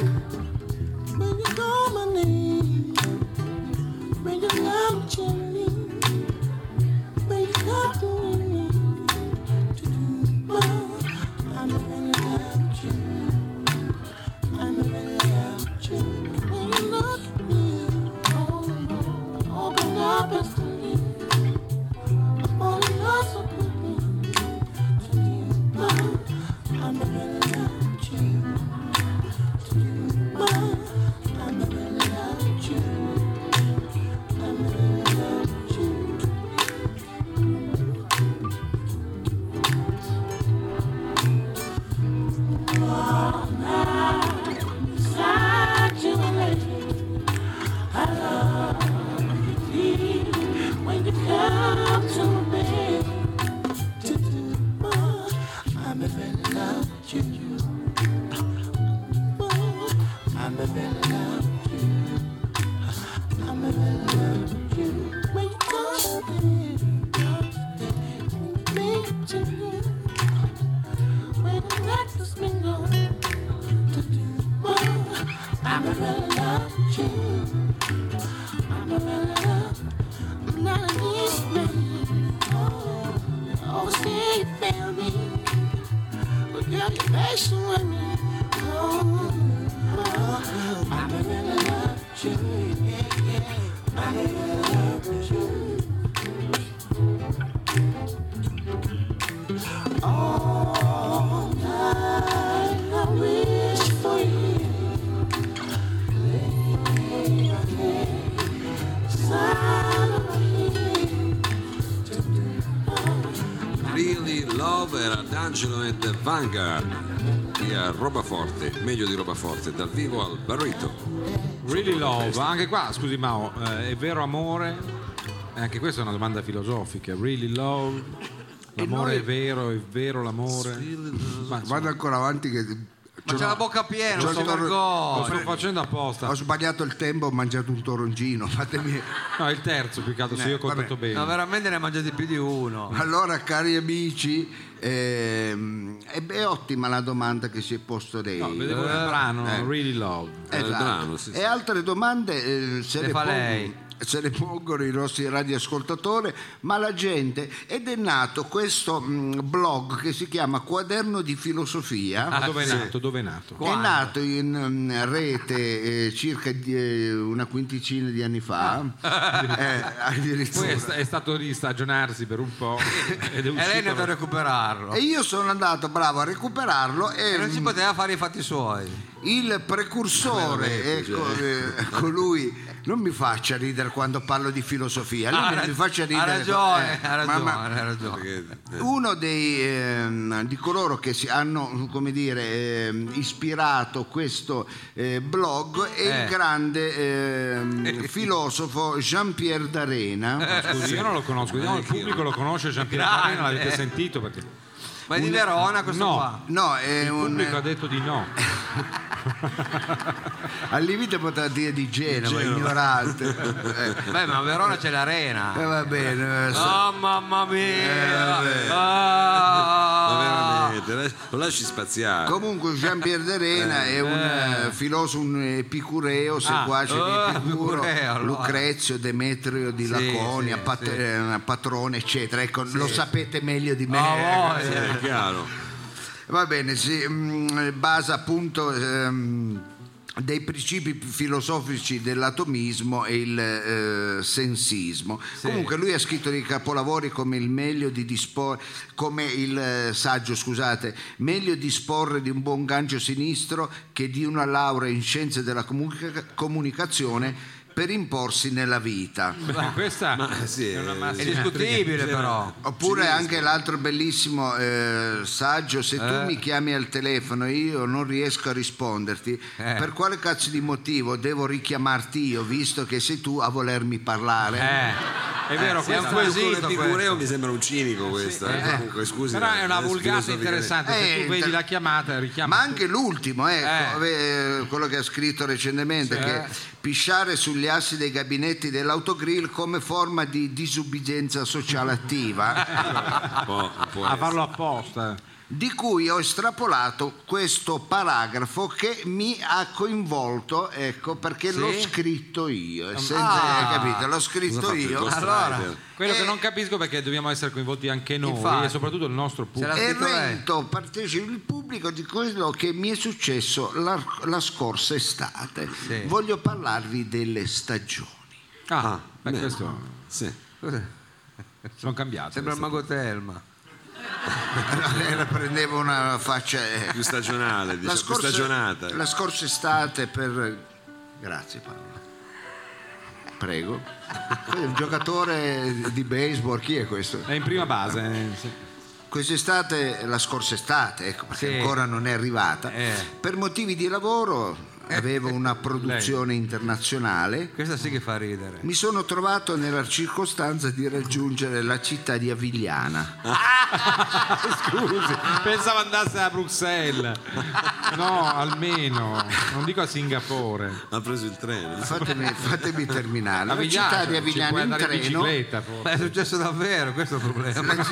[SPEAKER 10] When you call my name, when you love gently, when you talk to me to do more, I'm a man about you. I'm a man about you. When you look at me, oh, open up and to me. I'm only yours so quickly to do more. I'm a man about you. I'm in love with you. I'm a villain of you. I'm a villain of you. When you come in, me to you. When you let this me go to do more. I'm a villain of you. I'm a villain of you. Not a good man. Oh, oh, see, you fail me. But girl, you're patient with me. Oh, oh, I'm gonna love you. Yeah, yeah. I'm gonna love you. All night I wish for you. Lay me again, side of my head.
[SPEAKER 1] D'Angelo and the Vanguard qui a Roba Forte, meglio di Roba Forte, dal vivo al Barrito.
[SPEAKER 3] Really love, anche qua, scusi Mao, eh, è vero amore? Eh, Anche questa è una domanda filosofica. Really love? L'amore
[SPEAKER 2] noi-
[SPEAKER 3] è vero, è vero l'amore? Ma
[SPEAKER 2] Vado ancora avanti che... Ma
[SPEAKER 5] c'è la bocca piena, non si
[SPEAKER 3] Lo sto facendo apposta.
[SPEAKER 2] Ho sbagliato il tempo, ho mangiato un toroncino, fatemi...
[SPEAKER 3] No, è il terzo più che altro, se
[SPEAKER 2] Eh,
[SPEAKER 3] io ho contato
[SPEAKER 2] vabbè.
[SPEAKER 3] bene.
[SPEAKER 2] No,
[SPEAKER 5] veramente ne ha mangiati più di uno.
[SPEAKER 2] Allora, cari amici, ehm, è, è ottima la domanda che si è posto lei.
[SPEAKER 3] No, vedevo il brano, Really Love.
[SPEAKER 2] Eh.
[SPEAKER 5] Eh,
[SPEAKER 2] Esatto. e altre domande eh, se
[SPEAKER 5] Le
[SPEAKER 2] le,
[SPEAKER 5] fa
[SPEAKER 2] pongono,
[SPEAKER 5] lei.
[SPEAKER 2] se le pongono i nostri radioascoltatori, ma la gente ed è nato questo mh, blog che si chiama Quaderno di Filosofia.
[SPEAKER 5] Ah,
[SPEAKER 3] Ma dove è
[SPEAKER 2] ah, Sì.
[SPEAKER 3] nato? Dove è nato?
[SPEAKER 2] È nato in mm, rete eh, circa die- una quinticina di anni fa.
[SPEAKER 5] Ah.
[SPEAKER 2] Eh, addirittura.
[SPEAKER 3] Poi è, sta- è stato lì stagionarsi per un po' ed è uscito.
[SPEAKER 5] lei è andato a recuperarlo.
[SPEAKER 2] E io sono andato bravo a recuperarlo e
[SPEAKER 5] non si
[SPEAKER 2] mm,
[SPEAKER 5] poteva fare i fatti suoi.
[SPEAKER 2] il
[SPEAKER 5] Ah,
[SPEAKER 2] precursore, ecco, eh, colui, non mi faccia ridere quando parlo di filosofia, lui
[SPEAKER 5] Ha
[SPEAKER 2] mi-
[SPEAKER 5] rag-
[SPEAKER 2] mi faccia
[SPEAKER 5] Ah, ha
[SPEAKER 2] ridere.
[SPEAKER 5] ragione,
[SPEAKER 2] eh,
[SPEAKER 5] ha
[SPEAKER 2] ma-
[SPEAKER 5] ragione,
[SPEAKER 2] ma-
[SPEAKER 5] ha ragione.
[SPEAKER 2] uno dei, ehm, di coloro che si hanno come dire, ehm, ispirato questo eh, blog è
[SPEAKER 3] Eh.
[SPEAKER 2] il grande ehm,
[SPEAKER 5] Eh.
[SPEAKER 2] filosofo Jean-Pierre D'Arena.
[SPEAKER 3] Scusi, io non lo conosco, vediamo il pubblico lo conosce, Gian Pierre
[SPEAKER 2] Eh, Grande.
[SPEAKER 3] l'avete sentito perché...
[SPEAKER 5] Ma è
[SPEAKER 3] Un-
[SPEAKER 5] di Verona questo
[SPEAKER 3] no,
[SPEAKER 5] qua?
[SPEAKER 2] No, è
[SPEAKER 3] il
[SPEAKER 2] un,
[SPEAKER 3] pubblico ha detto di no.
[SPEAKER 2] al limite potrà dire di Genova,
[SPEAKER 5] Genova.
[SPEAKER 2] ignorante. Eh.
[SPEAKER 5] Beh, ma a Verona c'è l'arena.
[SPEAKER 2] Eh, va bene, eh, so-
[SPEAKER 5] Oh mamma mia! Ah.
[SPEAKER 1] Ma veramente, la- lo lasci spaziare.
[SPEAKER 2] Comunque Jean-Pierre D'Arena è un eh, filosofo, un epicureo, seguace
[SPEAKER 5] ah,
[SPEAKER 2] di Epicuro,
[SPEAKER 5] epicureo, allora.
[SPEAKER 2] Lucrezio, Demetrio di
[SPEAKER 5] Sì,
[SPEAKER 2] Laconia,
[SPEAKER 5] sì,
[SPEAKER 2] Pat-
[SPEAKER 5] sì.
[SPEAKER 2] eh, Patrone, eccetera. Ecco, lo sapete meglio di me.
[SPEAKER 5] Ah,
[SPEAKER 1] Eh,
[SPEAKER 5] voglia.
[SPEAKER 1] è chiaro.
[SPEAKER 2] Va bene, si mm, basa appunto ehm, dei principi filosofici dell'atomismo e il eh, sensismo. Comunque lui ha scritto dei capolavori come il meglio di disporre, come il eh, saggio, scusate, meglio disporre di un buon gancio sinistro che di una laurea in scienze della comunica- comunicazione per imporsi nella vita.
[SPEAKER 3] Beh, questa
[SPEAKER 1] sì,
[SPEAKER 3] è una
[SPEAKER 1] eh,
[SPEAKER 3] massima.
[SPEAKER 5] È discutibile
[SPEAKER 1] Cioè,
[SPEAKER 5] però.
[SPEAKER 2] Oppure anche l'altro bellissimo eh, saggio, se tu mi chiami al telefono e io non riesco a risponderti, per quale cazzo di motivo devo richiamarti io, visto che sei tu a volermi parlare?
[SPEAKER 5] Eh.
[SPEAKER 3] È vero,
[SPEAKER 5] sì, è un
[SPEAKER 3] questa-
[SPEAKER 5] quesito
[SPEAKER 1] Epicureo
[SPEAKER 5] questo.
[SPEAKER 1] mi sembra un cinico questo. eh. Comunque, scusi.
[SPEAKER 3] Però è una
[SPEAKER 1] eh,
[SPEAKER 3] vulgata
[SPEAKER 1] filosoficamente.
[SPEAKER 3] interessante, se
[SPEAKER 2] Eh,
[SPEAKER 3] tu vedi
[SPEAKER 2] inter-
[SPEAKER 3] la chiamata richiama
[SPEAKER 2] Ma anche l'ultimo, ecco, eh, quello che ha scritto recentemente, che pisciare sugli assi dei gabinetti dell'autogrill come forma di disubbidienza sociale attiva.
[SPEAKER 1] Un po', un po'.
[SPEAKER 3] a farlo apposta.
[SPEAKER 2] di cui ho estrapolato questo paragrafo che mi ha coinvolto, ecco, perché l'ho scritto io, e senza,
[SPEAKER 5] Ah.
[SPEAKER 2] capito? L'ho scritto
[SPEAKER 1] Cosa fate,
[SPEAKER 2] io.
[SPEAKER 1] Ghost Rider?
[SPEAKER 3] Quello che
[SPEAKER 2] Eh.
[SPEAKER 3] non capisco perché dobbiamo essere coinvolti anche noi
[SPEAKER 5] Infatti.
[SPEAKER 3] e soprattutto il nostro pubblico.
[SPEAKER 5] la-
[SPEAKER 2] E
[SPEAKER 5] scritto lei.
[SPEAKER 2] rento partecipo il pubblico di quello che mi è successo la, la scorsa estate.
[SPEAKER 5] Sì.
[SPEAKER 2] Voglio parlarvi delle stagioni.
[SPEAKER 3] Ah, beh,
[SPEAKER 1] Beh,
[SPEAKER 3] questo
[SPEAKER 1] Sì.
[SPEAKER 3] sono cambiato.
[SPEAKER 5] Sembra il mago Telma.
[SPEAKER 2] Era- Prendevo una faccia. eh.
[SPEAKER 1] Più stagionale, diciamo, più stagionata.
[SPEAKER 2] la scorsa estate per... Grazie Paolo. Prego. È un giocatore di baseball, chi è questo?
[SPEAKER 3] È in prima base. eh, sì.
[SPEAKER 2] Quest'estate, la scorsa estate, ecco, perché
[SPEAKER 5] Sì.
[SPEAKER 2] ancora non è arrivata,
[SPEAKER 5] Eh.
[SPEAKER 2] per motivi di lavoro avevo una produzione internazionale.
[SPEAKER 5] Questa sì che fa ridere.
[SPEAKER 2] Mi sono trovato nella circostanza di raggiungere la città di Avigliana.
[SPEAKER 3] Scusi, pensavo andasse a Bruxelles. No, almeno. Non dico a Singapore.
[SPEAKER 1] Ha preso il treno.
[SPEAKER 2] Fatemi, fatemi terminare. La
[SPEAKER 3] Avigliano,
[SPEAKER 2] città di
[SPEAKER 3] cioè, ci puoi
[SPEAKER 2] Avigliana in
[SPEAKER 3] andare in
[SPEAKER 2] treno.
[SPEAKER 3] bicicletta, forse.
[SPEAKER 5] Ma è successo davvero, questo è il problema.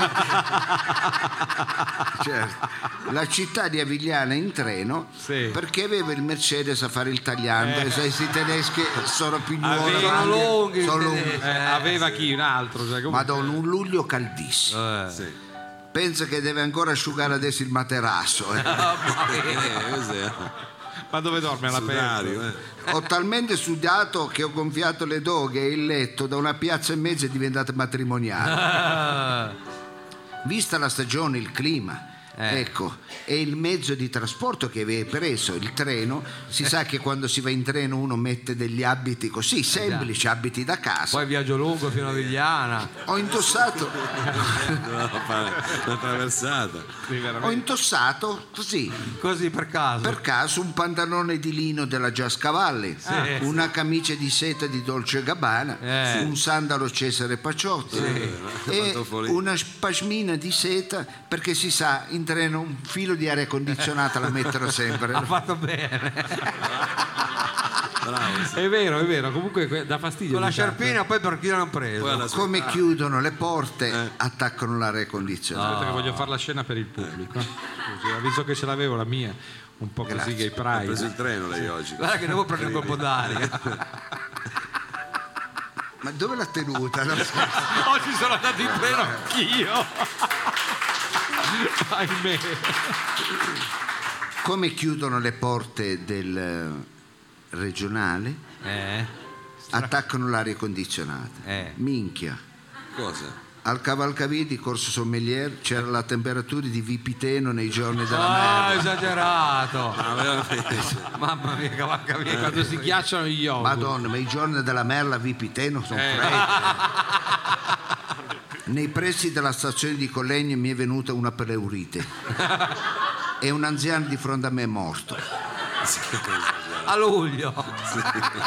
[SPEAKER 2] Certo. La città di Avigliana in treno
[SPEAKER 3] Sì.
[SPEAKER 2] perché aveva il Mercedes a fare il tagliando. e Sai, i tedeschi sono pignoli.
[SPEAKER 3] Avevano
[SPEAKER 2] grandi,
[SPEAKER 5] Eh. lunghi i
[SPEAKER 2] sono lunghi.
[SPEAKER 5] tedeschi.
[SPEAKER 3] Eh, aveva chi? Un altro. cioè, comunque-
[SPEAKER 2] Madonna, un luglio caldissimo.
[SPEAKER 5] Eh.
[SPEAKER 1] Sì. Eh,
[SPEAKER 2] Penso che deve ancora asciugare adesso il materasso. eh.
[SPEAKER 1] Eh, cos'è?
[SPEAKER 3] Ma dove dorme? All'aperto.
[SPEAKER 1] Sudario, eh.
[SPEAKER 2] Ho talmente sudato che ho gonfiato le doghe e il letto da una piazza e mezza è diventato matrimoniale. Vista la stagione, il clima, Ecco, e il mezzo di trasporto che avevi preso, il treno, si sa che quando si va in treno uno mette degli abiti così, semplici, abiti da casa.
[SPEAKER 5] Poi viaggio lungo fino a Vigliana.
[SPEAKER 2] Ho intossato,
[SPEAKER 1] la traversata.
[SPEAKER 2] ho intossato così.
[SPEAKER 5] Così per caso.
[SPEAKER 2] Per caso un pantalone di lino della Giascavalli,
[SPEAKER 5] Sì.
[SPEAKER 2] una camicia di seta di Dolce Gabbana,
[SPEAKER 5] Eh.
[SPEAKER 2] un sandalo Cesare Paciotti
[SPEAKER 1] Sì.
[SPEAKER 2] e
[SPEAKER 1] Pantofoli.
[SPEAKER 2] una pasmina di seta perché si sa in treno un filo di aria condizionata la metterò sempre.
[SPEAKER 5] Ha fatto bene.
[SPEAKER 1] Bravo.
[SPEAKER 3] È vero, è vero, comunque que- dà fastidio.
[SPEAKER 5] Con la
[SPEAKER 3] ogni tanto.
[SPEAKER 5] sciarpina poi per chi l'hanno preso.
[SPEAKER 1] Poi alla sua-
[SPEAKER 2] Come chiudono le porte,
[SPEAKER 5] Eh.
[SPEAKER 2] attaccano l'aria condizionata.
[SPEAKER 5] Ah.
[SPEAKER 3] Aspetta che voglio fare la scena per il pubblico. Scusi, visto che ce l'avevo la mia, un po'
[SPEAKER 2] Grazie.
[SPEAKER 3] così gay
[SPEAKER 1] Ha preso il
[SPEAKER 3] pride.
[SPEAKER 1] treno lei oggi.
[SPEAKER 5] Guarda che devo prendere un colpo d'aria.
[SPEAKER 2] Ma dove l'ha tenuta?
[SPEAKER 3] Oggi sono andato in treno anch'io. Ahimè.
[SPEAKER 2] Come chiudono le porte del eh, regionale,
[SPEAKER 5] Eh.
[SPEAKER 2] attaccano l'aria condizionata.
[SPEAKER 5] Eh.
[SPEAKER 2] Minchia.
[SPEAKER 1] Cosa?
[SPEAKER 2] Al Cavalcaviti, corso Sommelier, c'era la temperatura di Vipiteno nei giorni della merda.
[SPEAKER 5] Ah, esagerato.
[SPEAKER 1] Ah, veramente.
[SPEAKER 5] Mamma mia, cavalca mia,
[SPEAKER 3] Quando si ghiacciano gli yogurt.
[SPEAKER 2] Madonna, ma i giorni della merla Vipiteno sono
[SPEAKER 3] Eh.
[SPEAKER 2] freddi. Nei pressi della stazione di Collegno mi è venuta una pleurite. e un anziano di fronte a me è morto.
[SPEAKER 5] a luglio.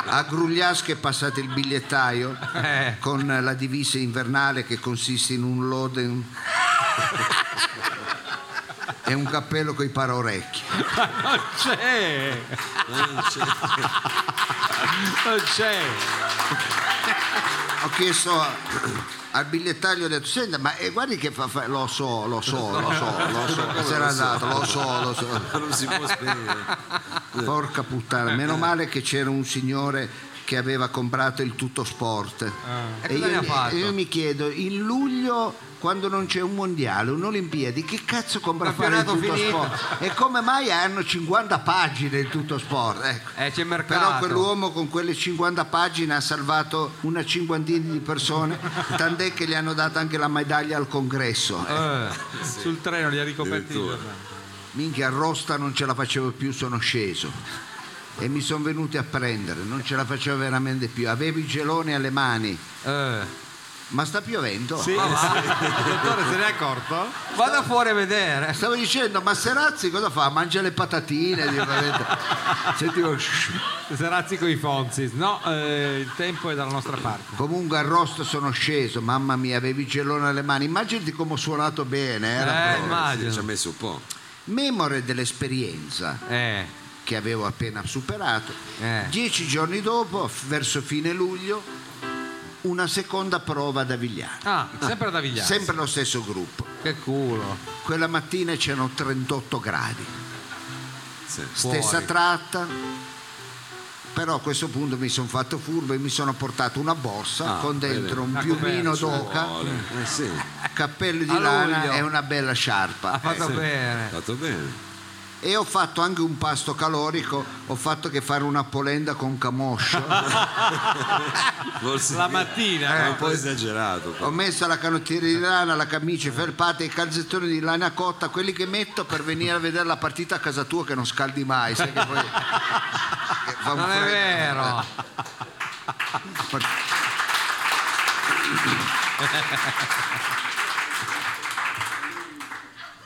[SPEAKER 2] A Grugliasco è passato il bigliettaio
[SPEAKER 5] Eh.
[SPEAKER 2] con la divisa invernale che consiste in un loden e un cappello coi paraorecchi.
[SPEAKER 3] Non Ah,
[SPEAKER 5] Eh.
[SPEAKER 3] c'è. Non c'è.
[SPEAKER 2] Ho chiesto a- al bigliettaio, ho detto, senta, ma eh, guardi che fa, fa-" Lo so, lo so, lo so, lo so, se n'è andato, lo so, lo so.
[SPEAKER 1] Non si può spiegare.
[SPEAKER 2] Porca puttana,
[SPEAKER 5] Eh.
[SPEAKER 2] meno male che c'era un signore che aveva comprato il tutto sport.
[SPEAKER 5] Ah. E cosa ne ha fatto?
[SPEAKER 2] io mi chiedo, in luglio, quando non c'è un mondiale, un'Olimpiadi, che cazzo compra fare il tutto
[SPEAKER 5] Campionato finito.
[SPEAKER 2] sport? E come mai hanno 50 pagine il tutto sport? Ecco.
[SPEAKER 5] Eh, c'è
[SPEAKER 2] Però
[SPEAKER 5] mercato.
[SPEAKER 2] quell'uomo con quelle 50 pagine ha salvato una cinquantina di persone, tant'è che gli hanno dato anche la medaglia al congresso. Eh,
[SPEAKER 3] Eh, Sul treno li ha ricoperti.
[SPEAKER 1] Addirittura.
[SPEAKER 2] Minchia, a Rosta non ce la facevo più, sono sceso. E mi sono venuti a prendere, non ce la facevo veramente più. Avevo i geloni alle mani,
[SPEAKER 5] Eh.
[SPEAKER 2] ma sta piovendo.
[SPEAKER 3] Dottore, se ne è accorto?
[SPEAKER 5] Vada fuori a vedere.
[SPEAKER 2] Stavo dicendo, ma Serazzi cosa fa? Mangia le patatine? dico, veramente. Sentivo.
[SPEAKER 3] Serazzi con i Fonzis. No, eh, il tempo è dalla nostra parte.
[SPEAKER 2] Comunque a Rosta sono sceso, mamma mia, avevo i geloni alle mani. Immaginati come ho suonato bene. Era
[SPEAKER 5] Eh,
[SPEAKER 2] proprio-
[SPEAKER 5] immagino.
[SPEAKER 1] Oh, Ci ha messo un po'.
[SPEAKER 2] Memore dell'esperienza
[SPEAKER 5] Eh.
[SPEAKER 2] che avevo appena superato,
[SPEAKER 5] Eh.
[SPEAKER 2] dieci giorni dopo, f- verso fine luglio, una seconda prova da Vigliano.
[SPEAKER 5] Ah, sempre da Vigliano.
[SPEAKER 2] Sempre lo stesso gruppo.
[SPEAKER 5] Che culo.
[SPEAKER 2] Quella mattina c'erano 38 gradi,
[SPEAKER 1] Sì.
[SPEAKER 2] stessa
[SPEAKER 5] Fuori.
[SPEAKER 2] tratta, però a questo punto mi sono fatto furbo e mi sono portato una borsa
[SPEAKER 1] Ah,
[SPEAKER 2] con
[SPEAKER 1] bene.
[SPEAKER 2] dentro un
[SPEAKER 5] La
[SPEAKER 2] piumino
[SPEAKER 5] coperta,
[SPEAKER 2] d'oca,
[SPEAKER 1] Vuole. Eh sì,
[SPEAKER 2] cappello di
[SPEAKER 5] Oh. A
[SPEAKER 2] lana
[SPEAKER 5] luglio.
[SPEAKER 2] e una bella
[SPEAKER 5] Ha
[SPEAKER 2] sciarpa.
[SPEAKER 3] Eh,
[SPEAKER 5] fatto bene.
[SPEAKER 1] fatto bene.
[SPEAKER 2] E ho fatto anche un pasto calorico, ho fatto che fare una polenda con camoscio.
[SPEAKER 1] Forse
[SPEAKER 3] La mattina.
[SPEAKER 1] è un po' esagerato.
[SPEAKER 2] Ho messo la canottiera di lana, la camicia felpata e i calzettoni di lana cotta, quelli che metto per venire a vedere la partita a casa tua che non scaldi mai, sai che poi che fa un
[SPEAKER 5] Non è
[SPEAKER 2] freddo.
[SPEAKER 5] vero.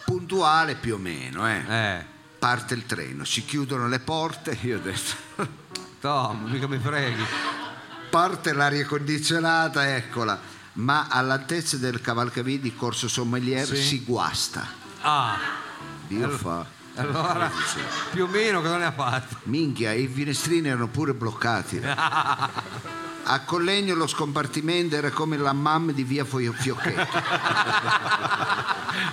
[SPEAKER 2] Puntuale più o meno, eh.
[SPEAKER 5] Eh.
[SPEAKER 2] Parte il treno, si chiudono le porte, io ho detto
[SPEAKER 5] Tom, mica mi freghi.
[SPEAKER 2] parte l'aria condizionata, eccola, ma all'altezza del Cavalcavì Corso Sommelier si guasta.
[SPEAKER 5] Ah,
[SPEAKER 2] Dio fa.
[SPEAKER 5] allora più o meno cosa ne ha fatto?
[SPEAKER 2] Minchia, i finestrini erano pure bloccati. A Collegno lo scompartimento era come la mamma di via Fio- Fiocchetto.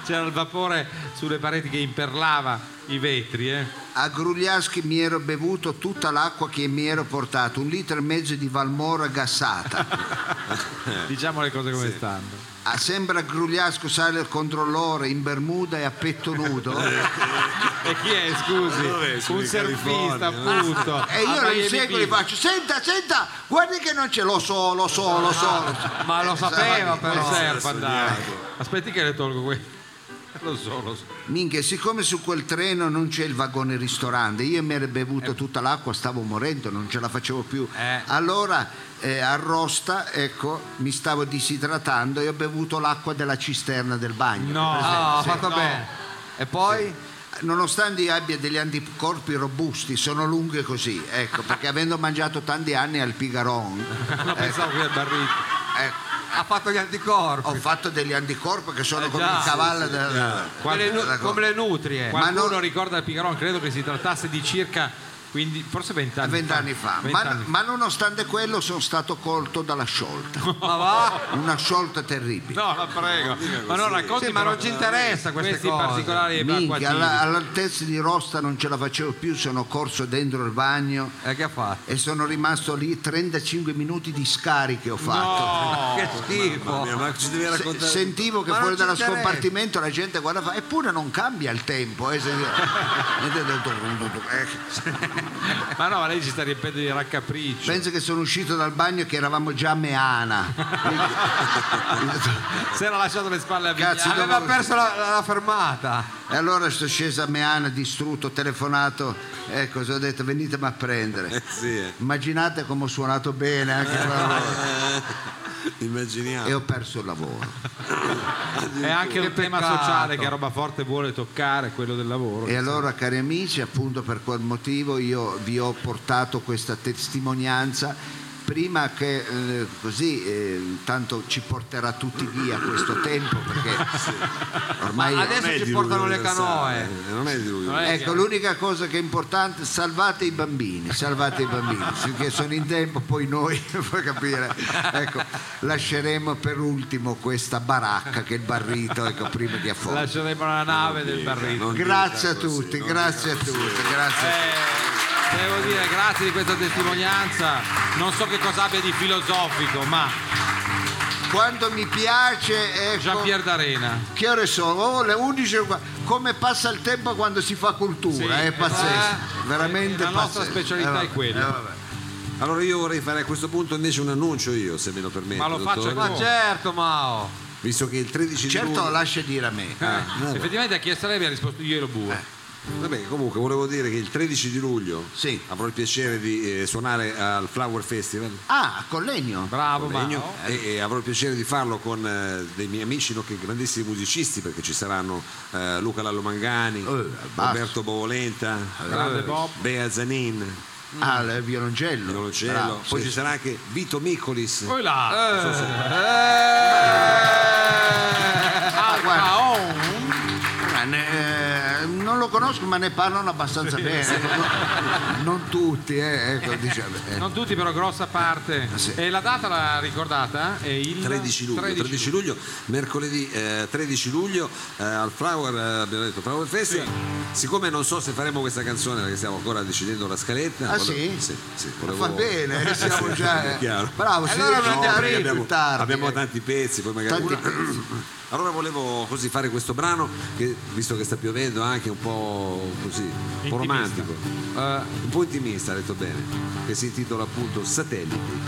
[SPEAKER 3] C'era il vapore sulle pareti che imperlava i vetri, eh.
[SPEAKER 2] A Grugliaschi mi ero bevuto tutta l'acqua che mi ero portato, un litro e mezzo di Valmora gassata. Eh.
[SPEAKER 3] Diciamo le cose come stanno.
[SPEAKER 2] A sembra Grugliasco sale il controllore in bermuda e a petto nudo.
[SPEAKER 3] E chi è, scusi?
[SPEAKER 1] Dove? Sono
[SPEAKER 3] Un
[SPEAKER 1] in
[SPEAKER 3] surfista,
[SPEAKER 1] California, no?
[SPEAKER 3] appunto. Ah,
[SPEAKER 2] E eh? Ah, io
[SPEAKER 3] A
[SPEAKER 2] lo
[SPEAKER 3] Miami
[SPEAKER 2] seguo e gli
[SPEAKER 3] Beach.
[SPEAKER 2] faccio, senta, senta, guardi che non c'è, lo so, lo so, lo so. lo so." Esatto,
[SPEAKER 5] Ma lo sapeva
[SPEAKER 2] Sarà di-
[SPEAKER 5] però.
[SPEAKER 3] Serpa,
[SPEAKER 1] adesso
[SPEAKER 3] dai.
[SPEAKER 1] andiamo.
[SPEAKER 3] Aspetti che le tolgo qui. Lo so, lo so.
[SPEAKER 2] Minchia, siccome su quel treno non c'è il vagone ristorante, io mi ero bevuto tutta l'acqua, stavo morendo, non ce la facevo più. Allora eh, a Rosta, ecco, mi stavo disidratando e ho bevuto l'acqua della cisterna del bagno.
[SPEAKER 3] Eh,
[SPEAKER 10] No,
[SPEAKER 2] Presente?
[SPEAKER 10] ha fatto bene.
[SPEAKER 2] E poi? Nonostante io abbia degli anticorpi robusti, sono lunghe così, ecco, perché avendo mangiato tanti anni al Pigaron, ecco,
[SPEAKER 3] No, pensavo che era Barrito.
[SPEAKER 2] ha fatto gli anticorpi. Ho fatto degli anticorpi che
[SPEAKER 1] Eh
[SPEAKER 2] sono come il cavallo del-
[SPEAKER 3] Qual-
[SPEAKER 2] della-
[SPEAKER 3] Qual-
[SPEAKER 2] della-
[SPEAKER 3] come le nutrie.
[SPEAKER 2] Ma
[SPEAKER 3] Qualcuno
[SPEAKER 2] non-
[SPEAKER 3] ricorda il Picaron, credo che si trattasse di circa quindi, forse vent'anni fa.
[SPEAKER 2] vent'anni fa. Ma,
[SPEAKER 3] Vent'anni
[SPEAKER 2] ma nonostante quello sono stato colto dalla sciolta. Una sciolta terribile.
[SPEAKER 3] No, la prego. Ma non
[SPEAKER 2] così.
[SPEAKER 3] racconti
[SPEAKER 2] Sì, ma non
[SPEAKER 3] però-
[SPEAKER 2] ci interessa queste
[SPEAKER 3] questi
[SPEAKER 2] cose.
[SPEAKER 3] particolari
[SPEAKER 1] Eh,
[SPEAKER 2] Minchia,
[SPEAKER 3] evacuativi.
[SPEAKER 2] alla- all'altezza di Rosta non ce la facevo più, sono corso dentro il bagno.
[SPEAKER 1] Eh.
[SPEAKER 2] E che ha fatto? E sono rimasto lì 35 minuti di scariche ho fatto.
[SPEAKER 1] che schifo. Mamma mia, ma ci devi
[SPEAKER 2] Se-
[SPEAKER 1] raccontare-
[SPEAKER 2] sentivo che
[SPEAKER 1] Ma non
[SPEAKER 2] fuori
[SPEAKER 1] ci
[SPEAKER 2] dallo
[SPEAKER 1] interessa.
[SPEAKER 2] scompartimento la gente guardava, eppure non cambia il tempo. eh, se- eh.
[SPEAKER 3] Ma no, ma lei ci sta riempendo di raccapriccio.
[SPEAKER 2] Penso che sono uscito dal bagno che eravamo già a Meana.
[SPEAKER 3] Si era lasciato le spalle a
[SPEAKER 2] Cazzo,
[SPEAKER 3] Vignale.
[SPEAKER 2] dovevo- fermata. E allora sto sceso a Meana, distrutto, telefonato, ecco, ho detto venitemi a prendere.
[SPEAKER 1] eh,
[SPEAKER 2] Immaginate come ho suonato bene anche quella volta.
[SPEAKER 1] Immaginiamo.
[SPEAKER 2] E ho perso il lavoro.
[SPEAKER 3] È anche
[SPEAKER 2] Che
[SPEAKER 3] un tema
[SPEAKER 2] peccato. Eh,
[SPEAKER 3] sociale che roba forte vuole toccare, quello del lavoro.
[SPEAKER 2] E allora, cari amici, appunto per quel motivo io vi ho portato questa testimonianza prima che eh, così eh, tanto ci porterà tutti via questo tempo perché ormai
[SPEAKER 10] Ma adesso Non è ci diluvio portano le universale,
[SPEAKER 1] canoe. eh, Non è diluvio
[SPEAKER 2] Ecco, l'unica cosa che è importante, salvate i bambini, salvate i bambini, finché sono in tempo, poi noi, puoi capire, ecco, lasceremo per ultimo questa baracca che è il barrito, ecco, prima di affondare.
[SPEAKER 3] Lasceremo la nave del barrito.
[SPEAKER 2] Grazie a tutti, grazie a tutti, grazie.
[SPEAKER 3] Eh, devo dire grazie di questa testimonianza. Non so che cosa abbia di filosofico, ma
[SPEAKER 2] Quando mi piace, ecco,
[SPEAKER 3] Gian Pier d'Arena.
[SPEAKER 2] che ore sono? Oh, le 11, e qua- come passa il tempo quando si fa cultura,
[SPEAKER 1] Sì,
[SPEAKER 2] è pazzesco,
[SPEAKER 1] eh,
[SPEAKER 2] veramente
[SPEAKER 1] la nostra
[SPEAKER 2] pazzesco.
[SPEAKER 1] specialità
[SPEAKER 2] Eh,
[SPEAKER 1] è
[SPEAKER 2] vabbè,
[SPEAKER 1] quella.
[SPEAKER 2] eh, vabbè.
[SPEAKER 1] Allora io vorrei fare a questo punto invece un annuncio io, se me lo permette.
[SPEAKER 3] Ma lo faccio
[SPEAKER 1] Eh, dottore.
[SPEAKER 3] ma certo, Mao.
[SPEAKER 1] Visto che il Eh. 13 di
[SPEAKER 2] Certo,
[SPEAKER 1] luglio...
[SPEAKER 2] lascia dire a me.
[SPEAKER 1] vabbè.
[SPEAKER 3] Eh, Effettivamente a chi a lei mi ha risposto io ero bue.
[SPEAKER 1] Vabbè, comunque volevo dire che il 13 di luglio avrò il piacere di eh, suonare al Flower Festival.
[SPEAKER 2] Ah, Collegno.
[SPEAKER 3] Bravo,
[SPEAKER 1] Legno,
[SPEAKER 3] Mao.
[SPEAKER 1] e, e avrò il piacere di farlo con eh, dei miei amici no, che grandissimi musicisti perché ci saranno eh, Luca Lallo Mangani, Roberto Bovolenta,
[SPEAKER 3] Eh.
[SPEAKER 2] Grande Bob.
[SPEAKER 1] Bea Zanin,
[SPEAKER 2] Ah, il violoncello.
[SPEAKER 1] violoncello.
[SPEAKER 2] Bravo,
[SPEAKER 1] poi
[SPEAKER 2] sì.
[SPEAKER 1] ci sarà anche Vito Micolis.
[SPEAKER 3] Poi là. Eh.
[SPEAKER 1] Non so se-
[SPEAKER 2] Ah, guarda. Ma ne- eh, non lo conosco ma ne parlano abbastanza bene non, non tutti eh, ecco, diciamo, eh.
[SPEAKER 3] Non tutti, però grossa parte.
[SPEAKER 2] Ah,
[SPEAKER 3] E la data l'ha ricordata? È il
[SPEAKER 1] 13 luglio, 13 luglio, mercoledì eh, 13 luglio eh, al Flower, eh, abbiamo detto Flower Festival. Siccome non so se faremo questa canzone perché stiamo ancora decidendo la scaletta,
[SPEAKER 2] Ah,
[SPEAKER 1] volevo-
[SPEAKER 2] sì?
[SPEAKER 1] sì, sì,
[SPEAKER 2] Ma
[SPEAKER 1] volevo-
[SPEAKER 2] fa bene eh, siamo
[SPEAKER 1] Sì,
[SPEAKER 2] già eh.
[SPEAKER 1] è chiaro.
[SPEAKER 2] bravo sì,
[SPEAKER 1] Allora
[SPEAKER 2] no,
[SPEAKER 1] andiamo
[SPEAKER 2] perché
[SPEAKER 1] avanti,
[SPEAKER 2] abbiamo-
[SPEAKER 1] abbiamo, abbiamo eh. tanti pezzi, poi magari
[SPEAKER 2] Tanti
[SPEAKER 1] Allora volevo così fare questo brano che visto che sta piovendo è anche un po' così, un po' romantico. Eh, un po' intimista, ha detto bene, che si intitola appunto Satelliti.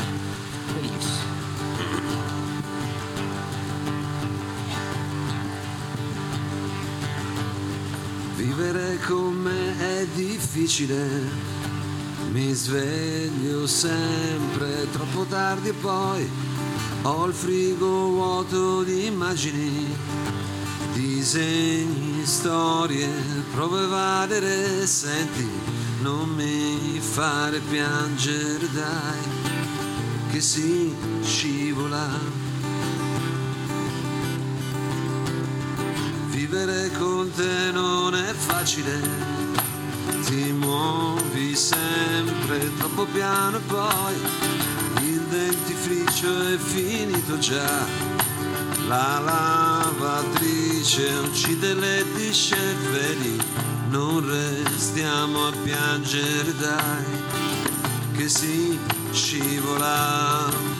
[SPEAKER 11] Vivere con me è difficile, mi sveglio sempre troppo tardi e poi ho il frigo vuoto di immagini, disegni, storie, prove varie, e senti, non mi fare piangere dai, che si scivola Vivere con te non è facile, ti muovi sempre troppo piano e poi il dentifricio è finito già, la lavatrice uccide le lisce, vedi, non restiamo a piangere dai, che si scivola.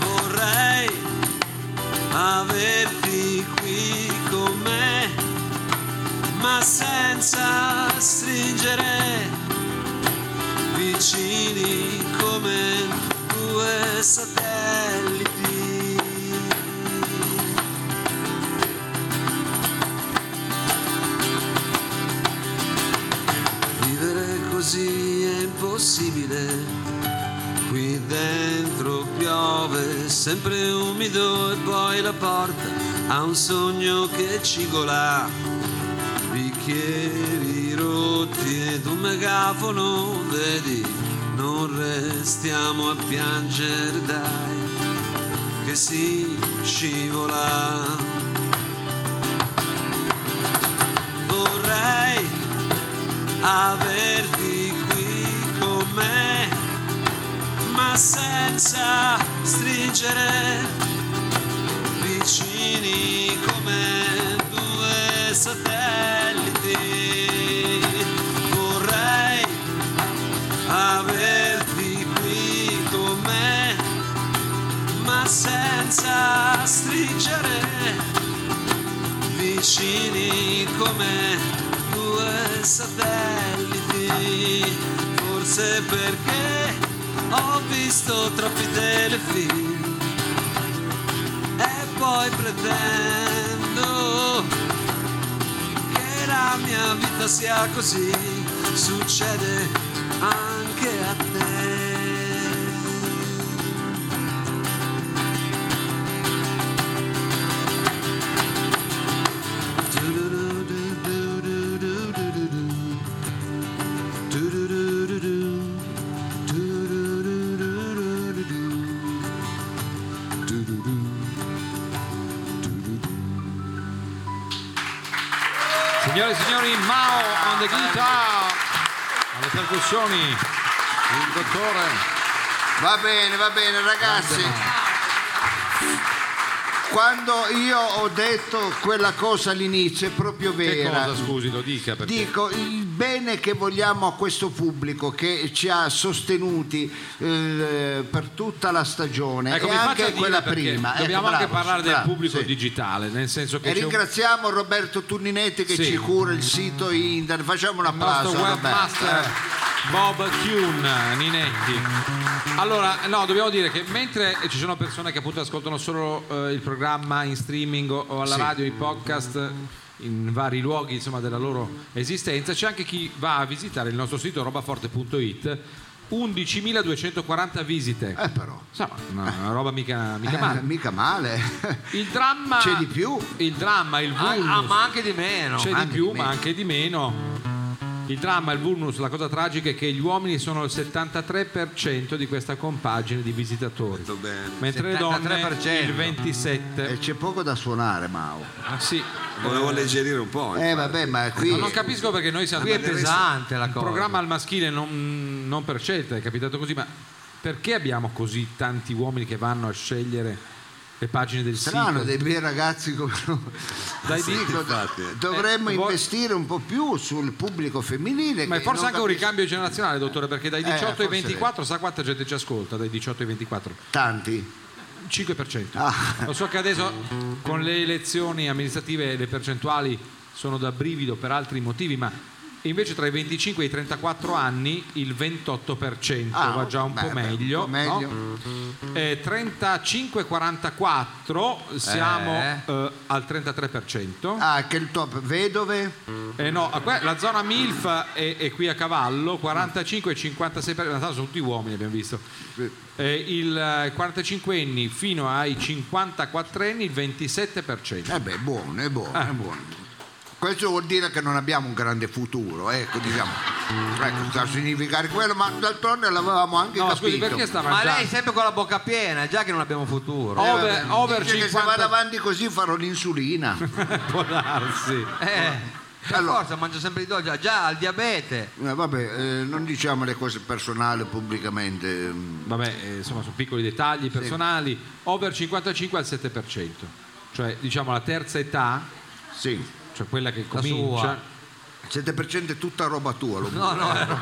[SPEAKER 11] Vorrei averti qui con me, ma senza stringere vicini come due satelliti. è impossibile. Qui dentro piove, sempre umido e poi la porta ha un sogno che cigola. Bicchieri rotti ed un megafono, vedi, non restiamo a piangere, dai, che si scivola. Vorrei averti qui con me, ma senza stringere vicini come due satelliti. Vorrei averti qui con me, ma senza stringere vicini come due satelliti. Forse perché ho visto troppi telefilm e poi pretendo che la mia vita sia così. Succede anche a te.
[SPEAKER 3] Signore e signori, Mao on the guitar, alle percussioni, il dottore.
[SPEAKER 2] Va bene, va bene, ragazzi. Quando io ho detto quella cosa all'inizio è proprio
[SPEAKER 3] Che
[SPEAKER 2] vera.
[SPEAKER 3] cosa, scusi, lo dica perché...
[SPEAKER 2] Dico il bene che vogliamo a questo pubblico che ci ha sostenuti eh, per tutta la stagione
[SPEAKER 3] Ecco,
[SPEAKER 2] e
[SPEAKER 3] mi faccia
[SPEAKER 2] anche
[SPEAKER 3] dire
[SPEAKER 2] quella
[SPEAKER 3] perché
[SPEAKER 2] prima. Ecco,
[SPEAKER 3] Dobbiamo anche
[SPEAKER 2] bravo,
[SPEAKER 3] parlare del
[SPEAKER 2] bravo,
[SPEAKER 3] pubblico
[SPEAKER 2] sì.
[SPEAKER 3] digitale, nel senso che
[SPEAKER 2] E
[SPEAKER 3] c'è un-
[SPEAKER 2] ringraziamo Roberto Turninetti che
[SPEAKER 3] Sì.
[SPEAKER 2] ci cura il sito internet. Facciamo un
[SPEAKER 3] Il nostro
[SPEAKER 2] applauso a Roberto.
[SPEAKER 3] webmaster
[SPEAKER 2] Eh.
[SPEAKER 3] Bob Kuhn Ninetti. Allora, no, dobbiamo dire che mentre ci sono persone che appunto ascoltano solo eh, il programma in streaming o, o alla
[SPEAKER 2] Sì.
[SPEAKER 3] radio, in podcast in vari luoghi insomma della loro esistenza, c'è anche chi va a visitare il nostro sito robaforte.it 11.240 visite.
[SPEAKER 2] Eh, però.
[SPEAKER 3] Insomma, una roba mica, mica
[SPEAKER 2] Eh,
[SPEAKER 3] male.
[SPEAKER 2] mica male.
[SPEAKER 3] Il dramma
[SPEAKER 2] C'è di più.
[SPEAKER 3] Il dramma, il vulnus.
[SPEAKER 5] Ah, ma anche di meno.
[SPEAKER 3] C'è
[SPEAKER 5] Anche
[SPEAKER 3] di più,
[SPEAKER 5] di
[SPEAKER 3] ma
[SPEAKER 5] meno.
[SPEAKER 3] anche di meno. Il dramma, il vulnus, la cosa tragica è che gli uomini sono il 73% di questa compagine di visitatori. Mentre le donne il 27%.
[SPEAKER 2] E Eh, c'è poco da suonare, Mao.
[SPEAKER 5] Eh.
[SPEAKER 3] Ah, sì.
[SPEAKER 12] Volevo alleggerire un po'.
[SPEAKER 2] Eh vabbè, ma qui
[SPEAKER 3] Ma non capisco perché noi siamo
[SPEAKER 5] Qui è pesante la
[SPEAKER 3] Il
[SPEAKER 5] cosa.
[SPEAKER 3] programma al maschile non, non per scelta, è capitato così, ma perché abbiamo così tanti uomini che vanno a scegliere le pagine del
[SPEAKER 2] Strano,
[SPEAKER 3] sito?
[SPEAKER 2] dei bei ragazzi come noi.
[SPEAKER 3] Dai,
[SPEAKER 2] Sì,
[SPEAKER 3] di-
[SPEAKER 2] dico,
[SPEAKER 3] infatti.
[SPEAKER 2] dovremmo
[SPEAKER 3] Eh, vuoi-
[SPEAKER 2] investire un po' più sul pubblico femminile.
[SPEAKER 3] Ma è
[SPEAKER 2] che
[SPEAKER 3] forse
[SPEAKER 2] non
[SPEAKER 3] anche un
[SPEAKER 2] capisce
[SPEAKER 3] ricambio generazionale, dottore, perché dai
[SPEAKER 2] Eh,
[SPEAKER 3] 18 ai
[SPEAKER 2] forse
[SPEAKER 3] 24, sa quanta gente ci ascolta dai 18 ai 24?
[SPEAKER 2] Tanti.
[SPEAKER 3] 5%.
[SPEAKER 2] Ah.
[SPEAKER 3] Lo so che adesso con le elezioni amministrative le percentuali sono da brivido per altri motivi, ma invece tra i 25 e i 34 anni il 28%
[SPEAKER 2] Ah,
[SPEAKER 3] va già un
[SPEAKER 2] beh,
[SPEAKER 3] po'
[SPEAKER 2] beh,
[SPEAKER 3] meglio.
[SPEAKER 2] un po' meglio.
[SPEAKER 3] no? Eh, 35-44 siamo
[SPEAKER 2] Eh.
[SPEAKER 3] eh, al 33%.
[SPEAKER 2] Ah, che il top vedove?
[SPEAKER 3] Eh no, a que- la zona MILF è, è qui a cavallo, 45 e 56 per- in realtà sono tutti uomini abbiamo visto. Eh, il 45 anni fino ai 54 anni il 27%.
[SPEAKER 2] Eh beh, buono, è buono,
[SPEAKER 5] Ah,
[SPEAKER 2] è buono. Questo vuol dire che non abbiamo un grande futuro, ecco, diciamo. Ecco, sta a significare quello, ma d'altronde l'avevamo anche
[SPEAKER 5] No,
[SPEAKER 2] capito.
[SPEAKER 5] scusi, perché sta Oh.
[SPEAKER 2] Ma
[SPEAKER 5] Ma lei sempre con la bocca piena, è già che non abbiamo futuro.
[SPEAKER 2] Eh, vabbè, dice che se vado avanti così farò l'insulina. Eh,
[SPEAKER 3] Eh, Può darsi.
[SPEAKER 5] Eh.
[SPEAKER 2] Allora.
[SPEAKER 5] Forza, mangia sempre di dolce, già al diabete.
[SPEAKER 2] Eh, vabbè, eh, non diciamo le cose personali pubblicamente. mm,
[SPEAKER 3] Vabbè, eh, insomma, sono piccoli dettagli personali. Over 55 al 7%, cioè diciamo la terza età,
[SPEAKER 2] sì.
[SPEAKER 3] cioè quella che
[SPEAKER 2] La
[SPEAKER 3] comincia.
[SPEAKER 2] 7% è tutta roba tua, lo
[SPEAKER 5] No, no, no.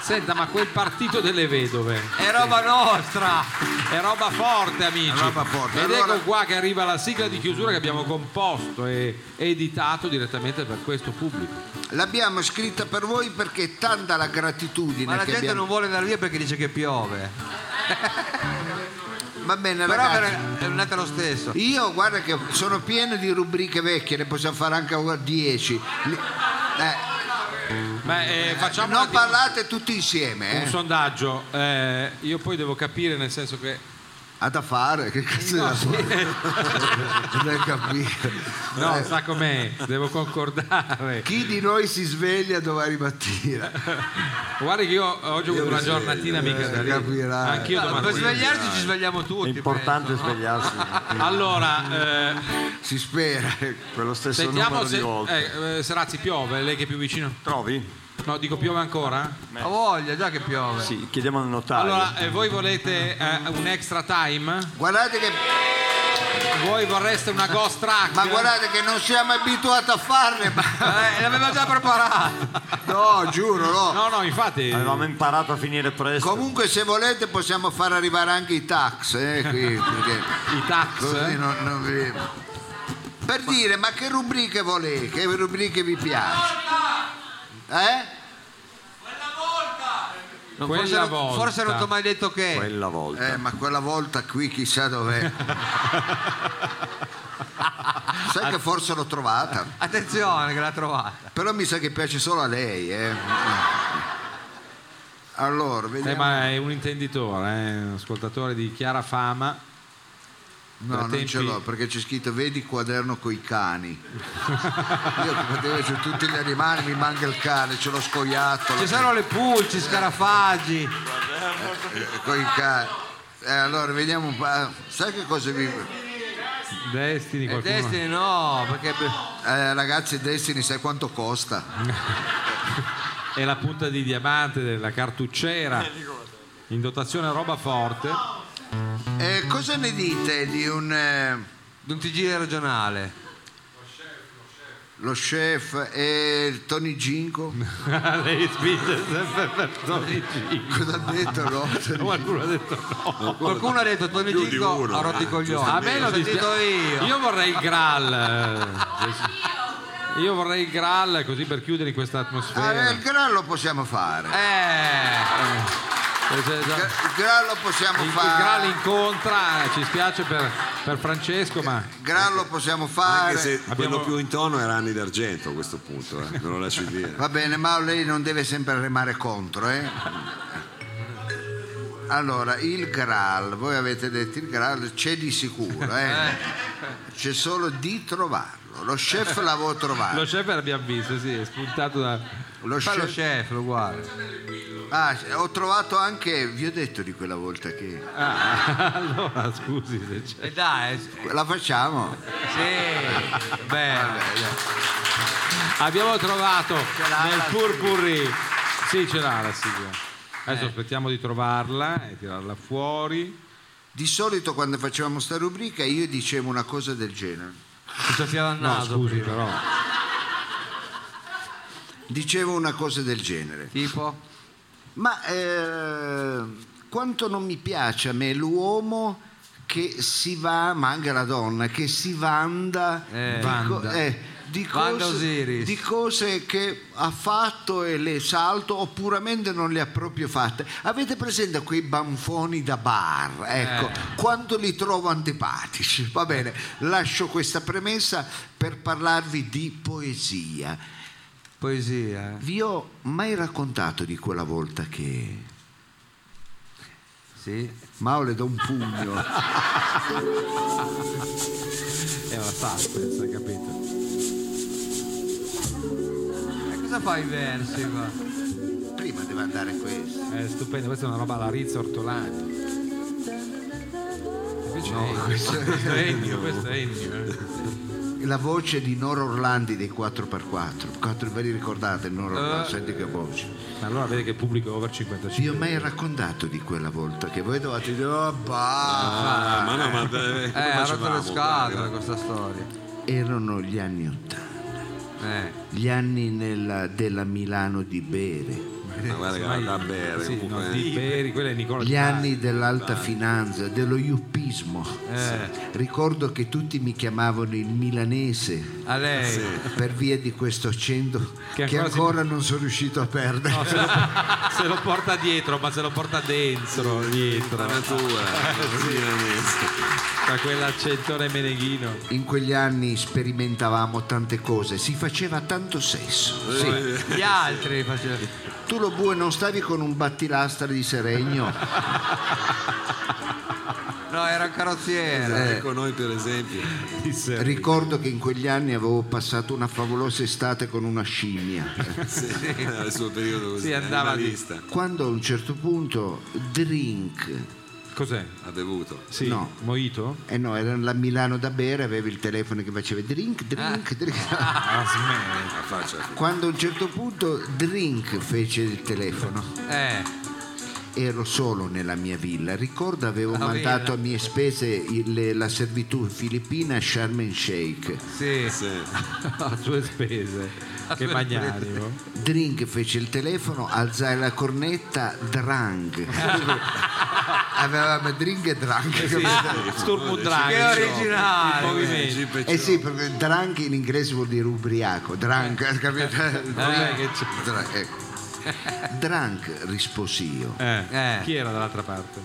[SPEAKER 3] Senta, ma quel partito delle vedove
[SPEAKER 5] è roba nostra.
[SPEAKER 3] è roba forte, amici.
[SPEAKER 2] roba forte.
[SPEAKER 3] Ed
[SPEAKER 2] Allora-
[SPEAKER 3] ecco qua che arriva la sigla di chiusura che abbiamo composto e editato direttamente per questo pubblico.
[SPEAKER 2] L'abbiamo scritta per voi perché è tanta la gratitudine
[SPEAKER 5] Ma la
[SPEAKER 2] che
[SPEAKER 5] gente
[SPEAKER 2] abbiamo.
[SPEAKER 5] non vuole andare via perché dice che piove.
[SPEAKER 2] Va bene,
[SPEAKER 5] Però
[SPEAKER 2] Eh, ragazzi.
[SPEAKER 5] per- è nata lo stesso.
[SPEAKER 2] Io guarda che sono pieno di rubriche vecchie, ne possiamo fare anche 10. Li- eh,
[SPEAKER 3] Ma, eh, facciamo
[SPEAKER 2] non
[SPEAKER 3] una di-
[SPEAKER 2] parlate tutti insieme.
[SPEAKER 3] un
[SPEAKER 2] eh.
[SPEAKER 3] sondaggio. eh, io poi devo capire, nel senso che.
[SPEAKER 2] Ha da fare, che cazzo
[SPEAKER 3] No,
[SPEAKER 2] da
[SPEAKER 3] sì.
[SPEAKER 2] fare? Non ho capito.
[SPEAKER 3] No,
[SPEAKER 2] Eh,
[SPEAKER 3] sa com'è, devo concordare.
[SPEAKER 2] chi di noi si sveglia domani mattina?
[SPEAKER 3] Guardi che io oggi ho avuto
[SPEAKER 2] Io
[SPEAKER 3] una
[SPEAKER 2] mi sveglio,
[SPEAKER 3] giornatina mica
[SPEAKER 2] eh,
[SPEAKER 3] da lì.
[SPEAKER 2] capirai.
[SPEAKER 3] Anch'io
[SPEAKER 2] No,
[SPEAKER 3] domani
[SPEAKER 2] per
[SPEAKER 3] mattina.
[SPEAKER 2] svegliarci ci
[SPEAKER 5] svegliamo tutti.
[SPEAKER 13] L'importante è svegliarsi.
[SPEAKER 3] Allora, eh,
[SPEAKER 2] si spera.
[SPEAKER 13] Per lo stesso
[SPEAKER 3] sentiamo
[SPEAKER 13] numero
[SPEAKER 3] se
[SPEAKER 13] di volte.
[SPEAKER 3] eh, eh, Serazzi piove, lei che è più vicino.
[SPEAKER 13] Trovi?
[SPEAKER 3] No, dico piove ancora?
[SPEAKER 5] Ho voglia, già che piove.
[SPEAKER 13] Sì, chiediamo al notaio.
[SPEAKER 3] Allora, eh, voi volete eh, un extra time?
[SPEAKER 2] Guardate che.
[SPEAKER 3] Voi vorreste una ghost track?
[SPEAKER 2] Ma guardate che non siamo abituati a farle, ma
[SPEAKER 5] Eh, l'aveva già preparato.
[SPEAKER 2] No, giuro, no.
[SPEAKER 3] No, no, infatti.
[SPEAKER 5] Eh,
[SPEAKER 13] Avevamo imparato a finire presto.
[SPEAKER 2] Comunque se volete possiamo far arrivare anche i tax, eh, qui, perché
[SPEAKER 3] I eh, tax?
[SPEAKER 2] così non- non vi- Per dire, ma che rubriche volete? Che rubriche vi piace? Eh?
[SPEAKER 5] No,
[SPEAKER 3] Quella
[SPEAKER 5] forse, non-
[SPEAKER 3] volta.
[SPEAKER 5] forse non ti ho mai detto che.
[SPEAKER 13] Quella volta.
[SPEAKER 2] Eh, ma quella volta qui chissà dov'è. Sai che forse l'ho trovata,
[SPEAKER 5] Attenzione che l'ha trovata.
[SPEAKER 2] però mi sa che piace solo a lei, eh. Allora, vediamo.
[SPEAKER 3] Eh, ma è un intenditore, eh, un ascoltatore di chiara fama.
[SPEAKER 2] No,
[SPEAKER 3] Tra
[SPEAKER 2] non
[SPEAKER 3] tempi-
[SPEAKER 2] ce l'ho perché c'è scritto vedi quaderno coi cani. Io come devo c'ho tutti gli animali, mi manca il cane, ce l'ho scoiato.
[SPEAKER 5] Ci sono le pulci, scarafaggi.
[SPEAKER 2] Coi cani. Eh, allora vediamo un po'. eh, Sai che cosa vi.
[SPEAKER 3] Destini,
[SPEAKER 5] E
[SPEAKER 3] qualcuno.
[SPEAKER 5] Destiny Eh, no, perché
[SPEAKER 2] Eh, ragazzi, Destiny, sai quanto costa?
[SPEAKER 3] È la punta di diamante della cartucciera. In dotazione roba forte.
[SPEAKER 2] Eh, cosa ne dite di un. eh,
[SPEAKER 5] non ti giri regionale.
[SPEAKER 2] lo chef e il Tony Ginko?
[SPEAKER 3] Lei spinge sempre per Tony Ginko.
[SPEAKER 2] Cosa ha detto no?
[SPEAKER 1] Eh.
[SPEAKER 3] Qualcuno ha detto no.
[SPEAKER 5] Qualcuno ha detto Tony
[SPEAKER 2] Più di
[SPEAKER 5] Ginko
[SPEAKER 2] uno,
[SPEAKER 5] ha rotto i coglioni.
[SPEAKER 3] A me lo
[SPEAKER 5] Ah, L'ho sentito
[SPEAKER 3] dispia-
[SPEAKER 5] io.
[SPEAKER 3] Io vorrei il Graal. eh. Io vorrei il Graal così per chiudere in questa
[SPEAKER 2] Ah, eh,
[SPEAKER 3] atmosfera.
[SPEAKER 2] il gran lo possiamo fare.
[SPEAKER 5] Eh,
[SPEAKER 2] Il gran lo possiamo
[SPEAKER 3] esatto. Il, il
[SPEAKER 2] fare.
[SPEAKER 3] Graal incontra, eh, ci spiace per, per Francesco, ma
[SPEAKER 5] Eh.
[SPEAKER 2] Gran lo possiamo fare.
[SPEAKER 1] Anche se
[SPEAKER 3] Abbiamo-
[SPEAKER 1] quello più in tono era Anni d'Argento a questo punto, eh, ve lo lascio dire.
[SPEAKER 2] Va bene, ma lei non deve sempre remare contro, eh? Allora, il Graal, voi avete detto il Graal, c'è di sicuro, eh? C'è solo di trovarlo. Lo chef l'avevo trovato.
[SPEAKER 3] lo chef l'abbiamo visto, sì, è spuntato da...
[SPEAKER 2] Lo
[SPEAKER 5] fa lo
[SPEAKER 2] chef...
[SPEAKER 5] chef, uguale.
[SPEAKER 2] Ah, ho trovato anche, vi ho detto di quella volta che...
[SPEAKER 3] Ah, allora, scusi se c'è.
[SPEAKER 5] E dai, sì.
[SPEAKER 2] La facciamo?
[SPEAKER 5] Beh,
[SPEAKER 3] Abbiamo trovato
[SPEAKER 5] l'ha
[SPEAKER 3] nel
[SPEAKER 5] la
[SPEAKER 3] purpurri. Sì, ce l'ha la sigla.
[SPEAKER 5] Eh.
[SPEAKER 3] Adesso aspettiamo di trovarla e tirarla fuori.
[SPEAKER 2] Di solito quando facevamo sta rubrica io dicevo una cosa del genere.
[SPEAKER 5] ti soffiava il
[SPEAKER 3] No,
[SPEAKER 5] naso.
[SPEAKER 3] scusi
[SPEAKER 5] prima.
[SPEAKER 3] però.
[SPEAKER 2] Dicevo una cosa del genere.
[SPEAKER 5] Tipo,
[SPEAKER 2] Ma eh, quanto non mi piace a me l'uomo che si va, ma anche la donna, che si vanda,
[SPEAKER 5] Eh,
[SPEAKER 2] di, co-
[SPEAKER 5] vanda.
[SPEAKER 2] eh, di
[SPEAKER 5] Vanda
[SPEAKER 2] cose,
[SPEAKER 5] Osiris.
[SPEAKER 2] di cose che ha fatto e le salto o puramente non le ha proprio fatte. Avete presente quei banfoni da bar? Ecco,
[SPEAKER 5] Eh.
[SPEAKER 2] quanto li trovo antipatici. Va bene, lascio questa premessa per parlarvi di poesia.
[SPEAKER 5] poesia. eh.
[SPEAKER 2] Vi ho mai raccontato di quella volta che...
[SPEAKER 5] Sì.
[SPEAKER 2] Mao le do un pugno.
[SPEAKER 3] È una suspense, hai capito?
[SPEAKER 5] E cosa fai i versi qua?
[SPEAKER 2] Prima deve andare questo.
[SPEAKER 3] È stupendo, questa è una roba alla Rizzo Ortolani. Invece è Ennio, questo, è Ennio, questo è Ennio. eh.
[SPEAKER 2] La voce di Noro Orlandi dei 4x4. Quattro- Ve li ricordate Noro Orlandi? Senti che voce.
[SPEAKER 3] Ma Allora vedi che il pubblico è over
[SPEAKER 2] Vi ho
[SPEAKER 3] 55.
[SPEAKER 2] mai raccontato di quella volta che voi dovete dire oh, bah.
[SPEAKER 1] Ah, ma no, ma eh, come
[SPEAKER 5] Eh, ha rotto
[SPEAKER 1] facevamo?
[SPEAKER 5] le scatole questa storia.
[SPEAKER 2] Erano gli anni Ottanta,
[SPEAKER 5] Eh.
[SPEAKER 2] gli anni nella- della Milano di bere,
[SPEAKER 1] eh, Ma guarda che va a bere
[SPEAKER 3] Sì,
[SPEAKER 1] comunque.
[SPEAKER 3] no,
[SPEAKER 1] eh.
[SPEAKER 3] di Beri, quella è Nicola
[SPEAKER 2] gli
[SPEAKER 3] Di Bari.
[SPEAKER 2] anni dell'alta finanza,
[SPEAKER 5] Eh.
[SPEAKER 3] Eh,
[SPEAKER 2] dello yuppismo. Ricordo che tutti mi chiamavano il milanese,
[SPEAKER 5] A lei.
[SPEAKER 2] Per via di questo accento che,
[SPEAKER 3] Che ancora si-
[SPEAKER 2] ancora non sono riuscito a perdere.
[SPEAKER 3] No, se, lo, se lo porta dietro, ma se lo porta dentro, dietro. La
[SPEAKER 1] eh,
[SPEAKER 3] Da quell'accentone meneghino.
[SPEAKER 2] In quegli anni sperimentavamo tante cose, si faceva tanto sesso.
[SPEAKER 3] Eh.
[SPEAKER 5] Sì. Gli altri facevano.
[SPEAKER 2] Tu lo bue non stavi con un battilastra di Seregno?
[SPEAKER 5] No, era un carrozziere.
[SPEAKER 1] Ecco noi per esempio.
[SPEAKER 2] Ricordo che in quegli anni avevo passato una favolosa estate con una scimmia.
[SPEAKER 1] Sì, era il suo periodo così. eh,
[SPEAKER 3] Sì, andava di-
[SPEAKER 1] animalista.
[SPEAKER 2] Quando a un certo punto drink.
[SPEAKER 3] Cos'è?
[SPEAKER 1] Ha bevuto.
[SPEAKER 3] Sì.
[SPEAKER 2] No.
[SPEAKER 3] Moito?
[SPEAKER 2] Eh no, era la Milano da bere, avevi il telefono che faceva drink, drink, drink.
[SPEAKER 3] Ah, smetti.
[SPEAKER 1] La faccia.
[SPEAKER 2] Quando a un certo punto drink fece il telefono.
[SPEAKER 5] Eh.
[SPEAKER 2] Ero solo nella mia villa. Ricordo avevo
[SPEAKER 5] La
[SPEAKER 2] mandato
[SPEAKER 5] villa.
[SPEAKER 2] a mie spese il- la servitù filippina a Sharm el Sheikh.
[SPEAKER 5] Sì.
[SPEAKER 3] A sue spese. che magnanimo.
[SPEAKER 2] Drink fece il telefono, alzai la cornetta, drang. Avevamo drink e drang.
[SPEAKER 3] Eh sì,
[SPEAKER 2] capito?
[SPEAKER 3] Sturm und Drang,
[SPEAKER 5] Che
[SPEAKER 3] insomma.
[SPEAKER 5] originale.
[SPEAKER 3] Il movimento.
[SPEAKER 2] Eh sì, perché drunk in inglese vuol dire ubriaco, drunk, capito?
[SPEAKER 3] Eh, che c'è?
[SPEAKER 2] Drunk, ecco. Drunk, risposi io.
[SPEAKER 3] Eh, Chi era dall'altra parte?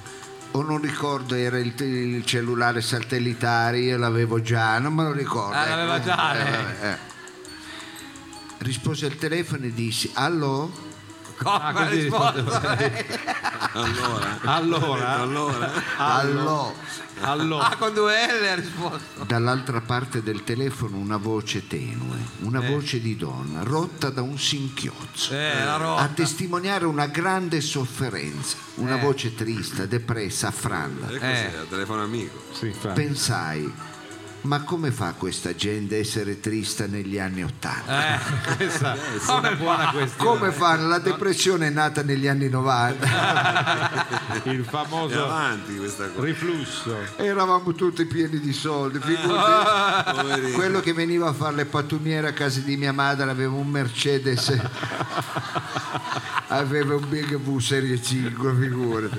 [SPEAKER 2] O non ricordo, era il, il cellulare satellitare, io l'avevo già, non me lo ricordo.
[SPEAKER 5] Ah, l'aveva
[SPEAKER 2] ecco.
[SPEAKER 5] già, lei.
[SPEAKER 2] vabbè, eh. Rispose al telefono e dissi, allo?
[SPEAKER 5] Come
[SPEAKER 3] Ah, così
[SPEAKER 5] risposta?
[SPEAKER 1] Allora.
[SPEAKER 3] Allora.
[SPEAKER 1] Allora. eh,
[SPEAKER 2] Allo.
[SPEAKER 3] Allora.
[SPEAKER 5] Ah, con due L ha risposto.
[SPEAKER 2] Dall'altra parte del telefono una voce tenue, una voce di donna, rotta da un sinchiozzo.
[SPEAKER 5] Eh, la roba.
[SPEAKER 2] a testimoniare una grande sofferenza, una
[SPEAKER 5] Eh.
[SPEAKER 2] voce triste, depressa, affranta.
[SPEAKER 1] E cos'era? Telefono amico.
[SPEAKER 3] Sì, fa.
[SPEAKER 2] Pensai, ma come fa questa gente a essere trista negli anni Ottanta?
[SPEAKER 3] Eh, questa è una buona questione.
[SPEAKER 2] Come fa? La depressione è nata negli anni 90.
[SPEAKER 3] Il
[SPEAKER 1] È
[SPEAKER 6] Eh,
[SPEAKER 3] famoso
[SPEAKER 1] avanti questa cosa.
[SPEAKER 3] riflusso.
[SPEAKER 2] Eravamo tutti pieni di soldi, figurati.
[SPEAKER 1] Poverino.
[SPEAKER 2] Quello che veniva a fare le pattumiere a casa di mia madre aveva un Mercedes, aveva un Big V Serie 5, figurati.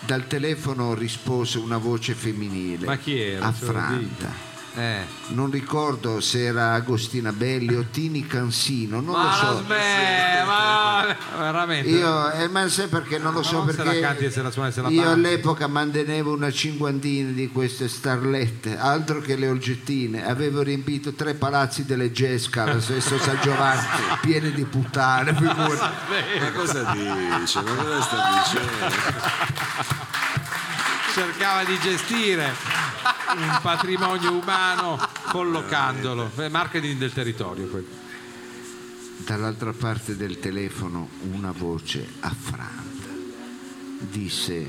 [SPEAKER 2] Dal telefono rispose una voce femminile,
[SPEAKER 3] Ma chi era? Ce lo
[SPEAKER 2] affranta.
[SPEAKER 5] Eh.
[SPEAKER 2] Non ricordo se era Agostina Belli o Tini Cansino, non lo
[SPEAKER 5] Ma la
[SPEAKER 2] so.
[SPEAKER 5] smè, ma
[SPEAKER 3] Veramente.
[SPEAKER 2] Io, eh, ma sai perché non lo so
[SPEAKER 3] non se la
[SPEAKER 2] perché
[SPEAKER 3] canti e se la suoni e se la
[SPEAKER 2] io
[SPEAKER 3] balli.
[SPEAKER 2] all'epoca mantenevo una cinquantina di queste starlette, altro che le olgettine, avevo riempito tre palazzi delle Gesca, lo stesso San Giovanni, pieni di puttane, figurati.
[SPEAKER 1] Ma cosa dice? Ma cosa sta dicendo?
[SPEAKER 3] cercava di gestire un patrimonio umano collocandolo. Eh, Marketing del territorio. quello.
[SPEAKER 2] Dall'altra parte del telefono una voce affranta disse: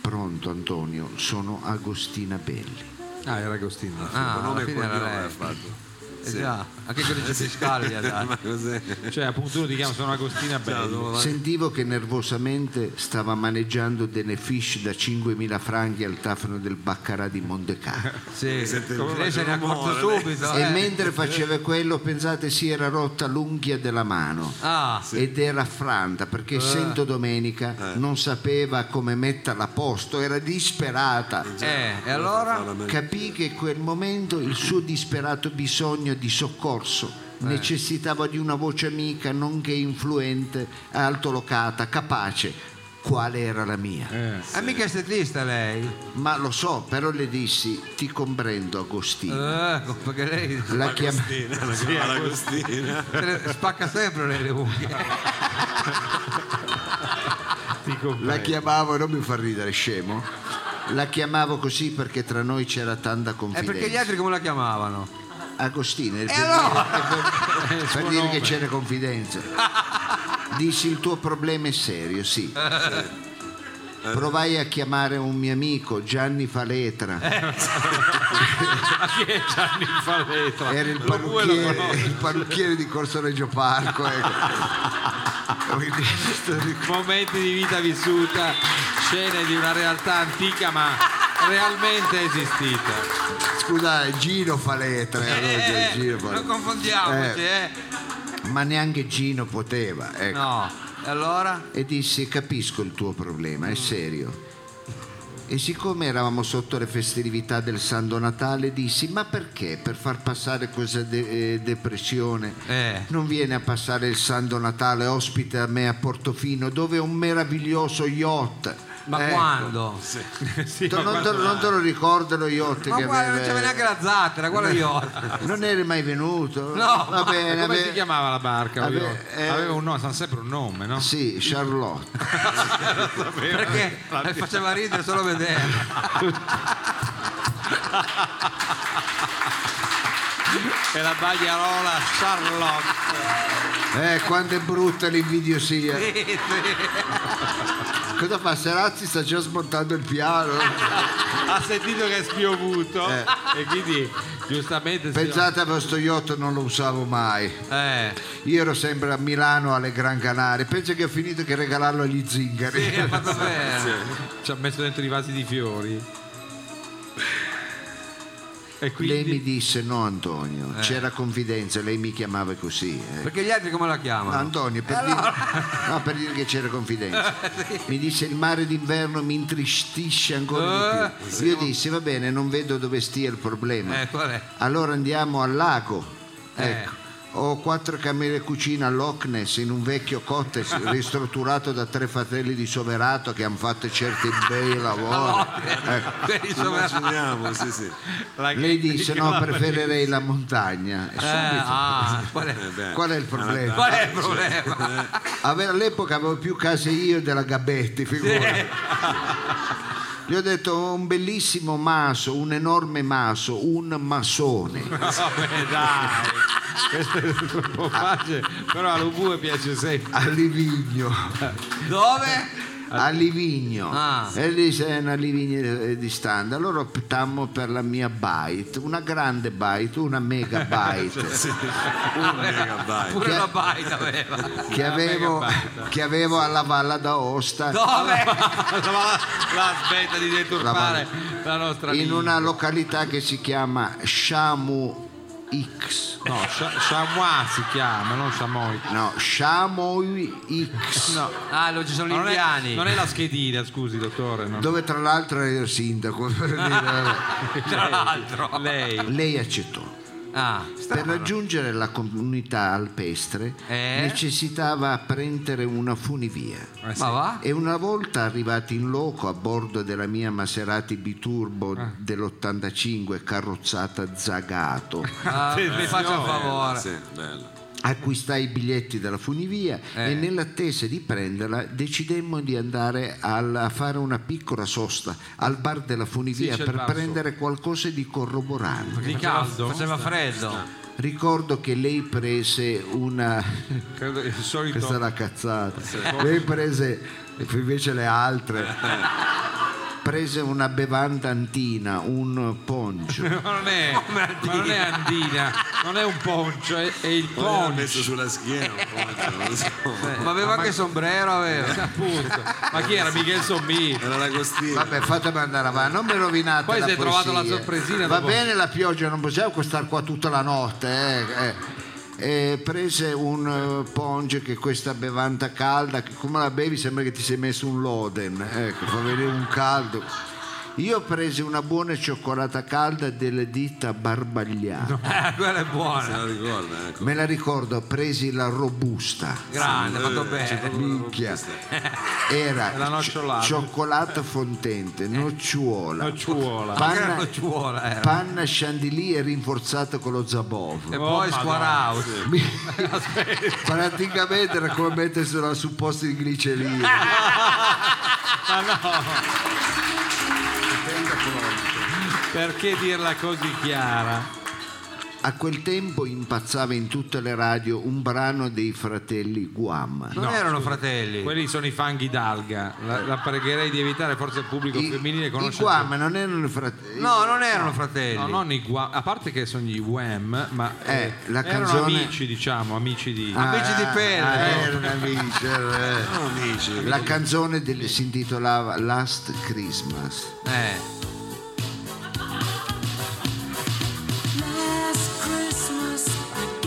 [SPEAKER 2] Pronto Antonio, sono Agostina Belli.
[SPEAKER 3] Ah, era Agostino.
[SPEAKER 5] Ah, alla
[SPEAKER 1] Nome e
[SPEAKER 5] fine era
[SPEAKER 1] cognome ha
[SPEAKER 5] lei.
[SPEAKER 1] fatto.
[SPEAKER 5] Eh già, anche il codice fiscale gli ha dato.
[SPEAKER 1] Ma cos'è?
[SPEAKER 3] Cioè, appunto, uno ti chiama sono Agostina Belli.
[SPEAKER 2] Sentivo che nervosamente stava maneggiando delle fish da 5.000 franchi al tafano del Baccarà di Montecarlo.
[SPEAKER 5] Sì,
[SPEAKER 1] Sente-
[SPEAKER 5] come lei se ne è accorto
[SPEAKER 1] rumore,
[SPEAKER 5] subito.
[SPEAKER 2] E
[SPEAKER 5] eh.
[SPEAKER 2] mentre faceva quello, pensate, si era rotta l'unghia della mano.
[SPEAKER 5] Ah, Eh.
[SPEAKER 2] Ed era affranta perché Sento Domenica non sapeva come metterla a posto, era disperata.
[SPEAKER 5] eh, e allora?
[SPEAKER 2] Capì che in quel momento il suo disperato bisogno di soccorso
[SPEAKER 5] Eh.
[SPEAKER 2] necessitava di una voce amica, nonché influente, altolocata, capace, quale era la mia.
[SPEAKER 3] Eh.
[SPEAKER 5] Ah, mica è estetrista lei.
[SPEAKER 2] Ma lo so, però le dissi, ti comprendo Agostino.
[SPEAKER 5] Eh, perché lei
[SPEAKER 2] La chiam-
[SPEAKER 1] Agostina, la chiamava Agostina.
[SPEAKER 5] se le- spacca sempre lei le unghie.
[SPEAKER 3] Ti comprendo.
[SPEAKER 2] La chiamavo, non mi fa ridere, scemo. La chiamavo così perché tra noi c'era tanta
[SPEAKER 5] È
[SPEAKER 2] confidenza.
[SPEAKER 5] perché gli altri come la chiamavano?
[SPEAKER 2] Agostino, per, dire, per- per dire che c'era confidenza. Dissi il tuo problema è serio, sì. Provai a chiamare un mio amico, Gianni Faletra,
[SPEAKER 3] Ma chi è Gianni Faletra?
[SPEAKER 2] era il
[SPEAKER 3] Lo vuoi, lo
[SPEAKER 2] parrucchiere,
[SPEAKER 3] conosci?
[SPEAKER 2] il parrucchiere di Corso Reggio Parco. ecco. Quindi, sto ricordando.
[SPEAKER 3] Momenti di vita vissuta, scene di una realtà antica ma realmente esistita.
[SPEAKER 2] Scusa, Gino Faletra. allora,
[SPEAKER 5] Eh,
[SPEAKER 2] Gino Faletra.
[SPEAKER 5] non confondiamoci, eh.
[SPEAKER 2] Ma neanche Gino poteva. Ecco.
[SPEAKER 5] No. E allora? Mm.
[SPEAKER 2] e dissi capisco il tuo problema, è serio. E siccome eravamo sotto le festività del Santo Natale, dissi: Ma perché per far passare questa de- eh, depressione
[SPEAKER 5] Eh.
[SPEAKER 2] non viene a passare il Santo Natale ospite a me a Portofino, dove ho un meraviglioso yacht?
[SPEAKER 5] Ma
[SPEAKER 2] Ecco.
[SPEAKER 5] quando?
[SPEAKER 2] Tu- non, te, non te lo ricordo lo yacht
[SPEAKER 5] Ma
[SPEAKER 2] che
[SPEAKER 5] guarda, non
[SPEAKER 2] aveva-
[SPEAKER 5] c'era neanche la zattera, guarda io.
[SPEAKER 2] Non eri mai venuto?
[SPEAKER 5] No,
[SPEAKER 2] va bene.
[SPEAKER 3] come
[SPEAKER 2] va
[SPEAKER 3] si
[SPEAKER 2] bene.
[SPEAKER 3] chiamava la barca?
[SPEAKER 2] Vabbè,
[SPEAKER 3] Io-
[SPEAKER 2] eh,
[SPEAKER 3] Aveva un nome, sa sempre un nome, no?
[SPEAKER 2] Sì, Charlotte.
[SPEAKER 5] Perché mi faceva ridere solo vedere.
[SPEAKER 3] E la bagliarola Charlotte.
[SPEAKER 2] Eh, quanto è brutta l'invidiosia.
[SPEAKER 5] Sì,
[SPEAKER 2] Cosa fa? Serazzi sta già smontando il piano.
[SPEAKER 3] ha sentito che è spiovuto e quindi giustamente si-
[SPEAKER 2] Pensate che questo yacht non lo usavo mai.
[SPEAKER 3] Eh,
[SPEAKER 2] Io ero sempre a Milano alle Gran Canarie. Penso che ho finito che regalarlo agli zingari.
[SPEAKER 3] Sì, ha fatto bene. ci ha messo dentro i vasi di fiori e
[SPEAKER 2] Lei mi disse no Antonio,
[SPEAKER 5] Eh.
[SPEAKER 2] c'era confidenza, lei mi chiamava così. eh.
[SPEAKER 5] Perché gli altri come la
[SPEAKER 2] No,
[SPEAKER 5] chiamano?
[SPEAKER 2] Antonio, per, dire, no, per dire che c'era confidenza. Mi disse il mare d'inverno mi intristisce ancora di
[SPEAKER 5] Eh,
[SPEAKER 2] più. Io dissi va bene, non vedo dove stia il problema.
[SPEAKER 5] Eh, qual è?
[SPEAKER 2] Allora andiamo al lago.
[SPEAKER 5] Eh.
[SPEAKER 2] Ecco. Ho quattro camere cucina all'Ockness in un vecchio cottage ristrutturato da tre fratelli di Soverato che hanno fatto certi bei lavori. Ecco.
[SPEAKER 1] Quelli eh, Soverato. Immaginiamo, sì, sì.
[SPEAKER 2] Lei dice no, preferirei la montagna. E
[SPEAKER 1] Eh,
[SPEAKER 2] subito-
[SPEAKER 1] ah, qual è?
[SPEAKER 2] Eh, beh. Qual è il problema?
[SPEAKER 1] Qual è
[SPEAKER 5] il problema?
[SPEAKER 2] Ave- all'epoca avevo più case io della Gabetti, figurati. Gli ho detto "Ho un bellissimo maso, un enorme maso, un masone.
[SPEAKER 3] No, beh, dai questo è un po' facile però a Lubu piace sempre
[SPEAKER 2] a Livigno
[SPEAKER 5] dove?
[SPEAKER 2] A Livigno
[SPEAKER 5] Ah.
[SPEAKER 2] e lì c'è una Livigno eh, distante. Allora optammo per la mia bite, una grande bite, una megabyte.
[SPEAKER 1] Un megabyte.
[SPEAKER 5] Pure
[SPEAKER 2] Che-
[SPEAKER 5] la baita aveva.
[SPEAKER 2] che avevo, che avevo alla Valla d'Aosta
[SPEAKER 5] Dove?
[SPEAKER 3] la, la smetta di deturpare la, nostra
[SPEAKER 2] in
[SPEAKER 3] lingua.
[SPEAKER 2] una località che si chiama Shamu X
[SPEAKER 3] no Sha- Chamois si chiama non Chamois
[SPEAKER 2] no Shamoy X
[SPEAKER 5] Ah, lo- ci sono
[SPEAKER 3] Ma
[SPEAKER 5] gli
[SPEAKER 3] non, è,
[SPEAKER 5] indiani.
[SPEAKER 3] non è la schedina scusi dottore no.
[SPEAKER 2] dove tra l'altro era il sindaco per dire, vabbè.
[SPEAKER 5] Tra l'altro.
[SPEAKER 3] lei
[SPEAKER 2] lei accettò
[SPEAKER 5] Ah.
[SPEAKER 2] per raggiungere la comunità alpestre
[SPEAKER 5] Eh?
[SPEAKER 2] necessitava prendere una funivia
[SPEAKER 5] sì. Ma va?
[SPEAKER 2] e una volta arrivati in loco a bordo della mia Maserati Biturbo
[SPEAKER 5] Ah.
[SPEAKER 2] dell'85 carrozzata Zagato
[SPEAKER 5] Ah,
[SPEAKER 1] Sì,
[SPEAKER 5] mi
[SPEAKER 1] sì,
[SPEAKER 5] faccia
[SPEAKER 1] no,
[SPEAKER 5] un
[SPEAKER 1] bella,
[SPEAKER 5] favore.
[SPEAKER 1] Sì, bella.
[SPEAKER 2] acquistai i biglietti della funivia
[SPEAKER 5] Eh.
[SPEAKER 2] e nell'attesa di prenderla decidemmo di andare al- a fare una piccola sosta al bar della funivia
[SPEAKER 5] Sì, c'è il
[SPEAKER 2] per
[SPEAKER 5] bar
[SPEAKER 2] prendere qualcosa di corroborante.
[SPEAKER 5] Di caldo. Faceva freddo.
[SPEAKER 2] Ricordo che lei prese una...
[SPEAKER 3] credo il solito
[SPEAKER 2] questa è una cazzata.
[SPEAKER 3] Sì.
[SPEAKER 2] Lei prese invece le altre. Prese una bevanda antina, un poncio.
[SPEAKER 3] Ma non è, ma non è andina, non è un poncio, è, è il
[SPEAKER 1] Poi l'ha
[SPEAKER 3] poncio.
[SPEAKER 1] messo sulla schiena, un po', non lo so.
[SPEAKER 5] Ma aveva anche il sombrero, aveva.
[SPEAKER 3] Appunto. Ma chi era? Miguel Sommi.
[SPEAKER 1] Era l'Agostino.
[SPEAKER 2] Vabbè, fatemi andare avanti, non me rovinate
[SPEAKER 3] Poi
[SPEAKER 2] la
[SPEAKER 3] si è trovato
[SPEAKER 2] poesia.
[SPEAKER 3] la sorpresina
[SPEAKER 2] Va
[SPEAKER 3] dopo.
[SPEAKER 2] bene la pioggia, non possiamo stare qua tutta la notte. eh, eh. E prese un eh, ponge che questa bevanda calda, che come la bevi sembra che ti sei messo un loden, ecco, fa venire un caldo. Io presi una buona cioccolata calda delle dita Barbagliano.
[SPEAKER 5] Eh, quella è
[SPEAKER 1] Se
[SPEAKER 5] buona.
[SPEAKER 1] la
[SPEAKER 5] eh.
[SPEAKER 1] ricorda, ecco.
[SPEAKER 2] Me la ricordo, presi la robusta.
[SPEAKER 5] Grande, fatto
[SPEAKER 1] C'è
[SPEAKER 5] bene.
[SPEAKER 1] proprio una roba
[SPEAKER 2] Minchia.
[SPEAKER 1] questa.
[SPEAKER 2] Era
[SPEAKER 3] La nocciolata.
[SPEAKER 2] ci- cioccolata fontente, nocciola.
[SPEAKER 3] Nocciola.
[SPEAKER 5] Anche la
[SPEAKER 2] Panna,
[SPEAKER 5] nocciola era.
[SPEAKER 2] panna chandelier rinforzata con lo zabov.
[SPEAKER 5] eh. E poi squarao.
[SPEAKER 2] Praticamente era come mettersela su posto di glicemia.
[SPEAKER 3] Ma no. Perché dirla così chiara?
[SPEAKER 2] A quel tempo impazzava in tutte le radio un brano dei fratelli Guam.
[SPEAKER 5] Non
[SPEAKER 3] No,
[SPEAKER 5] erano
[SPEAKER 3] scusa.
[SPEAKER 5] fratelli.
[SPEAKER 3] Quelli sono i fanghi d'alga. La, la pregherei di evitare, forse il pubblico
[SPEAKER 2] I,
[SPEAKER 3] femminile
[SPEAKER 2] i
[SPEAKER 3] conosce.
[SPEAKER 2] Guam non erano i fratelli.
[SPEAKER 5] No, non erano fratelli.
[SPEAKER 3] No, non i Guam, a parte che sono gli Wham, ma
[SPEAKER 2] Eh,
[SPEAKER 3] eh,
[SPEAKER 2] la
[SPEAKER 3] erano
[SPEAKER 2] canzone-
[SPEAKER 3] amici, diciamo, amici di.
[SPEAKER 5] Amici di pelle.
[SPEAKER 2] Ah, erano amici, erano- eh.
[SPEAKER 1] Sono amici.
[SPEAKER 2] La canzone del- si intitolava Last Christmas.
[SPEAKER 3] Ah,
[SPEAKER 5] Eh.
[SPEAKER 10] Last Christmas,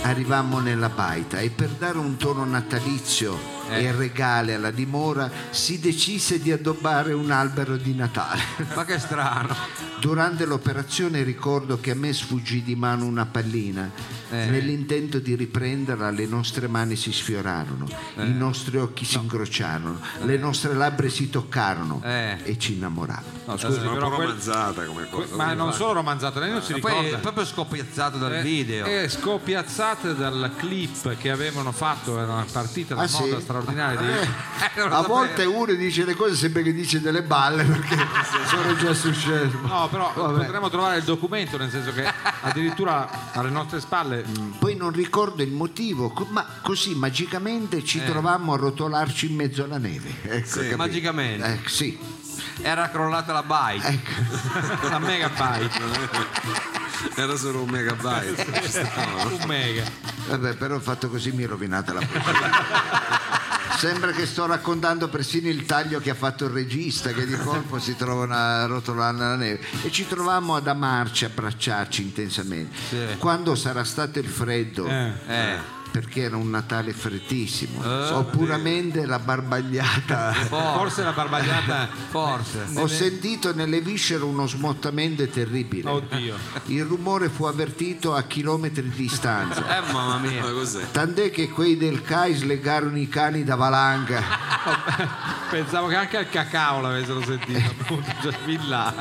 [SPEAKER 2] Arrivammo nella baita e per dare un tono natalizio
[SPEAKER 5] Eh.
[SPEAKER 2] e regale alla dimora, si decise di addobbare un albero di Natale.
[SPEAKER 5] Ma che strano.
[SPEAKER 2] Durante l'operazione ricordo che a me sfuggì di mano una pallina.
[SPEAKER 5] Eh.
[SPEAKER 2] Nell'intento di riprenderla le nostre mani si sfiorarono,
[SPEAKER 5] Eh.
[SPEAKER 2] i nostri occhi si incrociarono, le nostre labbra si toccarono
[SPEAKER 5] Eh.
[SPEAKER 2] e ci innamoravamo.
[SPEAKER 1] No,
[SPEAKER 3] scusi,
[SPEAKER 1] scusa, ma un
[SPEAKER 3] però
[SPEAKER 1] po'
[SPEAKER 3] quel-
[SPEAKER 1] romanzata come cosa.
[SPEAKER 3] Ma non solo romanzata, lei non si
[SPEAKER 5] Ma poi
[SPEAKER 3] ricorda.
[SPEAKER 5] è proprio scopiazzato dal
[SPEAKER 3] Eh,
[SPEAKER 5] video.
[SPEAKER 3] eh, scopiazzate dal clip che avevano fatto, era una partita da
[SPEAKER 2] Ah,
[SPEAKER 3] moda
[SPEAKER 2] sì?
[SPEAKER 3] straordinaria. Di... Eh, non lo
[SPEAKER 2] A
[SPEAKER 3] sapevo.
[SPEAKER 2] volte uno dice le cose sembra che dice delle balle perché sono già successo.
[SPEAKER 3] No, però
[SPEAKER 2] Vabbè.
[SPEAKER 3] potremmo trovare il documento, nel senso che addirittura alle nostre spalle. mh,
[SPEAKER 2] Poi non ricordo il motivo, co- ma così magicamente ci
[SPEAKER 5] Eh.
[SPEAKER 2] trovammo a rotolarci in mezzo alla neve. Ecco, capito?
[SPEAKER 5] magicamente.
[SPEAKER 2] Eh, sì. ecco.
[SPEAKER 5] Era crollata la bike.
[SPEAKER 3] la megabyte.
[SPEAKER 1] Era solo un megabyte. ci stava.
[SPEAKER 3] Un mega.
[SPEAKER 2] Vabbè, però fatto così mi è rovinata la puntata. Sembra che sto raccontando persino il taglio che ha fatto il regista, che di colpo si trovano a rotolare nella neve. E ci trovammo ad amarci, abbracciarci intensamente.
[SPEAKER 5] Sì.
[SPEAKER 2] Quando sarà stato il freddo,
[SPEAKER 5] Eh. Eh.
[SPEAKER 2] perché era un Natale freddissimo,
[SPEAKER 5] Eh,
[SPEAKER 2] ho puramente la barbagliata.
[SPEAKER 3] Forse la barbagliata.
[SPEAKER 5] Forse.
[SPEAKER 2] Ho sentito nelle viscere uno smottamento terribile.
[SPEAKER 3] Oddio.
[SPEAKER 2] Il rumore fu avvertito a chilometri di distanza.
[SPEAKER 5] Eh mamma mia. Ma cos'è?
[SPEAKER 2] Tant'è che quei del CAI slegarono i cani da valanga.
[SPEAKER 3] Pensavo che anche al cacao l'avessero sentito, appunto, già fin là,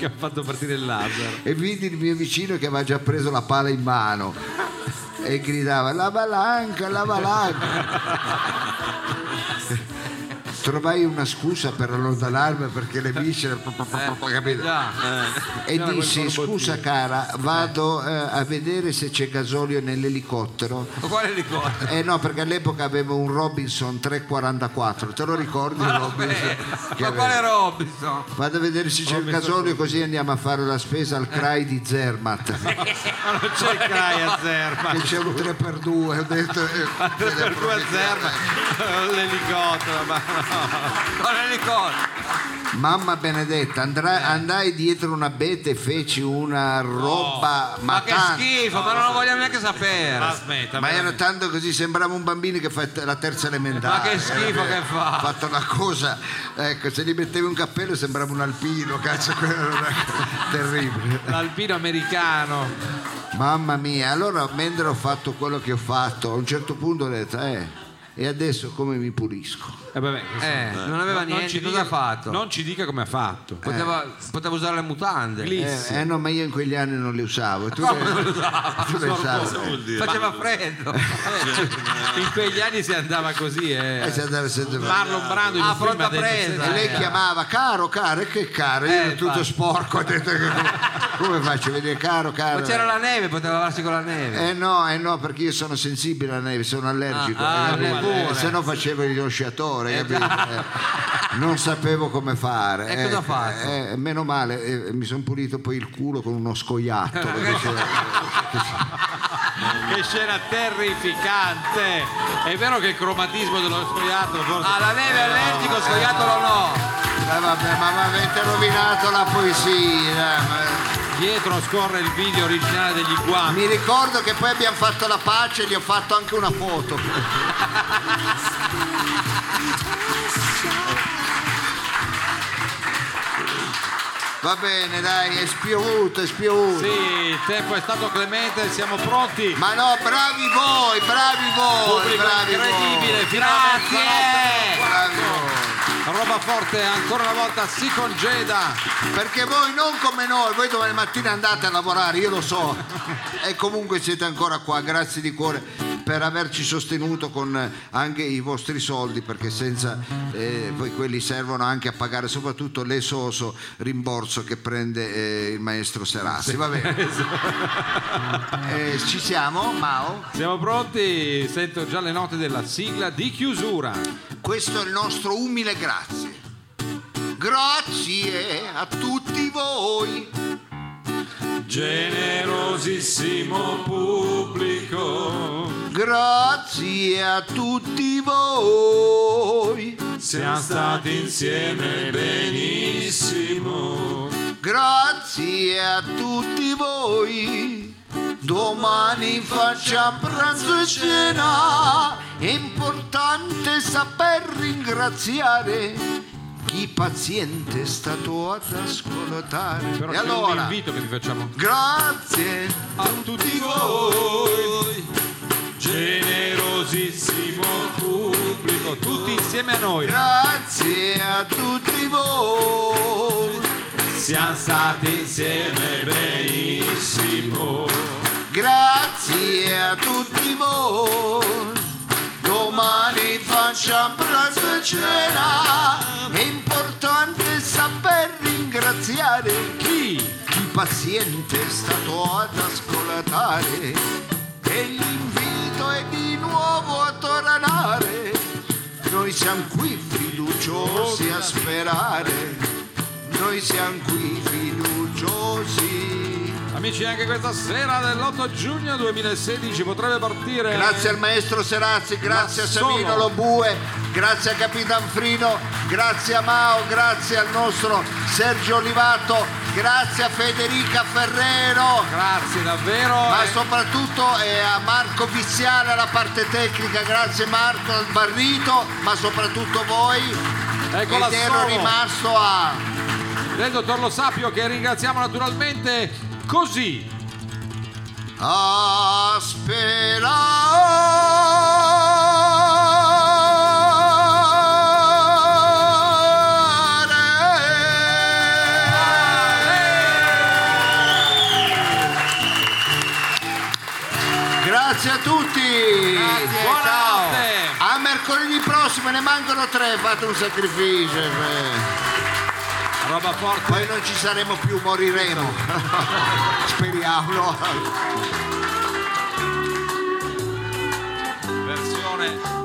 [SPEAKER 3] che ha fatto partire il laser.
[SPEAKER 2] E vidi il mio vicino che aveva già preso la pala in mano e gridava la valanga, la valanga. Trovai una scusa per allontanarmi perché le viscere... capito? E
[SPEAKER 3] C'era quel
[SPEAKER 2] dissi,
[SPEAKER 3] borbottino.
[SPEAKER 2] scusa cara, vado eh, a vedere se c'è gasolio nell'elicottero.
[SPEAKER 5] Ma quale ricordo?
[SPEAKER 2] Eh no, perché all'epoca avevo un Robinson 344, te lo ricordi
[SPEAKER 3] Ah,
[SPEAKER 2] il
[SPEAKER 3] Eh,
[SPEAKER 2] Robinson? Che
[SPEAKER 5] Ma
[SPEAKER 2] avevo?
[SPEAKER 5] quale Robinson?
[SPEAKER 2] Vado a vedere se c'è il gasolio così andiamo a fare la spesa al CRAI di Zermatt.
[SPEAKER 3] Ma non c'è il Crai a Zerma.
[SPEAKER 2] Che c'è un 3x2, ho detto... eh,
[SPEAKER 3] Per due a Zerma, l'elicottero, ma no.
[SPEAKER 5] Quale ricordo?
[SPEAKER 2] Mamma benedetta, andra- andai dietro un abete e feci una roba...
[SPEAKER 5] Ma che
[SPEAKER 2] tan-
[SPEAKER 5] schifo, ma non lo vogliamo neanche sapere.
[SPEAKER 3] Ma smetta,
[SPEAKER 2] Ma era
[SPEAKER 3] veramente.
[SPEAKER 2] tanto così, sembrava un bambino che fa la terza elementare.
[SPEAKER 5] Ma che schifo
[SPEAKER 2] Eh,
[SPEAKER 5] che fa.
[SPEAKER 2] Ha fatto una cosa, ecco, se gli mettevi un cappello sembrava un alpino, cazzo, quello era una cosa terribile.
[SPEAKER 3] l'alpino americano.
[SPEAKER 2] Mamma mia, allora mentre ho fatto quello che ho fatto, a un certo punto ho detto, eh, e adesso come mi pulisco?
[SPEAKER 3] Eh, vabbè, questo-
[SPEAKER 5] Eh, non aveva
[SPEAKER 3] No, Eh.
[SPEAKER 5] niente,
[SPEAKER 3] ci dica-
[SPEAKER 5] cosa ha fatto?
[SPEAKER 3] Non ci dica come ha fatto.
[SPEAKER 5] Poteva, poteva usare le mutande.
[SPEAKER 2] Eh,
[SPEAKER 3] Lissi.
[SPEAKER 2] eh, no, ma io in quegli anni non li usavo. Tu
[SPEAKER 5] Come
[SPEAKER 2] le-
[SPEAKER 5] non lo usava?
[SPEAKER 2] tu le
[SPEAKER 1] Cosa
[SPEAKER 2] usavi?
[SPEAKER 1] vuol dire?
[SPEAKER 5] Faceva freddo.
[SPEAKER 3] Eh. In quegli anni si andava così, eh.
[SPEAKER 2] Eh, si andava sempre-
[SPEAKER 3] Marlon Brando in
[SPEAKER 5] Ah,
[SPEAKER 3] un film
[SPEAKER 5] pronta
[SPEAKER 3] ha detto,
[SPEAKER 5] presa.
[SPEAKER 3] "Senti,
[SPEAKER 2] E lei
[SPEAKER 5] Eh.
[SPEAKER 2] chiamava caro, caro, e che caro? Io
[SPEAKER 5] Eh,
[SPEAKER 2] ero tutto
[SPEAKER 5] infatti.
[SPEAKER 2] sporco, ho detto che come, come faccio a vedere caro, caro?
[SPEAKER 5] Ma c'era la neve, poteva lavarsi con la neve.
[SPEAKER 2] Eh no, eh no, perché io sono sensibile alla neve, sono allergico.
[SPEAKER 5] Ah, ah,
[SPEAKER 2] eh, capito?
[SPEAKER 5] pure.
[SPEAKER 2] Eh, se no facevo lo sciatore, capito? Eh, non sapevo come fare.
[SPEAKER 5] E cosa ha fatto?
[SPEAKER 2] eh, meno male, eh, mi sono pulito poi il culo con uno scoiattolo. perché c'era-
[SPEAKER 3] Che scena terrificante! È vero che il cromatismo dello scoiattolo Eh, forse.
[SPEAKER 5] Ah, la neve è allergico, scoiattolo no.
[SPEAKER 2] Eh, vabbè, ma mi avete rovinato la poesia. eh, ma-
[SPEAKER 3] Dietro scorre il video originale degli guanti.
[SPEAKER 2] Mi ricordo che poi abbiamo fatto la pace e gli ho fatto anche una foto. Va bene, dai, è spiovuto, è spiovuto.
[SPEAKER 3] Sì, il tempo è stato clemente, siamo pronti.
[SPEAKER 2] Ma no, bravi voi, bravi voi,
[SPEAKER 3] Pubblico
[SPEAKER 2] bravi voi.
[SPEAKER 3] incredibile, fino alla mezzanotte.
[SPEAKER 5] Grazie.
[SPEAKER 2] Bravi voi.
[SPEAKER 3] Roba forte, ancora una volta si congeda.
[SPEAKER 2] Perché voi non come noi, voi domani mattina andate a lavorare, io lo so. E comunque siete ancora qua, grazie di cuore per averci sostenuto con eh, anche i vostri soldi, perché senza eh, poi quelli servono anche a pagare soprattutto l'esoso rimborso che prende eh, il maestro Serassi. Va bene.
[SPEAKER 3] Esatto.
[SPEAKER 2] Eh, ci siamo, Mao?
[SPEAKER 3] Siamo pronti, sento già le note della sigla di chiusura.
[SPEAKER 2] Questo è il nostro umile grazie. Grazie a tutti voi.
[SPEAKER 1] Generosissimo pubblico,
[SPEAKER 2] Grazie a tutti voi,
[SPEAKER 1] siamo stati insieme benissimo.
[SPEAKER 2] grazie a tutti voi. Domani facciamo pranzo e cena, è importante. importante saper ringraziare chi paziente è stato ad ascoltare.
[SPEAKER 3] Però
[SPEAKER 2] e
[SPEAKER 3] c'è un
[SPEAKER 2] allora,
[SPEAKER 3] invito che vi facciamo.
[SPEAKER 2] grazie a tutti voi,
[SPEAKER 3] Generosissimo pubblico, tutti insieme a noi.
[SPEAKER 2] grazie a tutti voi,
[SPEAKER 3] Siamo stati insieme benissimo.
[SPEAKER 2] grazie a tutti voi. Domani facciamo la cena, è importante saper ringraziare chi, chi paziente è stato ad ascoltare e l'invito è di nuovo a tornare, noi siamo qui fiduciosi a sperare, noi siamo qui fiduciosi.
[SPEAKER 3] Amici, anche questa sera dell'8 giugno 2016 potrebbe partire.
[SPEAKER 2] Grazie al maestro Serazzi, grazie
[SPEAKER 3] Ma
[SPEAKER 2] a Savino
[SPEAKER 3] solo-
[SPEAKER 2] Lobue, grazie a Capitan Frino, grazie a Mao, grazie al nostro Sergio Olivato, grazie a Federica Ferrero.
[SPEAKER 3] Grazie davvero.
[SPEAKER 2] Ma
[SPEAKER 3] Eh,
[SPEAKER 2] soprattutto eh, a Marco Viziale alla parte tecnica, grazie Marco al barrito, ma soprattutto voi.
[SPEAKER 3] Eccola
[SPEAKER 2] Ed ero
[SPEAKER 3] solo.
[SPEAKER 2] rimasto a
[SPEAKER 3] Ecco del dottor Lo Sapio che ringraziamo naturalmente così.
[SPEAKER 2] a Grazie a tutti!
[SPEAKER 3] Buonanotte.
[SPEAKER 2] Ciao. A mercoledì prossimo ne mancano tre, fate un sacrificio. eh.
[SPEAKER 3] Roba forte.
[SPEAKER 2] Poi non ci saremo più, moriremo. Speriamo. no?
[SPEAKER 3] Versione